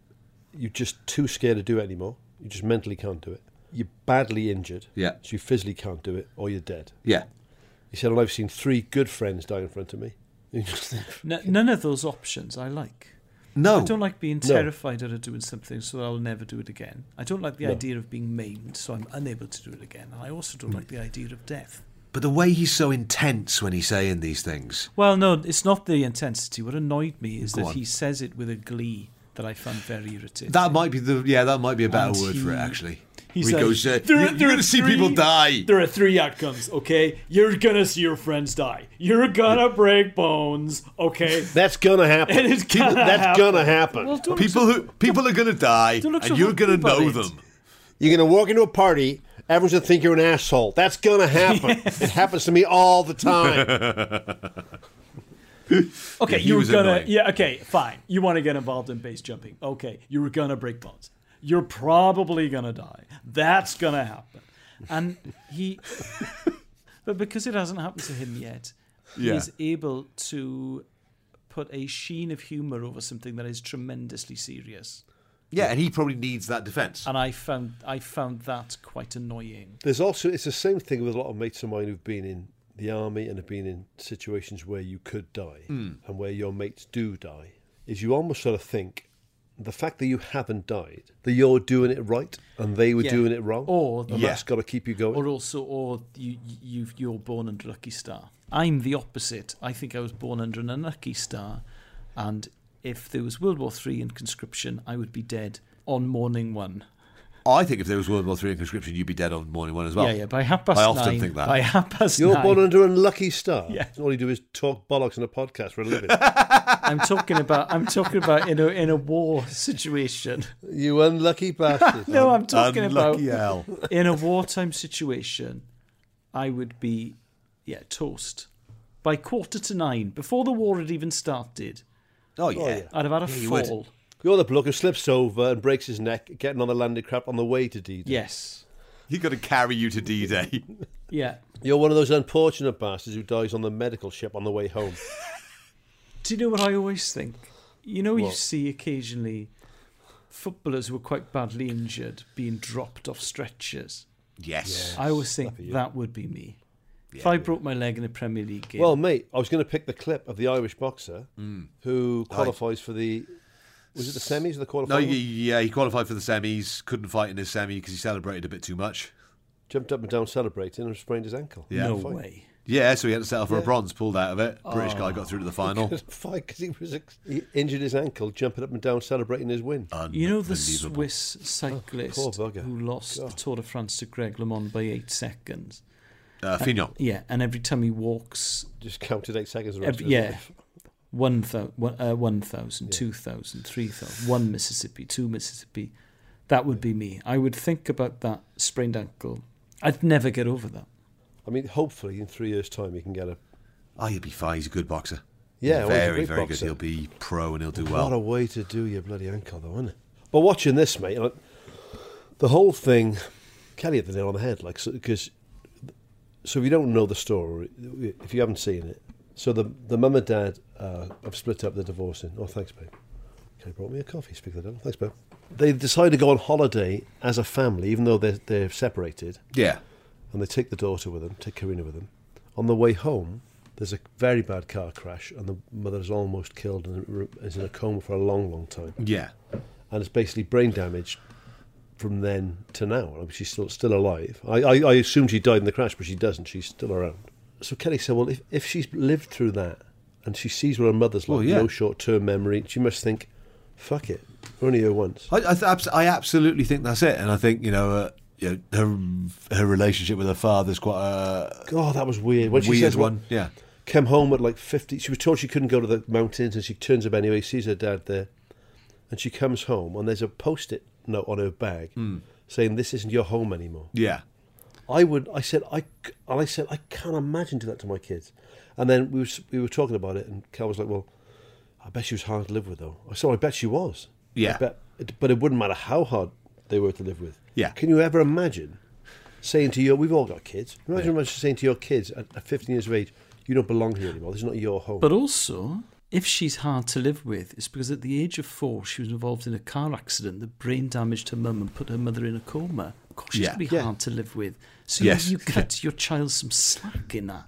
A: you're just too scared to do it anymore. You just mentally can't do it. You're badly injured.
B: Yeah.
A: So you physically can't do it, or you're dead.
B: Yeah.
A: He said, and I've seen three good friends die in front of me. You just think,
C: No, none of those options I like.
B: Oh. No.
C: I don't like being
A: No.
C: terrified out of doing something, so I'll never do it again. I don't like the
B: No.
C: idea of being maimed, so I'm unable to do it again. And I also
B: Mm.
C: don't like the idea of death.
B: But the way he's so intense when he's saying these things.
C: Well, no, it's not the intensity. What annoyed me is
B: Go
C: that
B: on.
C: he says it with a glee that I found very irritating.
B: That might be the yeah. That might be a better
C: And
B: word
C: he-
B: for it actually.
C: he
B: Where
C: says,
B: goes, uh,
C: "There are-
B: "You-
C: there
B: you're
C: are
B: going to see people
C: three-
B: die.
C: There are three outcomes, okay? You're gonna see your friends die. You're gonna break bones, okay?
A: That's gonna happen.
C: It is
B: People-
C: gonna
B: that's
C: happen.
A: gonna happen.
C: Well, don't
B: people who people are going to die,
C: don't look so
B: and you're going
C: happy
B: to
C: about
B: know
C: it.
B: them.
A: You're going to walk into a party, everyone's going to think you're an asshole. That's going to happen. It happens to me all the time.
C: Okay,
A: Yeah, he
C: you were
A: was
C: gonna.
A: annoying.
C: Yeah, okay, fine. You want to get involved in base jumping. Okay, you were gonna break bones. You're probably gonna die. That's gonna happen. And he, but because it hasn't happened to him yet,
D: Yeah.
C: he is able to put a sheen of humor over something that is tremendously serious.
B: Yeah, and he probably needs that defence.
C: And I found I found that quite annoying.
A: There's also it's the same thing with a lot of mates of mine who've been in the army and have been in situations where you could die
B: Hmm.
A: and where your mates do die. Is you almost sort of think the fact that you haven't died, that you're doing it right and they were
C: Yeah.
A: doing it wrong,
C: Or
A: and
C: Yeah.
A: that's got to keep you going.
C: Or also, or you, you you're born under a lucky star. I'm the opposite. I think I was born under an unlucky star, and if there was World War Three and conscription, I would be dead on morning one.
B: I think if there was World War Three and conscription, you'd be dead on morning one as well.
C: Yeah, yeah, by half past
B: I often
C: nine,
B: think that.
C: by half past
A: You're
C: nine.
A: born under a lucky star.
C: Yeah.
A: All you do is talk bollocks on a podcast for a living.
C: I'm talking about I'm talking about in a in a war situation.
A: you unlucky bastard.
C: no, I'm talking
A: Unlucky
C: about
A: hell.
C: in a wartime situation, I would be yeah toast by quarter to nine before the war had even started.
B: Oh yeah.
C: I'd have had a
B: Yeah, you would.
C: fall.
A: You're the bloke who slips over and breaks his neck getting on the landing crap on the way to D Day.
C: Yes.
B: He got to carry you to D Day.
C: Yeah.
A: You're one of those unfortunate bastards who dies on the medical ship on the way home.
C: Do you know what I always think? You know, you
A: What?
C: see occasionally footballers who are quite badly injured being dropped off stretchers.
B: Yes.
C: I always think that would be me. if I broke my leg in a Premier League game.
A: Well, mate, I was going to pick the clip of the Irish boxer
B: Mm.
A: who
B: Aye.
A: qualifies for the. Was it the semis or the quarterfinals?
B: No, y- yeah, he qualified for the semis. Couldn't fight in his semi because he celebrated a bit too much.
A: Jumped up and down celebrating and sprained his ankle.
B: Yeah.
C: No
A: Fine.
C: way.
B: Yeah, so he had to settle for a
A: Yeah.
B: bronze, pulled out of it. British guy got
C: Oh,
B: through to the final.
A: because he was ex- he injured his ankle jumping up and down celebrating his win.
B: Uh.
C: You know the
B: Unbelievable.
C: Swiss cyclist
A: poor bugger.
C: who lost the
A: God.
C: Tour de France to Greg LeMond by eight seconds.
B: Uh, Fignon.
C: yeah, and every time he walks,
A: Just counted eight seconds. the rest
C: every,
A: of his
C: yeah,
A: life.
C: one thousand, uh, one thousand, two thousand, three thousand, one Mississippi, two Mississippi. That would be me. I would think about that sprained ankle. I'd never get over that.
A: I mean, hopefully in three years' time he can get a.
B: Oh, he'll be fine. He's a good boxer.
A: Yeah, well, he's a
B: very,
A: great
B: very good.
A: boxer.
B: He'll be pro and he'll do
A: What
B: well.
A: a way to do your bloody ankle, though, isn't it? But watching this, mate, like, the whole thing, Kelly hit the nail on the head, like, because. So, if you don't know the story, if you haven't seen it, so the the mum and dad uh, have split up. They're divorcing. Oh, thanks, babe. Kelly brought me a coffee. Speak of the devil. Thanks, babe. They decide to go on holiday as a family, even though they're they're separated.
B: Yeah.
A: and they take the daughter with them, take Karina with them. On the way home, there's a very bad car crash, and the mother is almost killed and re- is in a coma for a long, long time.
B: Yeah.
A: And it's basically brain damage from then to now. I mean, she's still still alive. I, I, I assume she died in the crash, but she doesn't. She's still around. So Kelly said, well, if, if she's lived through that and she sees what her mother's like,
B: Well, Oh, yeah.
A: no short term memory, she must think, fuck it, we're only here once.
B: I, I, th- abs- I absolutely think that's it. And I think, you know, uh, you know her, her relationship with her father's quite a
A: God, that was weird. When she
B: weird
A: says, well,
B: one. Yeah.
A: came home at like 50 she was told she couldn't go to the mountains and she turns up anyway sees her dad there and she comes home and there's a post-it note on her bag saying this isn't your home anymore
B: Yeah.
A: i would i said i c- and i said i can't imagine doing that to my kids and then we, was, we were talking about it and cal was like well i bet she was hard to live with though i said i bet she was I
B: Yeah.
A: bet- it- but it wouldn't matter how hard they were to live with
B: Yeah.
A: can you ever imagine saying to your, we've all got kids. Imagine imagine saying to your kids at, at 15 years of age, you don't belong here anymore. This is not your home.
C: But also, if she's hard to live with, it's because at the age of four, she was involved in a car accident that brain damaged her mum and put her mother in a coma. Of course, she's
B: Yeah.
C: going to be
B: Yeah.
C: hard to live with. So
B: Yes.
C: you cut your child some slack in that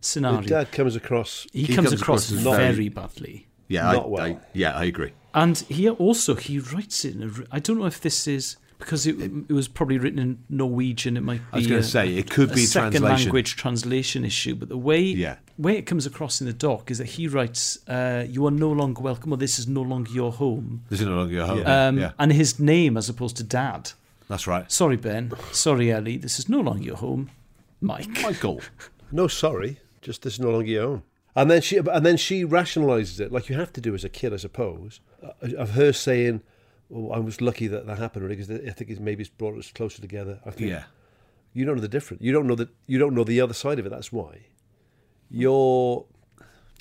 C: scenario.
A: the dad comes across.
C: he, comes, across,
B: as
C: very,
B: very-
C: badly.
B: Yeah. I,
A: Not well.
B: I- yeah, I agree.
C: And he also he writes it. In a, r- I don't know if this is because it, it was probably written in Norwegian. It might be.
B: I was gonna
C: a-
B: say, it could
C: a
B: be
C: second
B: translation.
C: language translation issue. But the way
B: Yeah.
C: way it comes across in the doc is that he writes, uh, "You are no longer welcome," or "This is no longer your home."
B: This is no longer your home.
C: Um,
B: yeah.
C: And his name as opposed to dad.
B: That's right.
C: Sorry, Ben. Sorry, Ellie. This is no longer your home, Mike.
B: Michael.
A: No, sorry. Just this is no longer your home. And then she and then she rationalizes it like you have to do as a kid, I suppose. uh, Of her saying, oh, "I was lucky that that happened," really, because I think it's maybe it's brought us closer together. I think.
B: Yeah.
A: You don't know the difference. You don't know that. You don't know the other side of it. That's why your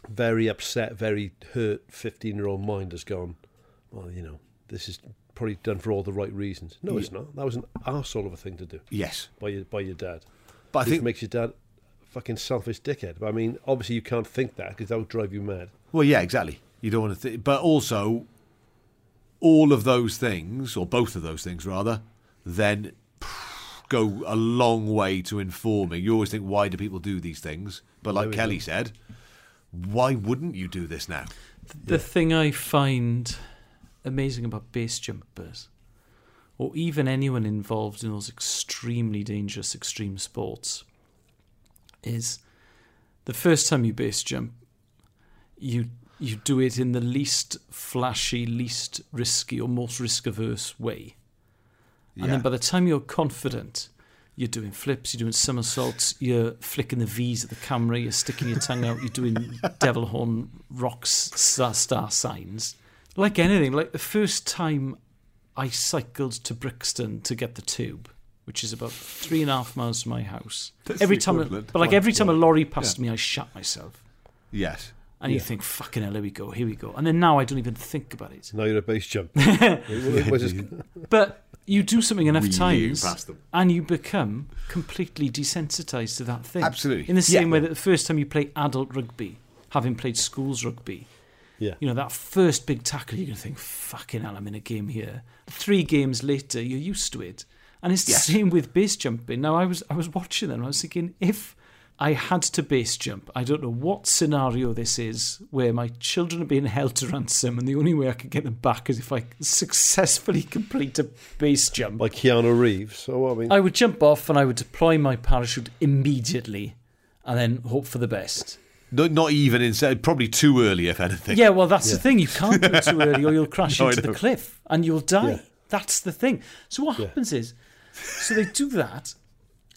A: very upset, very hurt fifteen-year-old mind has gone. Well, you know, this is probably done for all the right reasons. No, it's not. That was an arsehole of a thing to do.
B: Yes.
A: by your by your dad.
B: But I
A: Which
B: think-
A: makes your dad a fucking selfish dickhead. But I mean, obviously you can't think that because that would drive you mad.
B: Well, yeah, exactly. You don't want to think, but also all of those things, or both of those things rather, then go a long way to informing. You always think, why do people do these things? But like Kelly said, why wouldn't you do this now?
C: The thing I find amazing about base jumpers, or even anyone involved in those extremely dangerous extreme sports, is the first time you base jump, you you do it in the least flashy, least risky, or most risk averse way. And then
B: Yeah.
C: by the time you're confident, you're doing flips, you're doing somersaults, you're flicking the V's at the camera, you're sticking your tongue out, you're doing devil horn rocks, star, star signs. Like anything, like the first time I cycled to Brixton to get the tube, which is about three and a half miles from my house.
B: That's
C: every
B: the
C: time,
B: equivalent.
C: but like
B: Right,
C: every time a
B: yeah.
C: lorry passed
B: Yeah.
C: me, I shat myself.
B: Yes.
C: And you think, fucking hell, here we go, here we go. And then now I don't even think about it.
A: Now you're a base jump.
C: But you do something enough
A: Wheeling
C: times
A: past them.
C: and you become completely desensitized to that thing.
B: Absolutely.
C: In the
B: Yeah.
C: same way that the first time you play adult rugby, having played schools rugby,
A: Yeah.
C: you know, that first big tackle, you're going to think, fucking hell, I'm in a game here. Three games later, you're used to it. And it's the
J: Yes.
C: same with base jumping. Now, I was, I was watching them and I was thinking, if I had to base jump, I don't know what scenario this is where my children are being held to ransom and the only way I could get them back is if I successfully complete a base jump.
A: Like Keanu Reeves. So, I mean,
C: I would jump off and I would deploy my parachute immediately and then hope for the best.
B: No, not even inside. Probably too early, if anything.
C: Yeah, well, that's the thing. You can't do it too early or you'll crash
B: No, I
C: into the
B: know.
C: cliff and you'll die.
B: Yeah.
C: That's the thing. So what happens is, so they do that,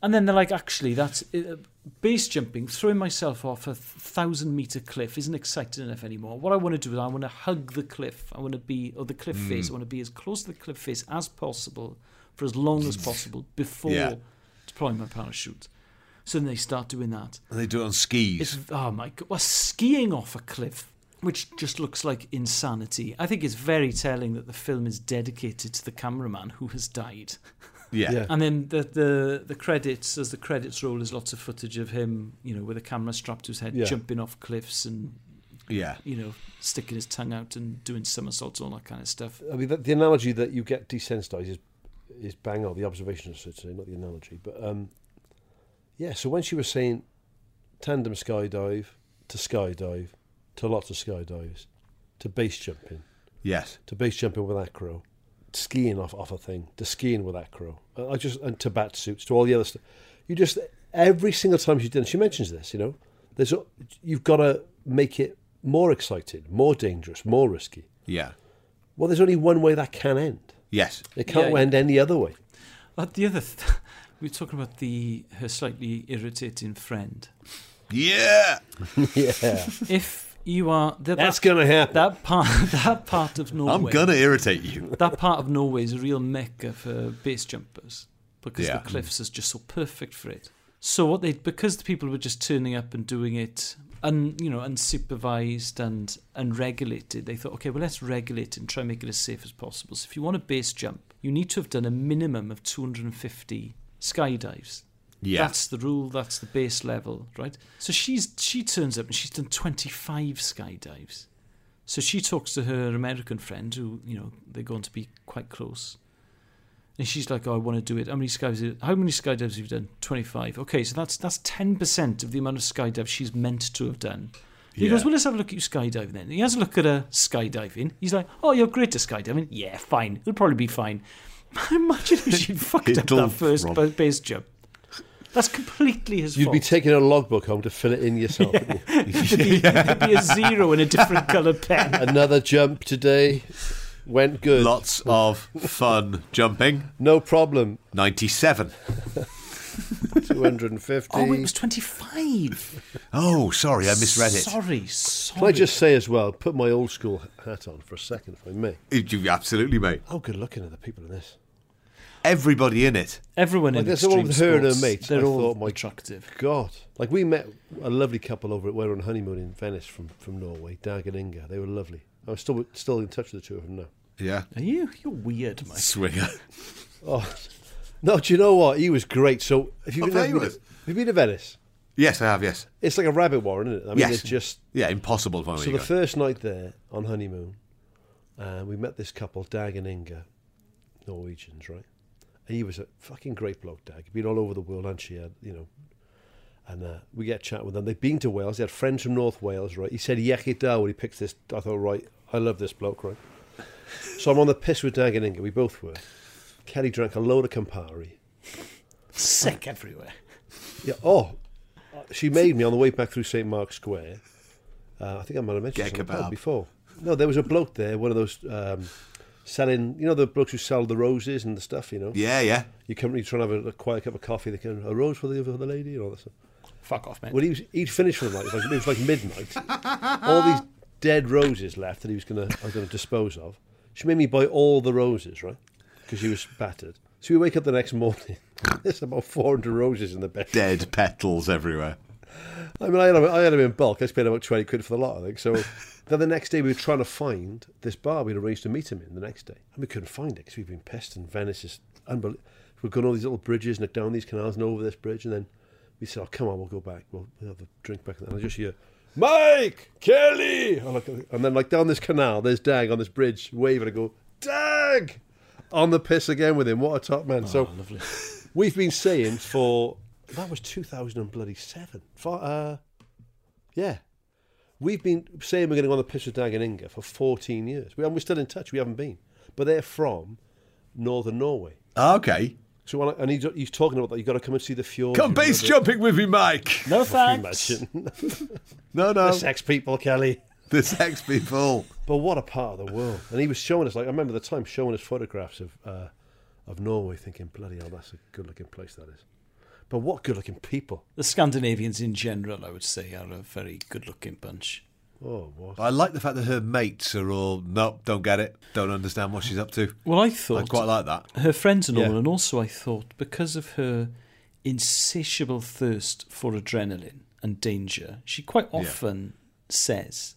C: and then they're like, actually, that's uh, base jumping, throwing myself off a thousand meter cliff isn't exciting enough anymore. What I want to do is I want to hug the cliff. I want to be, or the cliff
J: Mm.
C: face, I want to be as close to the cliff face as possible for as long as possible before
B: Yeah.
C: deploying my parachute. So then they start doing that.
B: And they do it on skis.
C: It's, oh my god, well, skiing off a cliff, which just looks like insanity. I think it's very telling that the film is dedicated to the cameraman who has died.
B: Yeah. Yeah.
C: And then the, the the credits, as the credits roll, is lots of footage of him, you know, with a camera strapped to his head,
B: Yeah.
C: jumping off cliffs and,
B: Yeah.
C: you know, sticking his tongue out and doing somersaults, all that kind of stuff.
A: I mean, the, the analogy that you get desensitized is is bang on. The observation, I should say, not the analogy. But um, yeah, so when she was saying tandem skydive to skydive to lots of skydives to base jumping,
B: Yes.
A: to base jumping with acro, skiing off off a thing, to skiing with acro, and I just and to bat suits to all the other stuff. You just every single time she did, she mentions this. You know, there's a, you've got to make it more exciting, more dangerous, more risky.
B: Yeah.
A: Well, there's only one way that can end.
B: Yes.
A: It can't
C: Yeah.
A: end any other way.
C: But the other, th- we were talking about the her slightly irritating friend.
B: Yeah.
A: yeah.
C: If you are the,
A: That's gonna happen.
C: That part, that part of Norway.
B: I'm gonna irritate you.
C: That part of Norway is a real mecca for base jumpers because
B: Yeah.
C: the cliffs is just so perfect for it. So what they because the people were just turning up and doing it un you know unsupervised and unregulated, they thought, okay, well let's regulate it and try and make it as safe as possible. So if you want a base jump, you need to have done a minimum of 250 skydives.
B: Yeah.
C: That's the rule, that's the base level, right? So she's she turns up and she's done 25 skydives. So she talks to her American friend who, you know, they're going to be quite close. And she's like, "Oh, I want to do it. How many skydives? How many skydives have you done? Twenty-five. Okay, so that's that's ten percent of the amount of skydives she's meant to have done." He
J: Yeah.
C: goes, "Well, let's have a look at you skydiving then." And he has a look at her skydiving. He's like, "Oh, you're great at skydiving. Yeah, fine. It'll probably be fine." Imagine if she fucked up
A: It'll
C: that first
A: run.
C: ba- base jump. That's completely his
A: You'd
C: fault.
A: be taking a logbook home to fill it in yourself. wouldn't you?
C: There'd be- there'd be a zero in a different colour pen.
A: Another jump today went good.
B: Lots of fun jumping.
A: No problem.
B: 97.
A: 250.
C: Oh, it was twenty-five.
B: Oh, sorry, I misread it.
C: Sorry, sorry.
A: Can I just say as well, put my old school hat on for a second, if I may.
B: It- you- Absolutely, mate.
A: How good looking are the people in this?
B: Everybody in it.
C: Everyone
A: Like,
C: in
A: there's the one
C: extreme
A: with her and her
C: sports,
A: mates.
C: They're
A: I
C: all
A: thought, my
C: attractive.
A: God. Like, we met a lovely couple over at we were on honeymoon in Venice from, from Norway, Dag and Inga. They were lovely. I'm still, still in touch with the two of them now.
B: Yeah.
C: Are you? You're weird, Mike.
B: Swinger.
A: Oh, no, do you know what? He was great. So, if
B: Oh,
A: you've,
B: there
A: ever
B: he
A: been to-
B: was.
A: have you been to Venice,
B: Yes, I have, yes.
A: it's like a rabbit warren, isn't it? I mean,
B: yes.
A: it's just
B: Yeah, impossible for me.
A: So the first night there on honeymoon, uh, we met this couple, Dag and Inga, Norwegians, right? And he was a fucking great bloke, Dag. He'd been all over the world, and she had, you know. And uh, we get chat with them. They've been to Wales. They had friends from North Wales, right? He said Yekida when he picks this. I thought, right, I love this bloke, right? So I'm on the piss with Dag and Inga. We both were. Kelly drank a load of Campari.
C: Sick everywhere.
A: Yeah. Oh, she made me on the way back through St Mark's Square. Uh, I think I might have mentioned
B: Get
A: this on the pod
B: kebab.
A: before. No, there was a bloke there, one of those um, selling. You know the blokes who sell the roses and the stuff. You know.
B: Yeah, yeah.
A: You come, you try and have a, a quiet cup of coffee. They can a rose for the for the lady and all that stuff.
C: Fuck off, man.
A: Well, he was, he'd finished for the night. It was like, it was like midnight. all these dead roses left that he was gonna I was gonna dispose of. She made me buy all the roses, right? Because she was battered. So we wake up the next morning. There's about 400 roses in the bed.
B: Dead petals everywhere.
A: I mean, I had, 'em- I had him in bulk. I just paid about 20 quid for the lot, I think. So then the next day we were trying to find this bar we'd arranged to meet him in the next day. And we couldn't find it because we'd been pissed. And Venice is unbelievable. We've gone all these little bridges and down these canals and over this bridge. And then we said, oh, come on, we'll go back. We'll, we'll have a drink back. And I just hear, Mike, Kelly. And, I look, and then, like, down this canal, there's Dag on this bridge waving. I go, Dag! On the piss again with him. What a top man. so we've been saying for, that was 2007. For, uh, yeah. We've been saying we're going to go on the piss with Dag and Inga for 14 years. We, and we're still in touch. We haven't been. But they're from northern Norway.
B: Ah, Okay.
A: So when I, and he's, he's talking about that. You've got to come and see the fjord.
B: Come
A: You've gotta
B: base
A: do-
B: jumping with me, Mike.
D: No
A: thanks.
B: no, no.
A: The sex people, Kelly.
B: The sex people.
A: But what a part of the world. And he was showing us, like, I remember the time showing us photographs of uh, of Norway, thinking, bloody hell, that's a good looking place, that is. But what good looking people.
C: The Scandinavians in general, I would say, are a very good looking bunch.
A: Oh, what?
B: But I like the fact that her mates are all, nope, don't get it. Don't understand what she's up to.
C: Well, I thought
B: I quite like that.
C: Her friends and all,
B: Yeah.
C: and also I thought because of her insatiable thirst for adrenaline and danger, she quite
B: Yeah.
C: often says,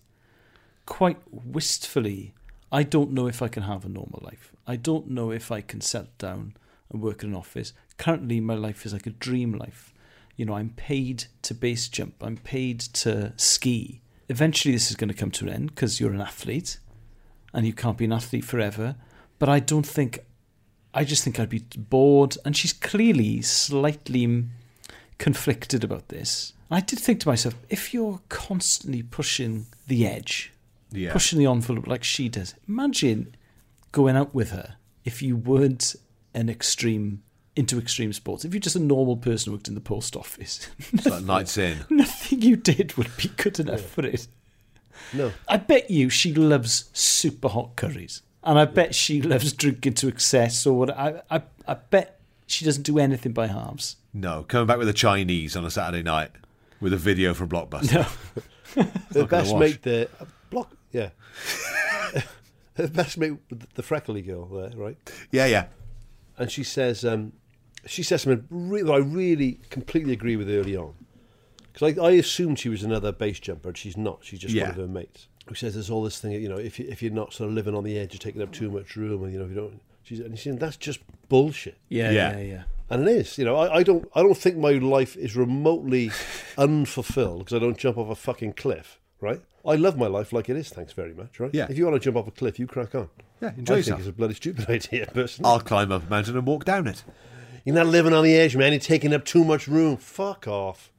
C: quite wistfully, "I don't know if I can have a normal life. I don't know if I can settle down and work in an office. Currently, my life is like a dream life. You know, I'm paid to base jump. I'm paid to ski. Eventually, this is going to come to an end because you're an athlete." and you can't be an athlete forever. But I don't think, I just think I'd be bored. And she's clearly slightly mm, conflicted about this. I did think to myself, if you're constantly pushing the edge,
B: Yeah.
C: pushing the envelope like she does, imagine going out with her if you weren't an extreme into extreme sports. If you're just a normal person who worked in the post office,
B: It's like nights in.
C: nothing you did would be good enough for it.
A: No.
C: I bet you she loves super hot curries, and I bet she loves drinking to excess or what. I I, I bet she doesn't do anything by halves.
B: No, coming back with a Chinese on a Saturday night with a video from Blockbuster.
A: The
B: Not gonna
A: best
B: wash.
A: mate there. uh, Block. Yeah. the best mate, the freckly girl there, right?
B: Yeah, yeah.
A: And she says, um, she says something re- that I really completely agree with early on. Because I, I assumed she was another base jumper, and she's not. She's just
B: Yeah.
A: one of her mates. Who says there's all this thing, you know, if, you, if you're not sort of living on the edge, you're taking up too much room, and you know, if you don't. She's, and she's saying, that's just bullshit.
C: Yeah, yeah, yeah.
A: And it is, you know, I, I don't, I don't think my life is remotely unfulfilled because I don't jump off a fucking cliff, right? I love my life like it is, thanks very much, right?
B: Yeah.
A: If you want to jump off a cliff, you crack on.
B: Yeah, enjoy
A: I
B: yourself.
A: think it's a bloody stupid idea, personally.
B: I'll climb up a mountain and walk down it.
A: You're not living on the edge, man. You're taking up too much room. Fuck off.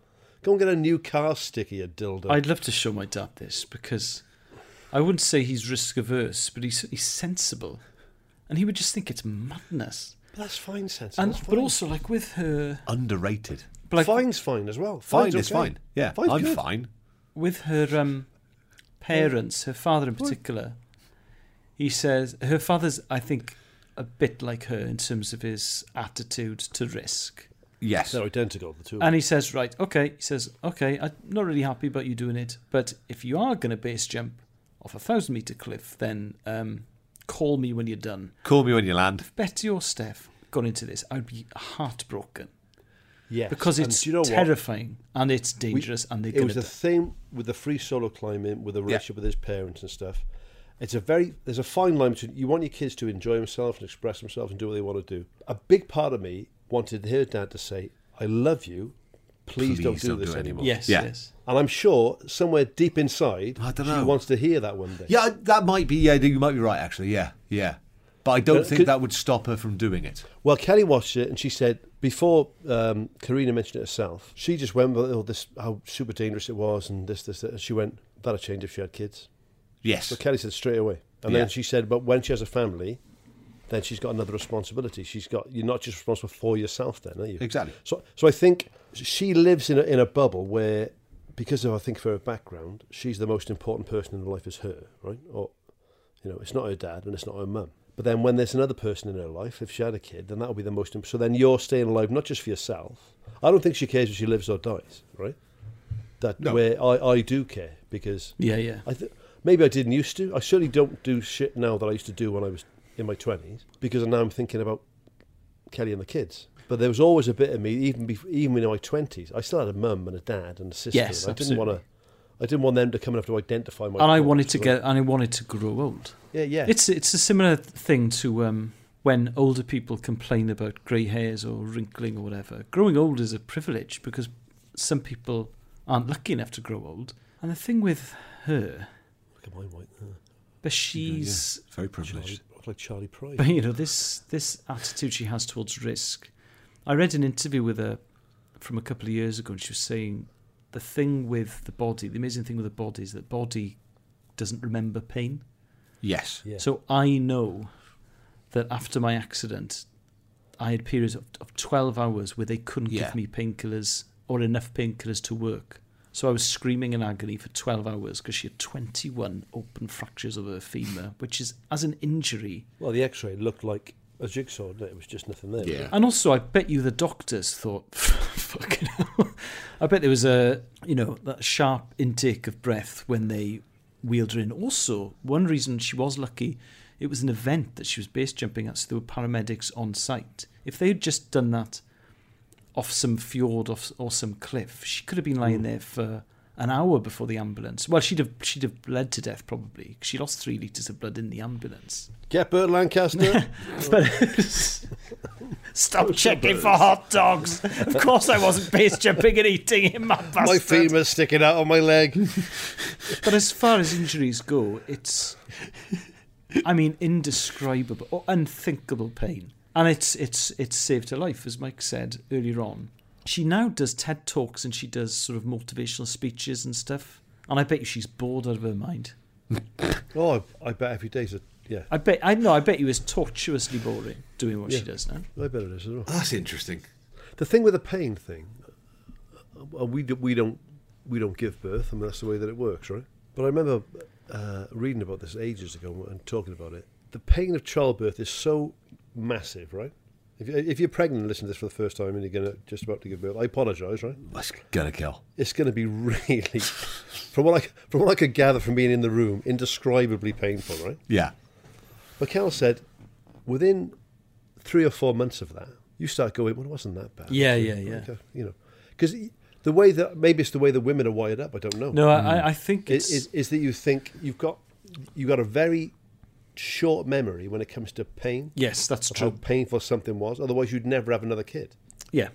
A: Go and get a new car sticky, you dildo.
C: I'd love to show my dad this because I wouldn't say he's risk averse, but he's he's sensible, and he would just think it's madness.
A: But that's fine sense.
C: And
A: that's fine.
C: but also like with her,
B: Underrated.
C: but like
A: fine's fine as well.
B: Fine
A: Fine's
B: is
A: okay.
B: fine. Yeah,
A: Fine's
B: I'm
A: good.
B: fine.
C: with her um, parents, her father in particular, he says her father's, I think, a bit like her in terms of his attitude to risk.
B: Yes.
A: They're identical, the two. of
C: And
A: them.
C: he says, right, okay, he says, okay, I'm not really happy about you doing it, but if you are going to base jump off a thousand meter cliff, then um, call me when you're done.
B: Call me when you land.
C: Betty or Steph got into this, I'd be heartbroken
A: Yes.
C: because
A: and
C: it's
A: do you know what?
C: terrifying and it's dangerous,
A: We-
C: and they're
A: it
C: going
A: was
C: to.
A: the same with the free solo climbing, with the relationship with his parents and stuff. It's a very there's a fine line between you want your kids to enjoy themselves and express themselves and do what they want to do. A big part of me wanted her dad to say, "I love you, please, don't
B: Please
A: do
B: don't
A: this
B: do it
A: anymore."
B: anymore.
C: yes,
B: Yeah.
C: yes.
A: And I'm sure somewhere deep inside,
B: I dunno.
A: she wants to hear that one day.
B: Yeah, that might be. Yeah, you might be right. Actually, yeah, yeah. But I don't
A: But
B: think
A: could-
B: that would stop her from doing it.
A: Well, Kelly watched it and she said before um, Karina mentioned it herself, she just went, "Oh, this how super dangerous it was," and this, this, that. And she went, "That'd change if she had kids."
B: Yes.
A: So Kelly said straight away, and
B: Yeah.
A: then she said, "But when she has a family, then she's got another responsibility. She's got you're not just responsible for yourself, then are you?"
B: Exactly.
A: So, so I think she lives in a, in a bubble where, because of I think for her background, she's the most important person in her life is her, right? Or, you know, it's not her dad and it's not her mum. But then when there's another person in her life, if she had a kid, then that would be the most. Imp- so then you're staying alive not just for yourself. I don't think she cares if she lives or dies, right? That
B: No.
A: where I, I do care because
C: Yeah, yeah.
A: I th- maybe I didn't used to. I certainly don't do shit now that I used to do when I was in my twenties because now I'm thinking about Kelly and the kids. But there was always a bit of me, even bef even in my twenties, I still had a mum and a dad and a sister.
C: Yes,
A: and I didn't want to.
C: absolutely.
A: I didn't want them to come and have to identify my.
C: and I
A: daughters,
C: wanted to
A: so
C: get and I wanted to grow old.
A: Yeah, yeah.
C: It's it's a similar thing to um, when older people complain about grey hairs or wrinkling or whatever. Growing old is a privilege because some people aren't lucky enough to grow old. And the thing with her,
A: Look at my white hair.
C: but she's
B: yeah, very privileged.
A: I look like Charlie Pride.
C: But you know this this attitude she has towards risk. I read an interview with her from a couple of years ago, and she was saying the thing with the body, the amazing thing with the body is that body doesn't remember pain.
B: Yes. Yeah.
C: So I know that after my accident, I had periods of, of twelve hours where they couldn't
B: Yeah.
C: give me painkillers or enough painkillers to work. So I was screaming in agony for 12 hours because she had 21 open fractures of her femur, which is, as an injury,
A: Well, the X-ray looked like a jigsaw. didn't It It was just nothing there. was it?
C: And also, I bet you the doctors thought, fucking hell. I bet there was a, you know, that sharp intake of breath when they wheeled her in. Also, one reason she was lucky, it was an event that she was base jumping at, so there were paramedics on site. If they had just done that off some fjord off, or some cliff, she could have been lying there for an hour before the ambulance. Well, she'd have she'd have bled to death probably. She lost three litres of blood in the ambulance.
A: Get Bert Lancaster.
C: but Stop checking
A: birds.
C: for hot dogs. Of course, I wasn't base jumping and eating him, my bastard.
A: my femur's sticking out on my leg.
C: But as far as injuries go, it's, I mean, indescribable or unthinkable pain, and it's it's it's saved her life, as Mike said earlier on. She now does TED talks and she does sort of motivational speeches and stuff, and I bet you she's bored out of her mind.
A: oh, I, I bet every day's a yeah.
C: I bet I know. I bet you is tortuously boring doing what
A: Yeah.
C: she does now.
A: I bet it is as well.
B: That's interesting.
A: The thing with the pain thing, uh, we do, we don't we don't give birth, and that's the way that it works, right? But I remember uh, reading about this ages ago and talking about it. The pain of childbirth is so massive, right? If, you- if you're pregnant and listen to this for the first time and you're gonna just about to give birth, I apologise, right?
B: That's gonna kill.
A: It's going to be really, from what I from what I could gather from being in the room, indescribably painful, right?
B: Yeah.
A: Mikhail said, within three or four months of that, you start going, well, it wasn't that bad.
C: Yeah,
A: actually."
C: yeah, yeah.
A: Like, uh, you know, because the way that maybe it's the way the women are wired up. I don't know.
C: No, I- Mm. I- I think
A: I-
C: it's-
A: Hmm. is, is that you think you've got you got a very short memory when it comes to pain.
C: Yes, that's
A: of
C: true.
A: How painful something was. Otherwise, you'd never have another kid.
C: Yeah,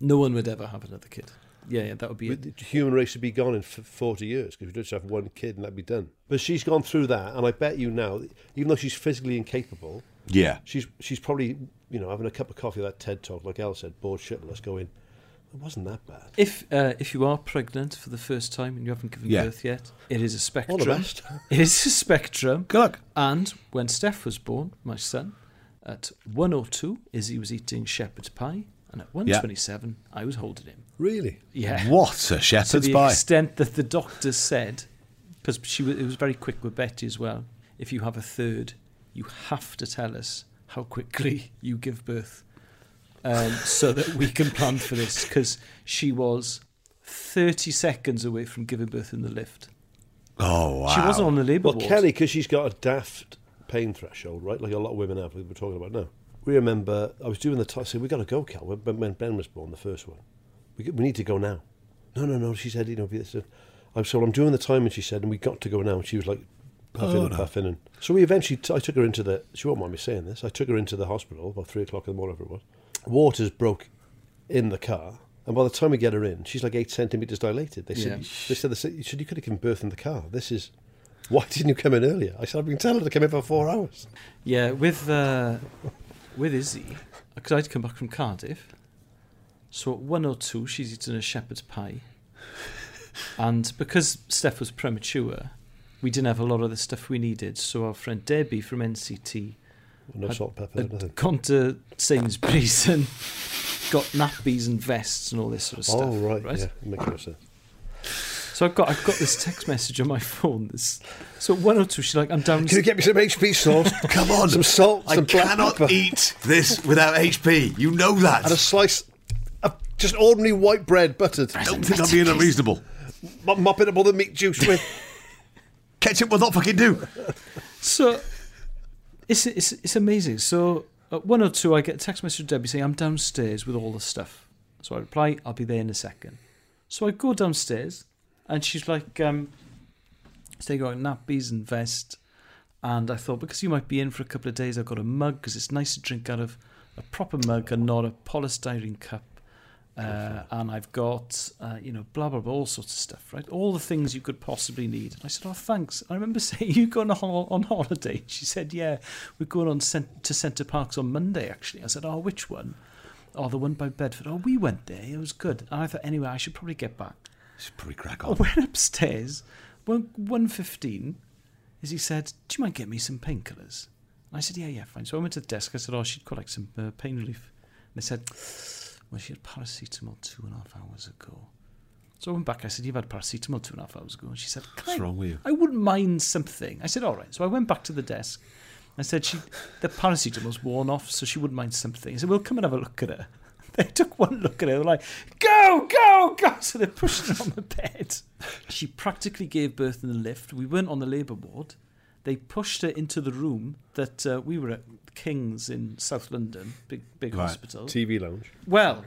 C: no one would ever have another kid. Yeah, yeah that would be it.
A: The human race would be gone in f- 40 years because we'd just have one kid and that'd be done. But she's gone through that, and I bet you now, even though she's physically incapable,
B: Yeah.
A: she's she's probably you know having a cup of coffee at that TED talk, like Al said, bored shitless, going, it wasn't that bad.
C: If uh, if you are pregnant for the first time and you haven't given
A: Yeah.
C: birth yet, it is a spectrum.
A: best.
C: It is a spectrum. Good luck. And when Steph was born, my son, at one or two, Izzy was eating shepherd's pie, and at one twenty-seven, I was holding him.
A: Really?
C: Yeah.
B: What a
C: to
B: shepherd's
C: the
B: pie.
C: extent that the doctor said, because she was, it was very quick with Betty as well. If you have a third, you have to tell us how quickly you give birth, um, so that we can plan for this. Because she was thirty seconds away from giving birth in the lift.
B: Oh wow.
C: She wasn't on the labour
A: Well,
C: ward.
A: Kelly, because she's got a daft pain threshold, right? Like a lot of women have. We were talking about now. We remember I was doing the talk. I said, "We got to go, Cal." When, when Ben was born, the first one, we, we need to go now. No, no, no. She said, "You know, this." I so I'm doing the time, and she said, "And we got to go now." And she was like puffing
B: Oh,
A: and
B: no.
A: puffing, and so we eventually. T- I took her into the. She won't mind me saying this. I took her into the hospital about three o'clock in the morning, whatever it was. Waters broke in the car. And by the time we get her in, she's like eight centimeters dilated. They said,
C: Yeah.
A: they said, they said, you should you could have given birth in the car. This is why didn't you come in earlier? I said, I've been telling her to come in for four hours.
C: Yeah, with uh, with Izzy, because I'd come back from Cardiff. So at one or two, she's eating a shepherd's pie, and because Steph was premature, we didn't have a lot of the stuff we needed. So our friend Debbie from NCT,
A: No
C: had-
A: salt, pepper,
C: had
A: nothing.
C: gone to Sainsbury's and got nappies and vests and all this sort of stuff.
A: oh right, yeah, makes no sense.
C: So I've got I've got this text message on my phone. This so at one or two. She's like, I'm down.
A: Can you get me some HP sauce?
B: Come on.
A: some salt.
B: I
A: some black
B: cannot
A: pepper,
B: eat this without HP. You know that.
A: and a slice of just ordinary white bread buttered.
B: I don't think I'm being unreasonable.
A: Mop- mopping up all the meat juice with.
B: Ketchup will not fucking do.
C: So uh, it's, it's it's amazing. So At 102, I get a text message from Debbie saying, I'm downstairs with all the stuff. So I reply, I'll be there in a second. So I go downstairs, and she's like, um, she's taking out nappies and vest. And I thought, because you might be in for a couple of days, I've got a mug because it's nice to drink out of a proper mug and not a polystyrene cup. Uh, and I've got, uh, you know, blah, blah, blah, all sorts of stuff, right? All the things you could possibly need. And I said, oh, thanks. I remember saying, you going on, hol- on holiday? She said, yeah, we're going on cent- to Centre Parks on Monday, actually. I said, oh, which one? Oh, the one by Bedford. Oh, we went there. It was good. And I thought, anyway, I should probably get back.
B: Should probably crack
C: I
B: on.
C: went upstairs, one one fifteen, as he said, "Do you mind getting me some painkillers?" And I said, "Yeah, yeah, fine." So I went to the desk. I said, "Oh, she'd quite like some uh, pain relief." And they said, "Well, she had paracetamol two and a half hours ago." So I went back. I said, "You've had paracetamol two and a half hours ago," and she said, "Can
B: What's
C: I-
B: wrong with you?
C: I wouldn't mind something." I said, "All right." So I went back to the desk. I said, "She, the paracetamol's worn off, so she wouldn't mind something." He said, "Well, come and have a look at her." They took one look at her. They're like, "Go, go, go!" So they pushed her on the bed. She practically gave birth in the lift. We weren't on the labour ward. They pushed her into the room that uh, we were at King's in South London, big big
A: Right.
C: hospital.
A: TV lounge.
C: Well,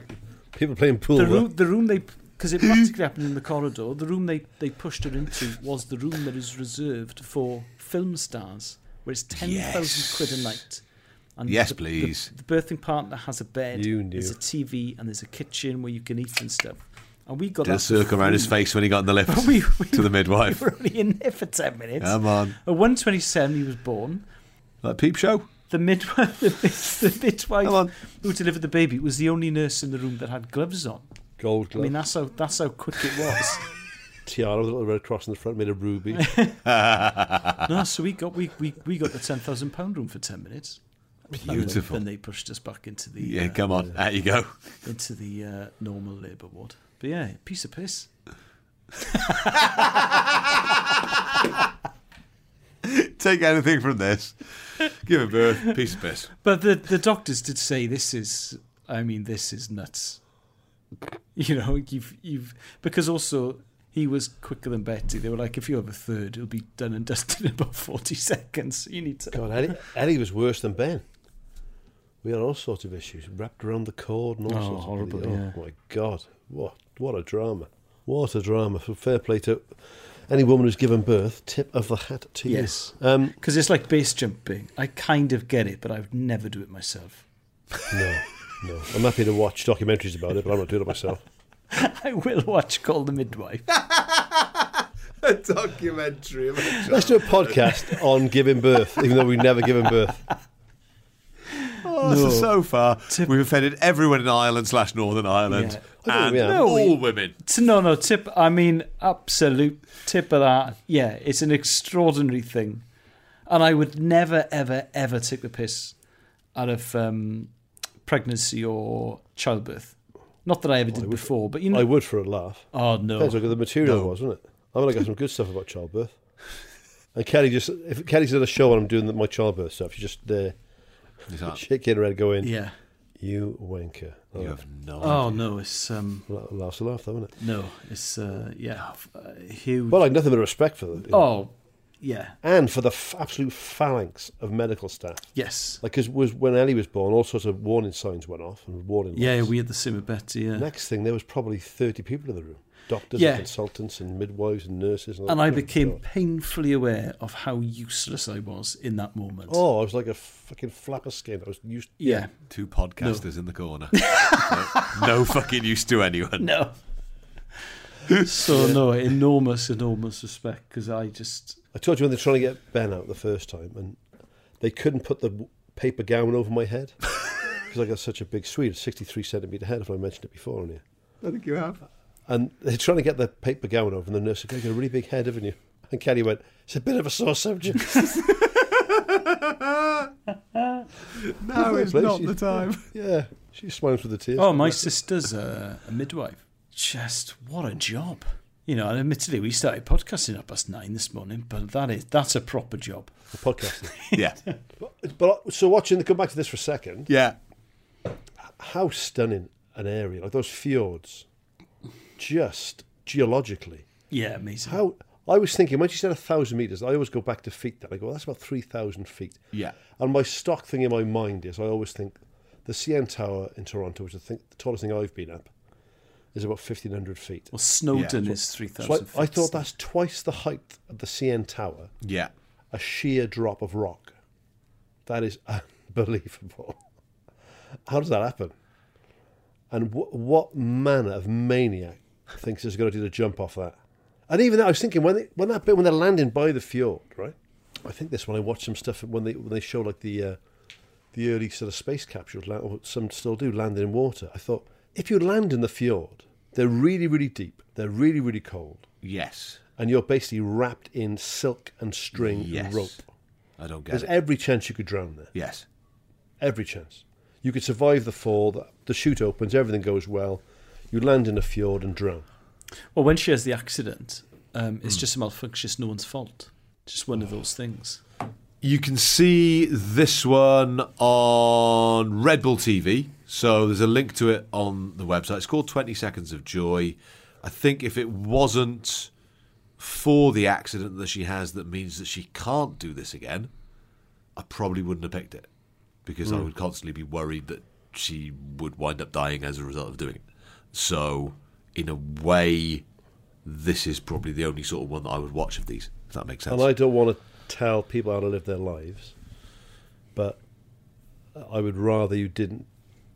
A: People playing pool.
C: the
A: right?
C: room, the room they because it practically happened in the corridor. The room they, they pushed her into was the room that is reserved for film stars, where it's ten thousand quid a night.
B: Yes,
C: the- the-
B: please.
C: The, birthing partner has a bed.
B: You knew.
C: There's a TV and there's a kitchen where you can eat and stuff. And we got
B: Did a
C: that for
B: circle around his
C: free.
B: face when he got in the lift
C: We- we-
B: to the midwife.
C: We were only in there for ten minutes.
B: Come on.
C: At one twenty-seven, he was born.
B: Like peep show.
C: The midwife, the, mid- the midwife who delivered the baby was the only nurse in the room that had gloves on.
A: Gold
C: I mean,
A: glove.
C: that's how that's how quick it was.
A: Tiara with a little red cross in the front made of ruby.
C: no, so we got we, we, we got the ten thousand pound room for ten minutes.
B: Beautiful.
C: Then they pushed us back into the uh,
B: Yeah, come on, out you go.
C: into the uh, normal labour ward. But yeah, piece of piss.
B: Take anything from this. Give it birth. Piece of piss.
C: But the the doctors did say this is I mean this is nuts. You know you've you've because also he was quicker than Betty. They were like if you have a third, it'll be done and dusted in about forty seconds. You need to.
A: God, Eddie, Eddie was worse than Ben. We had all sorts of issues wrapped around the cord and all
C: Oh,
A: sorts.
C: horrible,
A: Of bloody-
C: yeah.
A: Oh my God, what what a drama! What a drama! So fair play to any woman who's given birth. Tip of the hat to
C: Yes,
A: you. Um,
C: because it's like base jumping. I kind of get it, but I would never do it myself.
A: no, no. I'm happy to watch documentaries about it, but I'm not doing it myself.
C: I will watch Call the Midwife.
B: A documentary. Of a
A: Let's do a podcast on giving birth, even though we've never given birth.
B: Oh, so,
A: No.
B: so far, we've offended everyone in Ireland slash Northern Ireland
A: Yeah.
B: and
A: Yeah.
C: No,
B: all
C: we-
B: women.
C: T- No, no, tip. I mean, absolute tip of that. Yeah, it's an extraordinary thing. And I would never, ever, ever take the piss out of um, pregnancy or childbirth. Not that I ever did before, but you know.
A: I would for a laugh.
C: Oh, no.
A: Depends what the material was, wasn't it? I'm gonna get some good stuff about childbirth. And Kelly just if Kelly's at a show and I'm doing the, my childbirth stuff, she's just there,
B: Is that-
A: shaking her head, going,
C: Yeah.
A: you wanker." Oh,
B: You have no
C: Oh, no, it's. um
A: la- laughs a laugh, though, isn't it?
C: No, it's. uh Yeah. Uh, huge.
A: Well, like nothing but respect for them, you know.
C: Oh, yeah.
A: and for the f- absolute phalanx of medical staff.
C: Yes.
A: Like, cause was when Ellie was born, all sorts of warning signs went off and warning.
C: Yeah,
A: lights.
C: we had the Simmer Betty. Yeah.
A: Next thing, there was probably thirty people in the room: doctors,
C: Yeah.
A: and consultants, and midwives, and nurses. all
C: and
A: that.
C: I
A: Good
C: became
A: God.
C: painfully aware of how useless I was in that moment.
A: Oh, I was like a fucking flap of skin. I was used.
C: yeah.
B: Two podcasters in the corner. no, no fucking use to anyone.
C: No. so no, enormous, enormous respect because I just
A: I told you when they're trying to get Ben out the first time, and they couldn't put the w- paper gown over my head because I got such a big Swede, sixty-three centimeter head. If I mentioned it before on here,
B: I think you have.
A: and they're trying to get the paper gown over, and the nurse said, "You got a really big head, haven't you?" And Kelly went, "It's a bit of a sore subject."
B: No, it's
A: Bless
B: not
A: you.
B: the time.
A: yeah, she smiles with the tears.
C: oh my sister's a, a midwife. Just what a job, you know. And admittedly, we started podcasting up past nine this morning, but that is that's a proper job.
A: The podcasting.
B: Yeah.
A: But so watching, go back to this for a second.
B: Yeah.
A: How stunning an area like those fjords, just geologically.
C: Yeah, amazing.
A: How I was thinking when she said a thousand meters, I always go back to feet. Then I go, well, that's about three thousand feet.
B: Yeah.
A: And my stock thing in my mind is I always think the CN Tower in Toronto, which I think the tallest thing I've been up, is about fifteen hundred feet.
D: Well, Snowdon is 3,000
A: So I, I
D: feet.
A: thought that's twice the height of the CN Tower.
B: Yeah.
A: A sheer drop of rock. That is unbelievable. How does that happen? And wh- what manner of maniac thinks is going to do the jump off that? And even that, I was thinking when they, when that bit when they're landing by the fjord, right? I think this one I watched some stuff when they when they show like the uh, the early sort of space capsules, la- or some still do landing in water. I thought if you land in the fjord, they're really really deep, they're really really cold,
B: Yes.
A: and you're basically wrapped in silk and string
B: Yes.
A: and rope.
B: I don't get
A: There's
B: it.
A: every chance you could drown there.
B: Yes.
A: Every chance. You could survive the fall, the, the chute opens, everything goes well. You land in a fjord and drown.
C: Well, when she has the accident, um, it's
A: Mm.
C: just a malfunction. It's no one's fault. Just one of those things.
B: You can see this one on Red Bull TV. So there's a link to it on the website. It's called 20 Seconds of Joy. I think if it wasn't for the accident that she has that means that she can't do this again, I probably wouldn't have picked it because I
A: Mm.
B: would constantly be worried that she would wind up dying as a result of doing it. So, in a way, this is probably the only sort of one that I would watch of these, if that makes sense.
A: And I don't want to tell people how to live their lives, but I would rather you didn't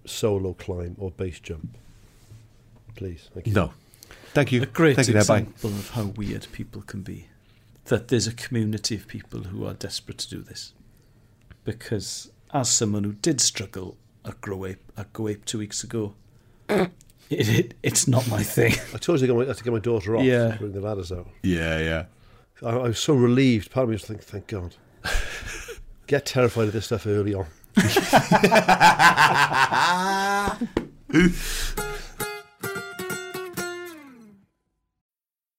A: solo climb or base jump. Please, thank you.
B: No. Thank you.
C: A great
B: Thank you there, bye.
C: example of how weird people can be. That there's a community of people who are desperate to do this. Because as someone who did struggle at Grow Ape, at Go Ape two weeks ago, it, it, it's not my thing.
A: I told you I had to get my daughter off.
C: Yeah.
A: Bring the ladders out.
B: Yeah, yeah.
A: I, I was so relieved. Part of me was thinking, thank God. Get terrified of this stuff early on.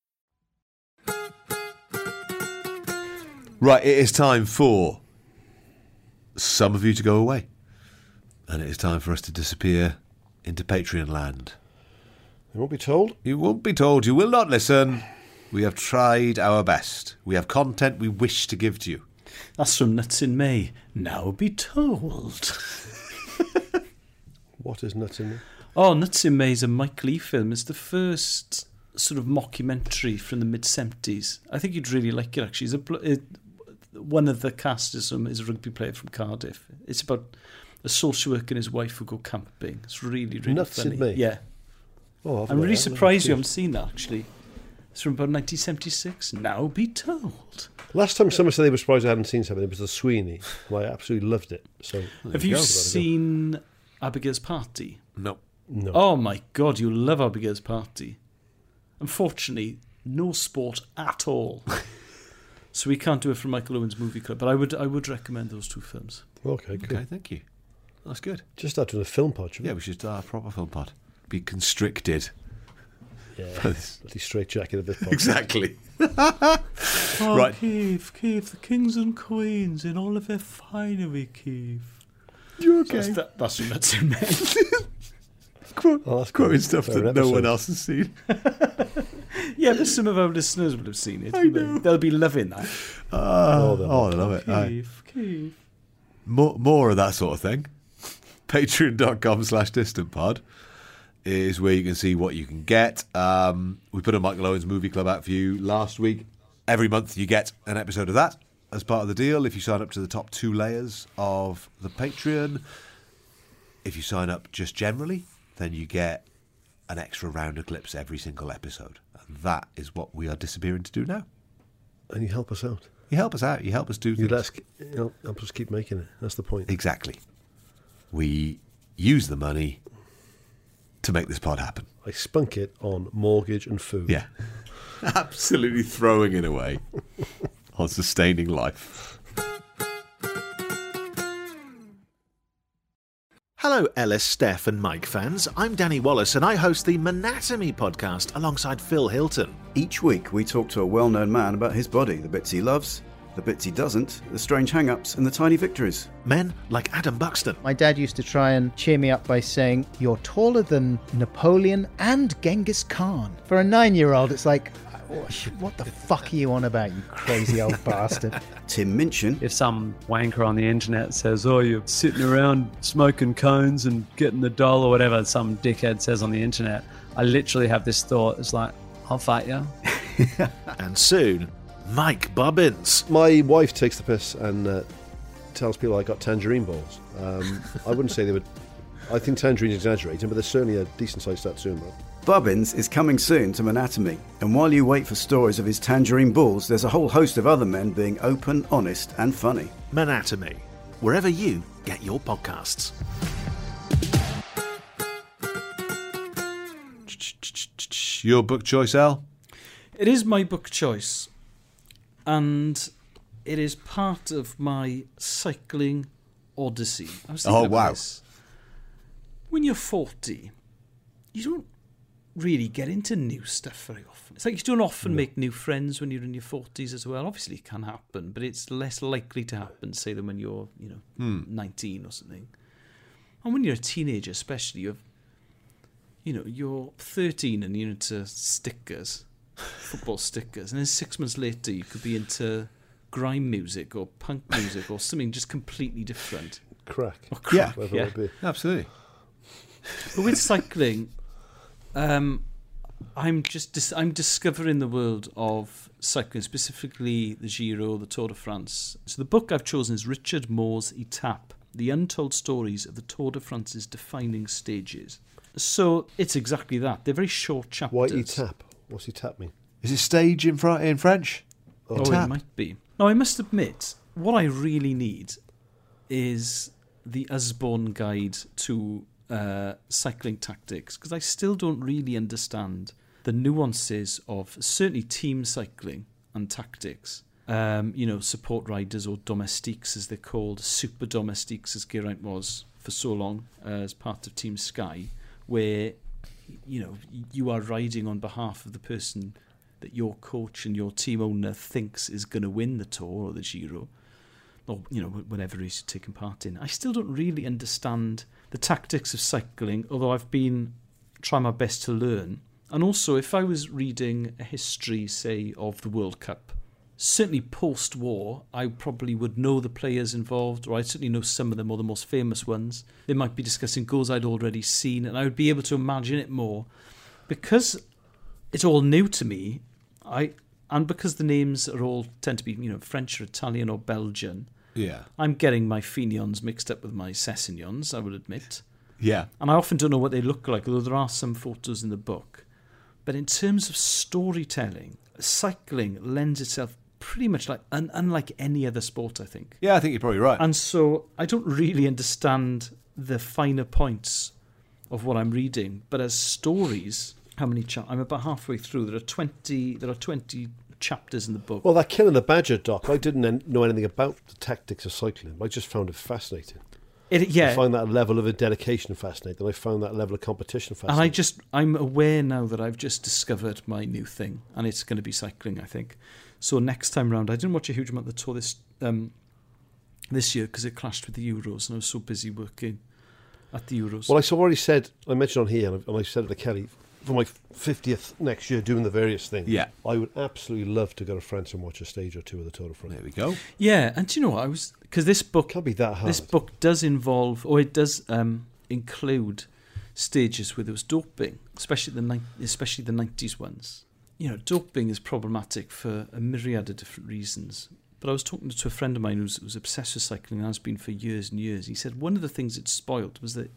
B: Right, it is time for some of you to go away. And it is time for us to disappear into Patreon land.
A: You won't be told.
B: You won't be told. You will not listen. We have tried our best. We have content we wish to give to you.
C: That's from Nuts in May. Now be told.
A: What is nuts in there?
C: Oh, Nuts in May is a Mike Lee film. It's the first sort of mockumentary from the mid 70s. I think you'd really like it, actually. It's a, bl- it, one of the cast is, um, is a rugby player from Cardiff. It's about a social worker and his wife who go camping. It's really, really
A: Nuts in
C: funny.
A: May?
C: Yeah.
A: Oh, I've
C: I'm
A: got
C: really
A: that.
C: surprised you haven't seen that, actually. It's from about 1976. Now be told.
A: Last time someone said they were surprised I hadn't seen something, it was the Sweeney. and I absolutely loved it. So
C: Have you seen Abigail's Party?
B: No.
A: No.
C: Oh my god, you love Abigail's Party. Unfortunately, no sport at all. so we can't do it from Michael Owen's movie club, but I would I would recommend those two films.
A: Okay, good.
B: Okay, thank you. That's good.
A: Just started a film pod. shouldn't
B: Yeah, we should start a proper film pod. Be constricted.
A: Yeah.
B: That's-
A: Bloody straight jacket of this podcast.
B: Exactly.
C: Oh,
B: Right.
C: Keith, Keith, the kings and queens in all of their finery, Keith.
B: You
C: That's, that, that's from Nuts in May.
A: Oh, that's
B: Quoting
A: good.
B: stuff
A: Fair
B: that no one
A: episode.
B: else has seen.
C: yeah, but some of our listeners will have seen it. won't they? They'll be loving that.
B: Ah,
C: Oh,
B: oh,
C: they'll
B: I love it. Aye.
C: Keith, Keith.
B: more, more of that sort of thing. Patreon.com slash distantpod is where you can see what you can get. Um, we put a Michael Owens movie club out for you last week. Every month you get an episode of that as part of the deal if you sign up to the top two layers of the Patreon. If you sign up just generally, then you get an extra round of clips every single episode. And that is what we are disappearing to do now.
A: And you help us out.
B: You help us out. You help us do
A: You
B: things.
A: let us, help, help us keep making it. That's the point.
B: Exactly. We use the money to make this pod happen.
A: I spunk it on mortgage and food.
B: Yeah. Absolutely throwing it away. on sustaining life.
Q: Hello, Ellis, Steph, and Mike fans. I'm Danny Wallace, and I host the Monatomy podcast alongside Phil Hilton.
E: Each week, we talk to a well known man about his body, the bits he loves, the bits he doesn't, the strange hang ups, and the tiny victories.
Q: Men like Adam Buxton.
R: My dad used to try and cheer me up by saying, You're taller than Napoleon and Genghis Khan. For a nine year old, it's like, What the fuck are you on about, you crazy old bastard?
E: Tim Minchin.
S: If some wanker on the internet says, Oh, you're sitting around smoking cones and getting the doll or whatever, some dickhead says on the internet, I literally have this thought. It's like, I'll fight you.
Q: and soon, Mike Bobbins.
A: My wife takes the piss and uh, tells people I got tangerine balls. Um, I wouldn't say they were. I think tangerine's exaggerating, but they're certainly a decent sized satsuma.
E: Bobbins is coming soon to Monatomy, and while you wait for stories of his tangerine balls, there's a whole host of other men being open, honest, and funny.
Q: Monatomy, wherever you get your podcasts.
B: Your book choice, Al?
C: It is my book choice and it is part of my cycling odyssey. I was thinking
B: Oh,
C: about
B: wow.
C: this. When you're 40, you don't really get into new stuff very often. It's like you don't often make new friends when you're in your 40s as well. Obviously, it can happen, but it's less likely to happen, say, than when you're, you know,
B: Hmm.
C: 19 or something. And when you're a teenager, especially, you have, you know, you're 13 and you're into stickers, football stickers, and then six months later you could be into grime music or punk music or something just completely different.
A: Crack.
B: Oh,
C: Or crack, yeah.
A: Whatever it might be.
B: Absolutely.
C: But with cycling, um, I'm just dis- I'm discovering the world of cycling, specifically the Giro, the Tour de France. So the book I've chosen is Richard Moore's Etape: The Untold Stories of the Tour de France's Defining Stages. So it's exactly that. They're very short chapters.
A: Why tap? What's he tap mean?
B: Is it stage in, fr- in French?
C: Oh, it
B: Tap.
C: might be. Now, I must admit, what I really need is the Usborne guide to uh, cycling tactics because I still don't really understand the nuances of certainly team cycling and tactics. Um, you know, support riders or domestiques as they're called, super domestiques as Geraint was for so long uh, as part of Team Sky, where you know you are riding on behalf of the person that your coach and your team owner thinks is going to win the tour or the Giro, or you know wh- whatever he's taking part in. I still don't really understand the tactics of cycling, although I've been trying my best to learn. And also, if I was reading a history, say, of the World Cup, certainly post-war, I probably would know the players involved, or I certainly know some of them or the most famous ones. They might be discussing goals I'd already seen, and I would be able to imagine it more. Because it's all new to me. I and because the names are all tend to be you know French or Italian or Belgian.
B: Yeah.
C: I'm getting my finions mixed up with my Cessignons, I will admit.
B: Yeah.
C: And I often don't know what they look like, although there are some photos in the book. But in terms of storytelling, cycling lends itself pretty much like un- unlike any other sport, I think.
B: Yeah, I think you're probably right.
C: And so I don't really understand the finer points of what I'm reading, but as stories, how many chap? I'm about halfway through. There are twenty. There are twenty chapters in the book.
A: Well, that Ken and the Badger doc, I didn't en- know anything about the tactics of cycling. I just found it fascinating.
C: It- yeah.
A: I find that level of dedication fascinating. I found that level of competition
C: and I
A: fascinating.
C: just I'm aware now that I've just discovered my new thing, and it's going to be cycling. I think. So next time round, I didn't watch a huge amount of the tour this um, this year because it clashed with the Euros, and I was so busy working at the Euros.
A: well, I s- already said, I mentioned on here, and I, and I said it to Kelly, for my 50th next year, doing the various things,
B: Yeah.
A: I would absolutely love to go to France and watch a stage or two of the Tour de France. There
B: we go.
C: Yeah, and do you know what I was because this book
A: can't be that hard.
C: This book does involve, or it does um, include stages where there was doping, especially the ni- especially the nineties ones. You know, doping is problematic for a myriad of different reasons. But I was talking to a friend of mine who's, who's obsessed with cycling and has been for years and years. He said one of the things it spoiled was that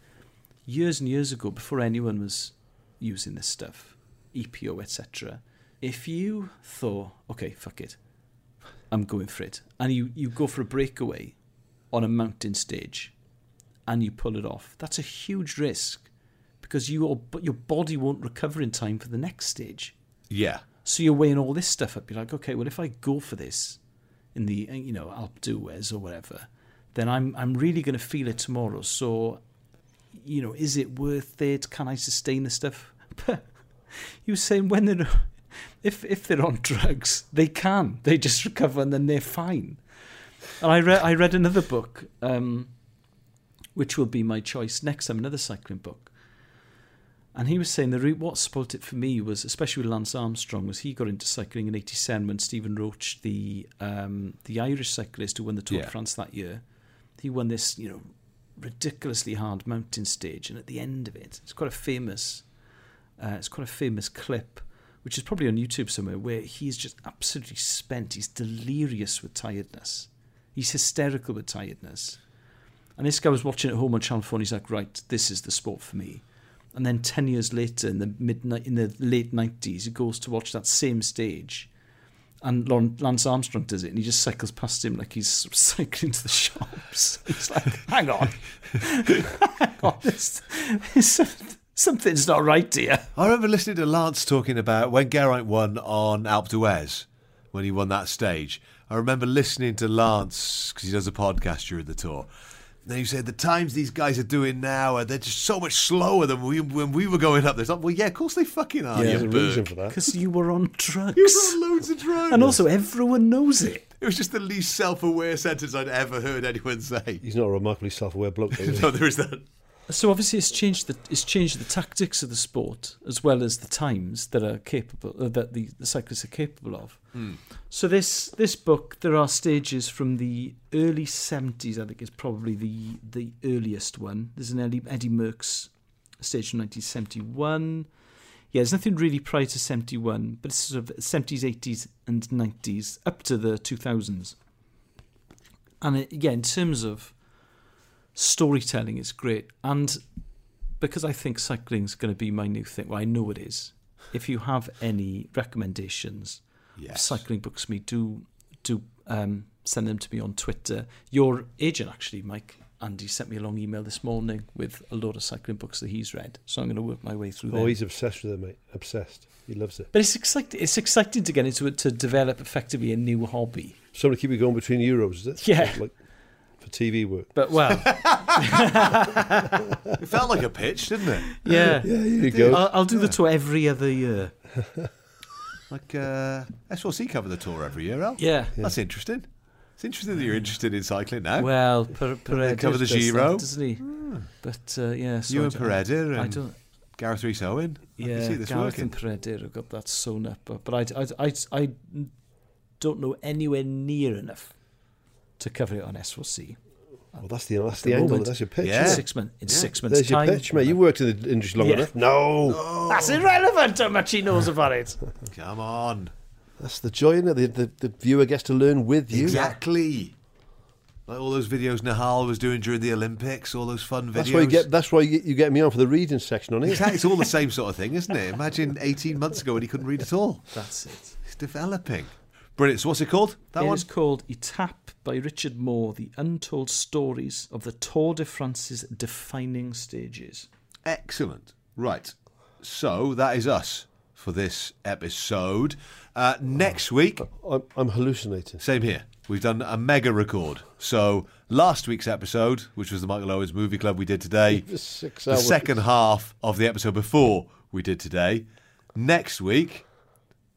C: years and years ago, before anyone was using this stuff, E EPO, etc., if you thought, okay, fuck it, I'm going for it. And you, you go for a breakaway on a mountain stage and you pull it off. That's a huge risk because you, but your body won't recover in time for the next stage.
B: Yeah.
C: So you're weighing all this stuff up. You're like, okay, well, if I go for this, in the uh, you know Alp d'Huez or whatever, then I'm I'm really going to feel it tomorrow. So, you know, is it worth it? Can I sustain the stuff? But you were saying when they're if if they're on drugs, they can. They just recover and then they're fine. And I read I read another book, um, which will be my choice next time, another cycling book. And he was saying the route what spoilt it for me was, especially with Lance Armstrong, was he got into cycling in '87 when Stephen Roach, the um, the Irish cyclist who won the Tour
B: Yeah.
C: de France that year, he won this you know ridiculously hard mountain stage, and at the end of it, it's quite a famous, uh, it's quite a famous clip, which is probably on YouTube somewhere, where he's just absolutely spent. He's delirious with tiredness. He's hysterical with tiredness. And this guy was watching at home on Channel 4 and he's like, right, this is the sport for me. And then 10 years later, in the midnight, in the late 90s, he goes to watch that same stage. And Lon- Lance Armstrong does it and he just cycles past him like he's cycling to the shops. He's like, hang on. hang on. This, this, something's not right here.
B: I remember listening to Lance talking about when Geraint won on Alpe d'Huez, when he won that stage. I remember listening to Lance because he does a podcast during the tour. And he said the times these guys are doing now are they're just so much slower than we when we were going up there. It's like, well, yeah, of course they fucking are. you berg.
C: Because you were on drugs.
B: You were on loads of drugs.
C: And also, everyone knows it.
B: It was just the least self-aware sentence I'd ever heard anyone say.
A: He's not a remarkably self-aware bloke. though, is he?
B: no, there is that.
C: So obviously, it's changed the it's changed the tactics of the sport as well as the times that are capable uh, that the, the cyclists are capable of.
H: Hmm.
C: So this this book, there are stages from the early seventies. I think is probably the the earliest one. There's an Eddie, Eddie Merckx stage from 1971. Yeah, there's nothing really prior to 71, but it's sort of 70s, 80s, and 90s up to the 2000s. And it, yeah, in terms of storytelling it's great and because i think cycling's going to be my new thing well i know it is if you have any recommendations of
B: Yes.
C: cycling books me do do um, send them to me on twitter your agent actually mike andy sent me a long email this morning with a lot of cycling books that he's read so i'm going to work my way through
A: Oh,
C: them.
A: he's obsessed with it, mate. Obsessed. He loves it.
C: but it's exciting it's exciting to get into it to develop effectively a new hobby
A: So to keep it going between Euros, is it?
C: Yeah.
A: Like for TV work.
C: but well
B: It felt like a pitch, didn't it?
C: yeah
A: Yeah, here you go.
C: I'll, I'll do the tour every other year
B: Like uh, SLC cover the tour every year, Al.
C: Yeah.
B: that's interesting. It's interesting that you're interested in cycling now.
C: Well, per,
B: they
C: Pereira
B: cover the
C: does that,
B: Giro.
C: doesn't he? But uh, yeah, so
B: you
C: I
B: and
C: don't-
B: Pereira and
C: I don't.
B: Gareth Reese Owen. I
C: Yeah,
B: can see this
C: Gareth
B: working.
C: and Pereira have got that sewn up, but, but I, I, I, I don't know anywhere near enough to cover it on SLC.
A: Well, that's the that's the, angle.
C: moment.
A: That's your pitch.
C: Yeah.
A: isn't it?
C: Six month- in six months'
A: There's
C: time.
A: your pitch, mate. You worked in the industry long
C: Yeah.
A: enough. No.
C: That's irrelevant how much he knows about it.
B: Come on.
A: That's the joy in it. The, the, the viewer gets to learn with you.
B: Exactly. Like all those videos Nahal was doing during the Olympics, all those fun videos.
A: That's why you get. That's why you, you get me on for the reading section on it.
B: Exactly, it's all the same sort of thing, isn't it? Imagine 18 months ago when he couldn't read at all.
C: That's it.
B: It's developing. Brilliant. So what's it called? That
C: It
B: one?
C: is called Etap by Richard Moore, The Untold Stories of the Tour de France's Defining Stages.
B: Excellent. Right. So that is us for this episode. Uh, next week.
A: I'm, I'm hallucinating.
B: Same here. We've done a mega record. So last week's episode, which was the Michael Owens Movie Club we did today,
A: It was six
B: the
A: hours.
B: second half of the episode before we did today. Next week,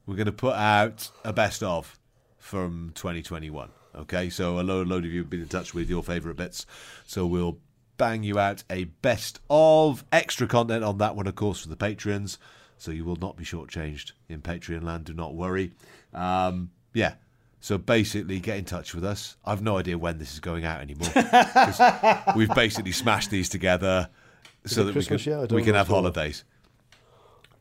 B: we're going to put out a best of from 2021. Okay, so a load, load of you have been in touch with your favourite bits. So we'll bang you out a best of extra content on that one, of course, for the patrons. So you will not be shortchanged in Patreon land. Do not worry. Um, yeah. So basically, get in touch with us. I've no idea when this is going out anymore. 'Cause we've basically smashed these together
A: Is
B: so
A: it
B: that we
A: Christmas yet? I
B: can,
A: don't
B: we can
A: know
B: have
A: at all.
B: holidays.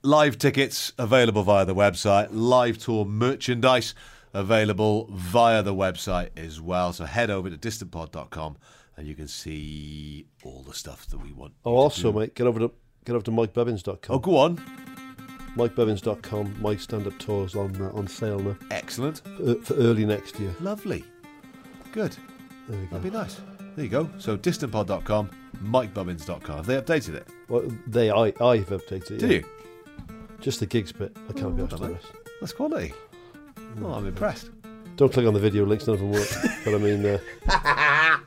B: Live tickets available via the website. Live tour merchandise available via the website as well. So head over to distantpod.com and you can see all the stuff that we want.
A: Oh, also, mate, get over to get over to mikebebbins.com. Oh,
B: go on.
A: MikeBebbins.com. My stand-up tours on uh, on sale now.
B: Excellent.
A: For, for early next year.
B: Lovely. Good.
A: There we go.
B: That'd be nice. There you go. So distantpod.com, mikebubbins.com. Have they updated it?
A: Well, they, I, I've updated it.
B: Do
A: yeah.
B: you? Oh,
A: Just the gigs bit. I can't be asked for the rest.
B: That's quality. Well, Oh, I'm impressed.
A: Don't click on the video links; none of them work. but I mean, uh,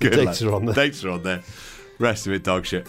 B: Good
A: dates
B: lad.
A: are on there.
B: Dates are on there. Rest of it, dog shit.